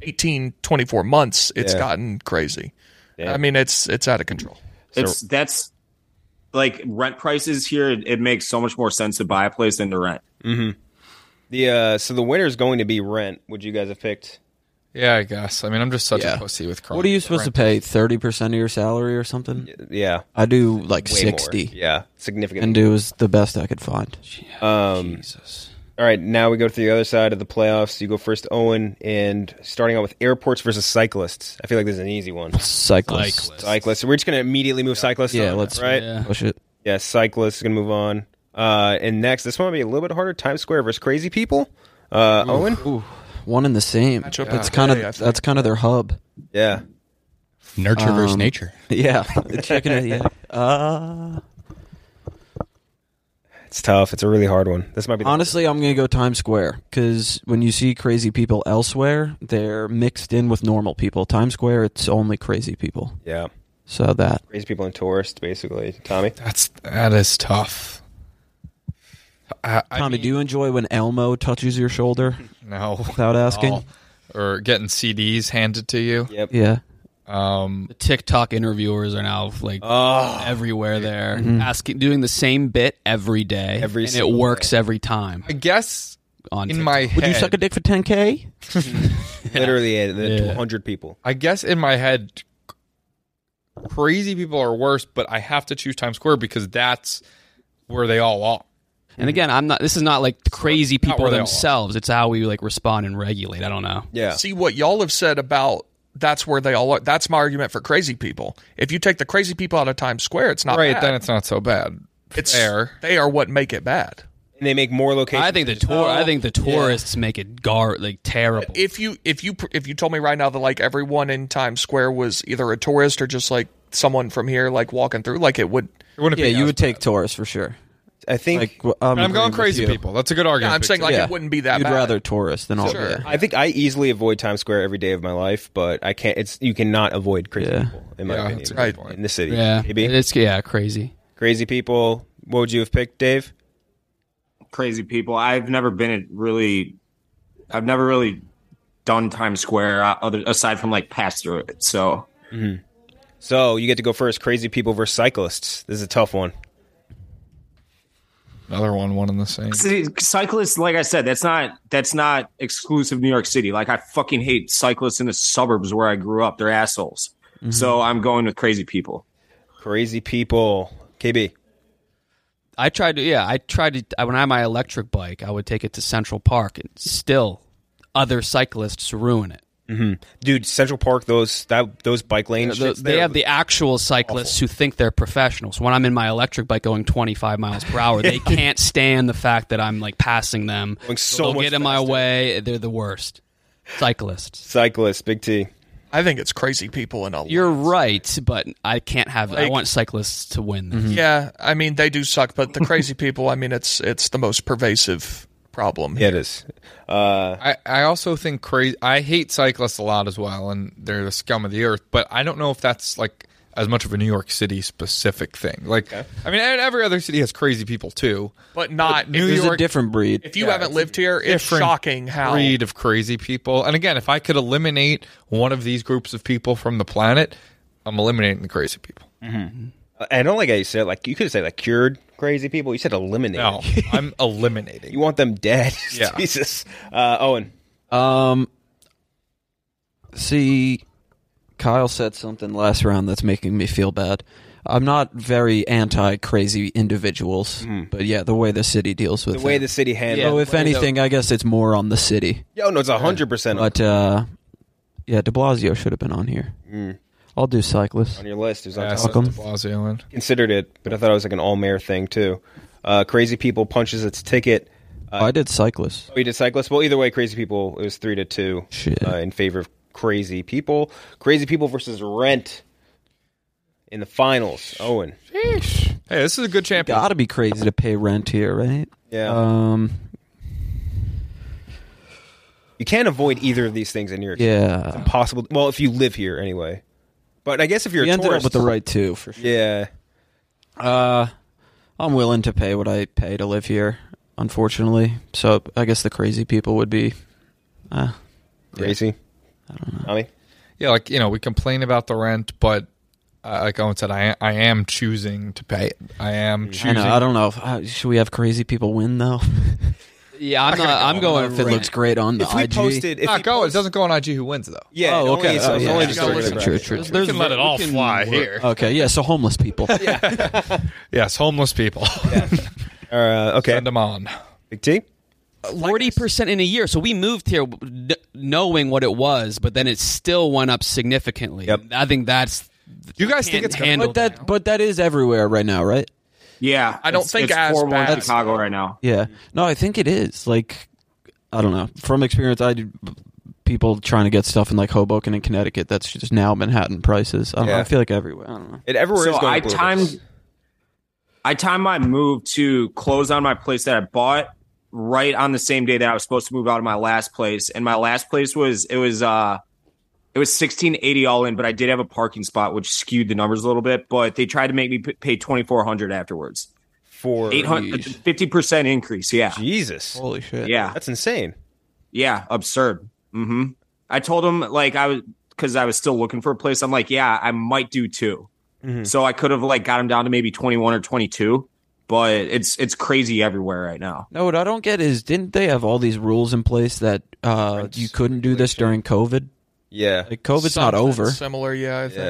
S11: 18, 24 months, it's
S7: Yeah.
S11: gotten crazy. I mean, it's it's out of control.
S7: it's that's like rent prices here it, it makes so much more sense to buy a place than to rent
S4: Mm-hmm. The uh, so the winner is going to be rent. Would you guys have picked?
S10: Yeah, I guess. I mean, I'm just such a pussy with crime.
S9: What are you supposed
S11: (laughs)
S9: to pay? Thirty percent of your salary or something?
S4: Yeah,
S9: I do like
S4: Way more.
S9: sixty.
S4: Yeah, significant.
S9: And it was the best I could find.
S4: Um, Jesus. All right, now we go to the other side of the playoffs. You go first, Owen, and starting out with airports versus cyclists. I feel like this is an easy one.
S9: Cyclists.
S4: Cyclists. So we're just going to immediately move cyclists.
S9: Yeah,
S4: on,
S9: let's-
S4: right.
S9: yeah. push it.
S4: Yeah, cyclists is going to move on. Uh, and next, this one will be a little bit harder. Times Square versus crazy people. Uh, Owen.
S9: One and the same.
S4: Matchup of
S9: That's
S4: the
S9: kind
S4: day, I
S9: of
S4: think.
S9: that's kind of their hub.
S4: Yeah.
S12: Nurture versus
S9: Um,
S12: nature.
S9: (laughs) Yeah, the chicken and the
S4: (laughs)
S9: egg. Uh,
S4: It's tough. It's a really hard one. This might be. The
S9: honestly, I'm gonna go Times Square because when you see crazy people elsewhere, they're mixed in with normal people. Times Square, it's only crazy people.
S4: Yeah.
S9: So that
S4: Crazy people and tourists, basically. Tommy.
S10: That's that is tough.
S9: Tommy, do you enjoy when Elmo touches your shoulder?
S10: (laughs) No,
S9: without asking.
S10: Oh. or getting CDs handed to you.
S4: Yep.
S9: Yeah.
S10: Um,
S8: the TikTok interviewers are now like everywhere there,
S10: Mhm.
S8: asking, doing the same bit every day,
S10: Every
S8: and it
S10: single
S8: works every time.
S10: I guess
S8: on
S10: in
S8: TikTok.
S10: my
S9: Would you
S10: head-
S9: suck a dick
S10: (laughs)
S9: for 10k?
S4: Literally, uh, the
S10: Yeah.
S4: 200 people.
S10: I guess in my head, crazy people are worse, but I have to choose Times Square because that's where they all are.
S8: And again, I'm not. This is not like crazy
S10: not
S8: people
S10: where they all are.
S8: themselves. It's how we like respond and regulate. I don't know.
S11: See what y'all have said about that's where they all are. That's my argument for crazy people. If you take the crazy people out of Times Square, it's not
S10: right,
S11: bad.
S10: then it's not so bad.
S11: It's
S10: fair.
S11: They are what make it bad.
S4: And they make more locations. Oh.
S8: I think the tour. I think the tourists make it gar like terrible.
S11: If you if you if you told me right now that like everyone in Times Square was either a tourist or just like someone from here like walking through, like it would.
S9: yeah, you would take tourists for sure.
S4: I think.
S9: Like, w- I'm,
S10: I'm going
S9: agreeing with
S10: crazy
S9: you.
S10: people. That's a good argument.
S11: Yeah, I'm saying like
S9: Yeah.
S11: it wouldn't be that
S9: You'd
S11: bad.
S9: rather tourists than all.
S11: Sure.
S9: Yeah.
S4: I think I easily avoid Times Square every day of my life, but I can't. It's you cannot avoid crazy people in my
S8: Yeah,
S4: opinion.
S8: that's a good
S4: In the city,
S8: yeah,
S4: maybe.
S8: it's yeah crazy.
S4: Crazy People. What would you have picked, Dave?
S7: Crazy people. I've never been at really. I've never really done Times Square uh, other aside from like pass through it. So
S4: Mm-hmm. So you get to go first. Crazy people versus cyclists. This is a tough one.
S10: Another one, one and the same.
S7: See, cyclists, like I said, that's not that's not exclusive New York City. Like I fucking hate cyclists in the suburbs where I grew up. They're assholes. So I'm going with crazy people.
S4: Mm-hmm. Crazy people. KB.
S8: I tried to, yeah, I tried to. I- When I had my electric bike, I would take it to Central Park, and still, other cyclists ruin it.
S4: Mm-hmm. Dude, (laughs) Central Park. Those that those bike lanes.
S8: The- they have the actual cyclists who think they're professionals. When I'm in my electric bike going 25 miles per hour,
S4: (laughs)
S8: they can't stand the fact that I'm like passing them.
S4: Going so
S8: They'll
S4: much
S8: get in my way. They're the worst cyclists.
S4: Cyclists, big T.
S11: I think it's crazy people in a.
S8: You're right, but I can't have. I
S11: Like-
S8: want cyclists to win.
S10: Mm-hmm.
S8: This.
S11: Yeah, I mean they do suck, but the crazy people. I mean it's it's the most pervasive problem.
S4: Yeah, it is. Uh,
S10: I, I also think crazy. I hate cyclists a lot as well, and they're the scum of the earth. But I don't know if that's like as much of a New York City specific thing. Like, I mean, and every other city has crazy people too,
S11: But not-
S10: New
S11: There's a
S10: York.
S9: different breed.
S11: If you
S10: Yeah,
S11: haven't
S10: it's
S11: lived here, it's
S10: different
S11: shocking how
S10: breed of crazy people. And again, if I could eliminate one of these groups of people from the planet, I'm eliminating the crazy people.
S9: Mm-hmm.
S4: I don't like how you said it, like you could have said like cured crazy people. You said eliminated.
S10: No,
S4: (laughs)
S10: I'm eliminating.
S4: you want them dead. (laughs)
S10: Yeah.
S4: Jesus. Uh, Owen.
S9: Um, see, Kyle said something last round that's making me feel bad. I'm not very anti crazy individuals, but yeah, the way the city deals with
S4: Mm-hmm. The way
S9: it.
S4: the city handles.
S9: so if anything, I guess it's more on the city.
S4: Yo, no, it's hundred percent
S9: But uh, yeah, De Blasio should have been on here.
S4: Mm.
S9: I'll do cyclists.
S4: on your list. It was on
S9: Yeah,
S4: top.
S9: Fuck 'em. De
S10: Blasio in.
S4: Considered it, but I thought it was like an all mayor thing too. Uh, crazy people punches its ticket.
S9: Oh, I did cyclists.
S4: We did cyclists. Well, either way, crazy people. It was three to two uh, in favor of crazy people. Crazy people versus Rent in the finals. Owen.
S10: Hey, this is a good champion.
S9: Gotta be crazy to pay rent here, right?
S4: Yeah.
S9: Um,
S4: You can't avoid either of these things in New York. City.
S9: Yeah.
S4: it's impossible. Well, if you live here anyway. But I guess if you're
S9: we
S4: a
S9: ended
S4: tourist,
S9: up with the right two for sure.
S4: Yeah.
S9: Uh, I'm willing to pay what I pay to live here, unfortunately. So I guess the crazy people would be uh,
S4: crazy.
S9: I don't know.
S4: Tommy?
S10: Yeah, like you know, we complain about the rent, but uh, like Owen said, I I am choosing to pay it. I am
S9: I,
S10: choosing.
S9: know, I don't know. If, uh, should we have crazy people win though?
S8: Yeah, I'm
S10: Not gonna
S8: not.
S10: go
S8: I'm
S10: on
S8: going.
S9: if it looks great on the
S4: If we
S9: IG.
S4: posted, if
S10: Not
S4: we
S10: go. It
S4: posted-
S10: doesn't go on IG who wins though.
S4: yeah,
S9: Oh,
S4: only-
S9: okay.
S4: so
S9: Oh,
S4: it's
S9: yeah.
S4: only just
S9: True,
S4: regular
S9: true,
S4: bracket.
S9: true, true.
S10: We can let it all fly here.
S9: (laughs) Okay, yeah. So homeless people.
S10: (laughs) Yes, homeless
S4: (laughs)
S10: people.
S4: Uh, okay.
S10: Send them on.
S4: Big T.
S8: Forty percent in a year. So we moved here kn- knowing what it was, but then it still went up significantly. I think that's.
S10: You guys
S8: think it's
S9: But
S8: handled?
S9: that, but that is everywhere right now, right?
S7: Yeah,
S11: I don't
S7: it's-
S11: think
S7: it's
S11: as
S7: 4-1
S11: bad.
S7: Chicago right now.
S9: Yeah. No, I think it is. Like, I don't know. From experience, I people trying to get stuff in like Hoboken and Connecticut. That's just now Manhattan prices. I, don't know,
S4: Yeah.
S9: I feel like everywhere. I don't know.
S4: It everywhere
S7: so
S4: is going
S7: I
S4: up a little bit.
S7: timed I timed my move to close on my place that I bought right on the same day that I was supposed to move out of my last place. And my last place was it was uh it was 1680 all in, but I did have a parking spot which skewed the numbers a little bit, but they tried to make me p- pay 2400 afterwards.
S4: for
S7: 800 50% increase, yeah.
S4: Jesus.
S9: Holy shit.
S7: Yeah.
S4: That's insane.
S7: Yeah, absurd. hmm I told him like I was because I was still looking for a place. I'm like, yeah, I might do 2
S4: Mm-hmm.
S7: So I could have like got him down to maybe 21 or 22, but it's it's crazy everywhere right now.
S9: No, what I don't get is didn't they have all these rules in place that uh, you couldn't do this during COVID?
S4: Yeah.
S9: Like COVID's not
S11: Something
S9: over.
S11: Similar, yeah. I think.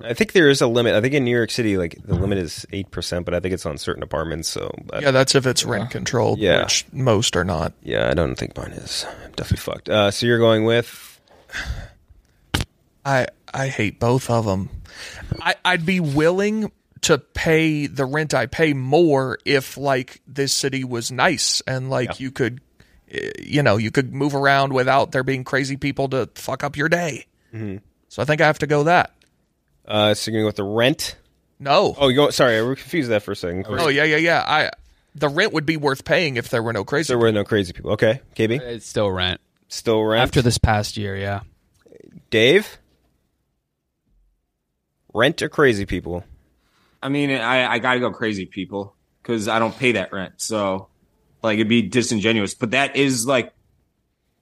S4: Yeah. I think there is a limit. I think in New York City, like the limit is eight percent, but I think it's on certain apartments. So I-
S11: Yeah, that's if it's rent controlled,
S4: Yeah.
S11: which most are not.
S4: yeah, I don't think mine is. I'm definitely fucked. Uh, so you're going with
S11: I I hate both of them. I I'd be willing to pay the rent I pay more if like this city was nice and like you could eh, you know, you could move around without there being crazy people to fuck up your day.
S4: Mhm.
S11: So I think I have to go that.
S4: uh, so you're going with the rent.
S11: No.
S4: Oh, you go. Sorry, I were confused that for a second.
S11: Oh, yeah, yeah, yeah. I the rent would be worth paying if there were no crazy.
S4: There were no crazy people. Okay, KB,
S8: It's still rent
S4: still rent.
S8: after this past year. Yeah.
S4: Dave, rent or crazy people?
S7: I mean, I, I got to go crazy, people, because I don't pay that rent. So, like, it'd be disingenuous. But that is like,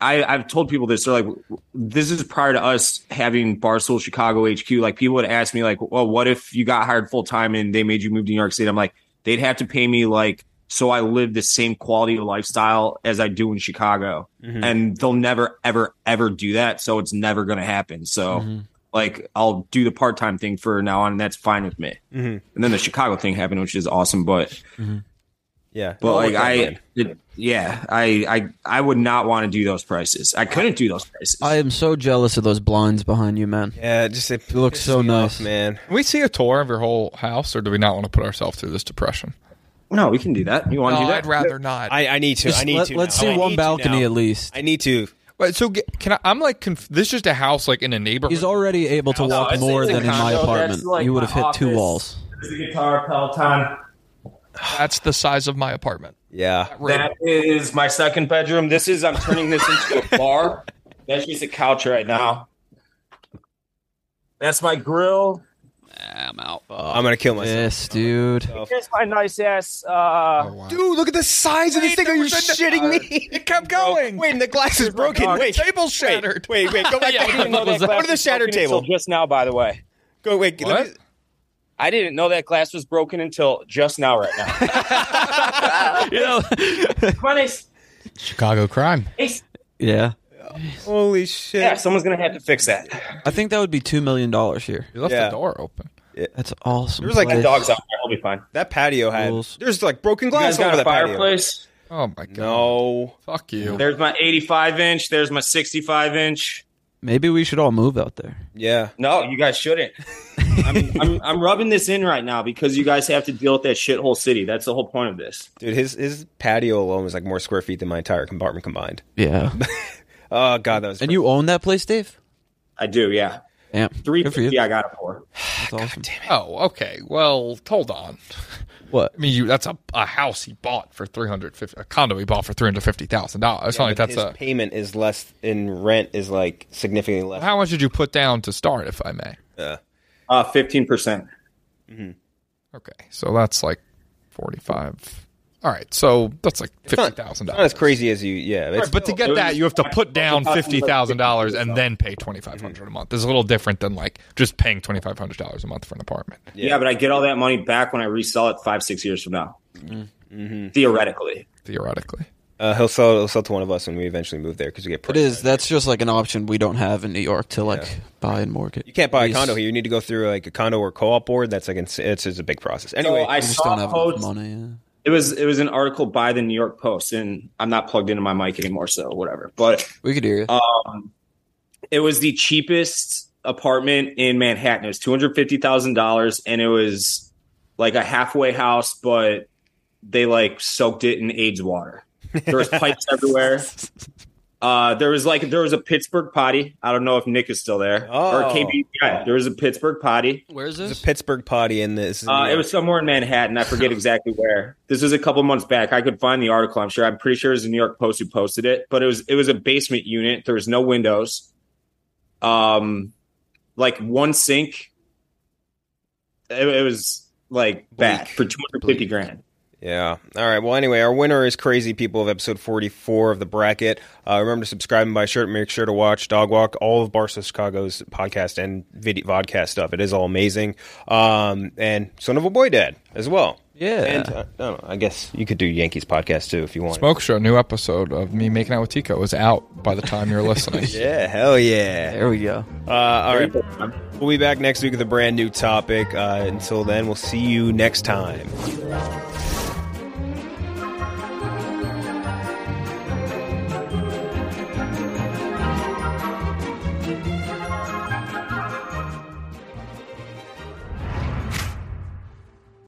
S7: I, I've told people this. They're like, this is prior to us having Barstool Chicago HQ. Like, people would ask me, like, well, what if you got hired full time and they made you move to New York City? I'm like, they'd have to pay me, like, so I live the same quality of lifestyle as I do in Chicago.
S13: Mhm.
S7: And they'll never, ever, ever do that. So, it's never going to happen. So,
S4: Mm-hmm.
S9: Mm-hmm.
S7: like, I'll do the part time thing for now on, and that's fine with me.
S4: Mhm.
S7: And then the Chicago thing happened, which is awesome. But
S9: Mm-hmm.
S4: Yeah.
S7: but
S4: Well,
S7: like
S4: look,
S7: I, it- yeah, I I I would not want to do those prices. I couldn't do those prices.
S9: I am so jealous of those blinds behind you, man.
S4: Yeah, just it
S9: looks so nice,
S4: man.
S10: Can we see a tour of your whole house, or do we not want to put ourselves through this depression?
S7: No, we can do that. You
S10: want to
S11: No,
S10: do that?
S11: I'd rather not.
S4: I, I need to.
S10: Just
S4: I need
S10: let-
S4: to.
S10: let's
S4: now.
S10: see
S4: I
S10: one
S4: need to
S10: balcony
S4: now.
S10: at least.
S4: I need to.
S10: Wait, so get, can I? I'm like, conf- this is just a house like in a neighborhood. He's
S9: already able to
S10: walk
S9: more than in my apartment. you would have hit two walls.
S7: The guitar Peloton.
S11: That's the size of my apartment.
S4: Yeah.
S7: That is my second bedroom. This is I'm turning this into (laughs) a bar. That's just a couch right now. That's my grill.
S8: I'm out.
S4: I'm gonna kill myself.
S9: Yes, dude.
S7: Here's my nice ass. Uh,
S4: Dude, look at the size of this thing. Are you shitting me?
S11: It kept going.
S4: Wait, and the glass is broken.
S7: broken.
S4: Wait,
S11: table shattered.
S4: Wait, wait, go
S7: (laughs)
S4: back.
S7: Yeah, I didn't know that
S4: go
S7: glass
S4: to the
S7: was
S4: shattered
S7: broken until
S4: table.
S7: Just now, by the way.
S4: Go wait. Let me,
S7: I didn't know that glass was broken until just now, right now.
S4: (laughs)
S7: you know, (laughs)
S12: Chicago crime.
S9: Yeah.
S4: Holy shit.
S7: Yeah, someone's gonna have to fix that.
S9: I think that would be two million dollars here.
S10: You
S7: left the Yeah. door
S10: open.
S9: That's awesome.
S4: There was like
S9: place.
S7: out there. I'll be fine.
S4: That patio had. There's like broken
S7: guys
S4: glass
S7: got
S4: over
S7: a
S4: the patio.
S7: fireplace?
S10: Oh my god.
S4: No.
S10: Fuck you.
S7: There's my 85 inch. There's my 65 inch.
S9: Maybe we should all move out there.
S4: Yeah.
S7: No, you guys shouldn't. I'm, I'm I'm rubbing this in right now because you guys have to deal with that shithole city. That's the whole point of this.
S4: Dude, his his patio alone was like more square feet than my entire compartment combined.
S9: (laughs) Yeah.
S4: Oh god, that was.
S9: and you own that place, Dave?
S7: I do. Yeah.
S9: Yeah.
S7: Three fifty. I got it for.
S9: That's awesome.
S10: Oh, okay. Well, hold on.
S9: What?
S10: I mean, you that's a, a house he bought for three hundred fifty a condo he bought for three hundred fifty thousand dollars. It's
S4: Yeah,
S10: not like
S4: but
S10: that's
S4: his
S10: a
S4: payment is less in rent is like significantly less.
S10: how much did you put down to start, if I may?
S4: Yeah. Mm-hmm.
S7: Uh, fifteen percent.
S10: Okay, so that's like forty five. All right, so that's like fifty thousand
S4: Not
S10: dollars.
S4: as crazy as you. Yeah. it's-
S10: but to get
S4: it
S10: that,
S4: was-
S10: you have to put down
S4: $50,000
S10: fifty thousand dollars and then pay twenty five hundred a month. It's a little different than like just paying twenty five hundred dollars a month for an apartment.
S7: Yeah. but I get all that money back when I resell it five six years from now.
S9: Mm-hmm.
S7: Theoretically.
S10: Theoretically.
S4: Uh, he'll sell. He'll sell to one of us when we eventually move there because we get.
S9: It is. That's just like an option we don't have in New York to like buy and mortgage.
S4: You can't buy a condo here. You need to go through like a condo or co-op board. That's like ins- it's, it's a big process. Anyway,
S7: So I saw post- It was it was an article by the New York Post, and I'm not plugged into my mic anymore, so whatever. But
S9: We could hear you.
S7: um, it was the cheapest apartment in Manhattan. It was two hundred fifty thousand dollars, and it was like a halfway house, but they like soaked it in AIDS water. There was
S4: (laughs)
S7: pipes everywhere. Uh, there was like there was a Pittsburgh potty. I don't know if Nick is still there
S4: Oh.
S7: or KB. yeah, there was a Pittsburgh potty.
S8: Where is
S4: there's a Pittsburgh potty in this. is in
S7: Uh,
S4: New
S7: it
S4: York.
S7: was somewhere in Manhattan. I
S4: (laughs)
S7: forget exactly where. This was a couple months back. I could find the article. I'm sure. I'm pretty sure it was the New York Post who posted it. But it was it was a basement unit. There was no windows. Um, like one sink. It, it was like bad for 250 grand.
S4: Yeah. All right. Well, anyway, our winner is Crazy People of episode 44 of the bracket. Uh, remember to subscribe and buy a shirt. Make sure to watch Dog Walk, all of Barstow Chicago's podcast and video vodcast stuff. It is all amazing. Um, and Son of a Boy Dad as well.
S9: Yeah.
S4: And uh, I, don't know, I guess you could do Yankees podcast too if you want.
S10: Smoke Show, new episode of me making out with Tico is out by the time you're
S4: (laughs)
S10: listening.
S4: Yeah. Hell yeah.
S9: There we go.
S4: Uh, all right. We'll be back next week with a brand new topic. Uh, until then, we'll see you next time.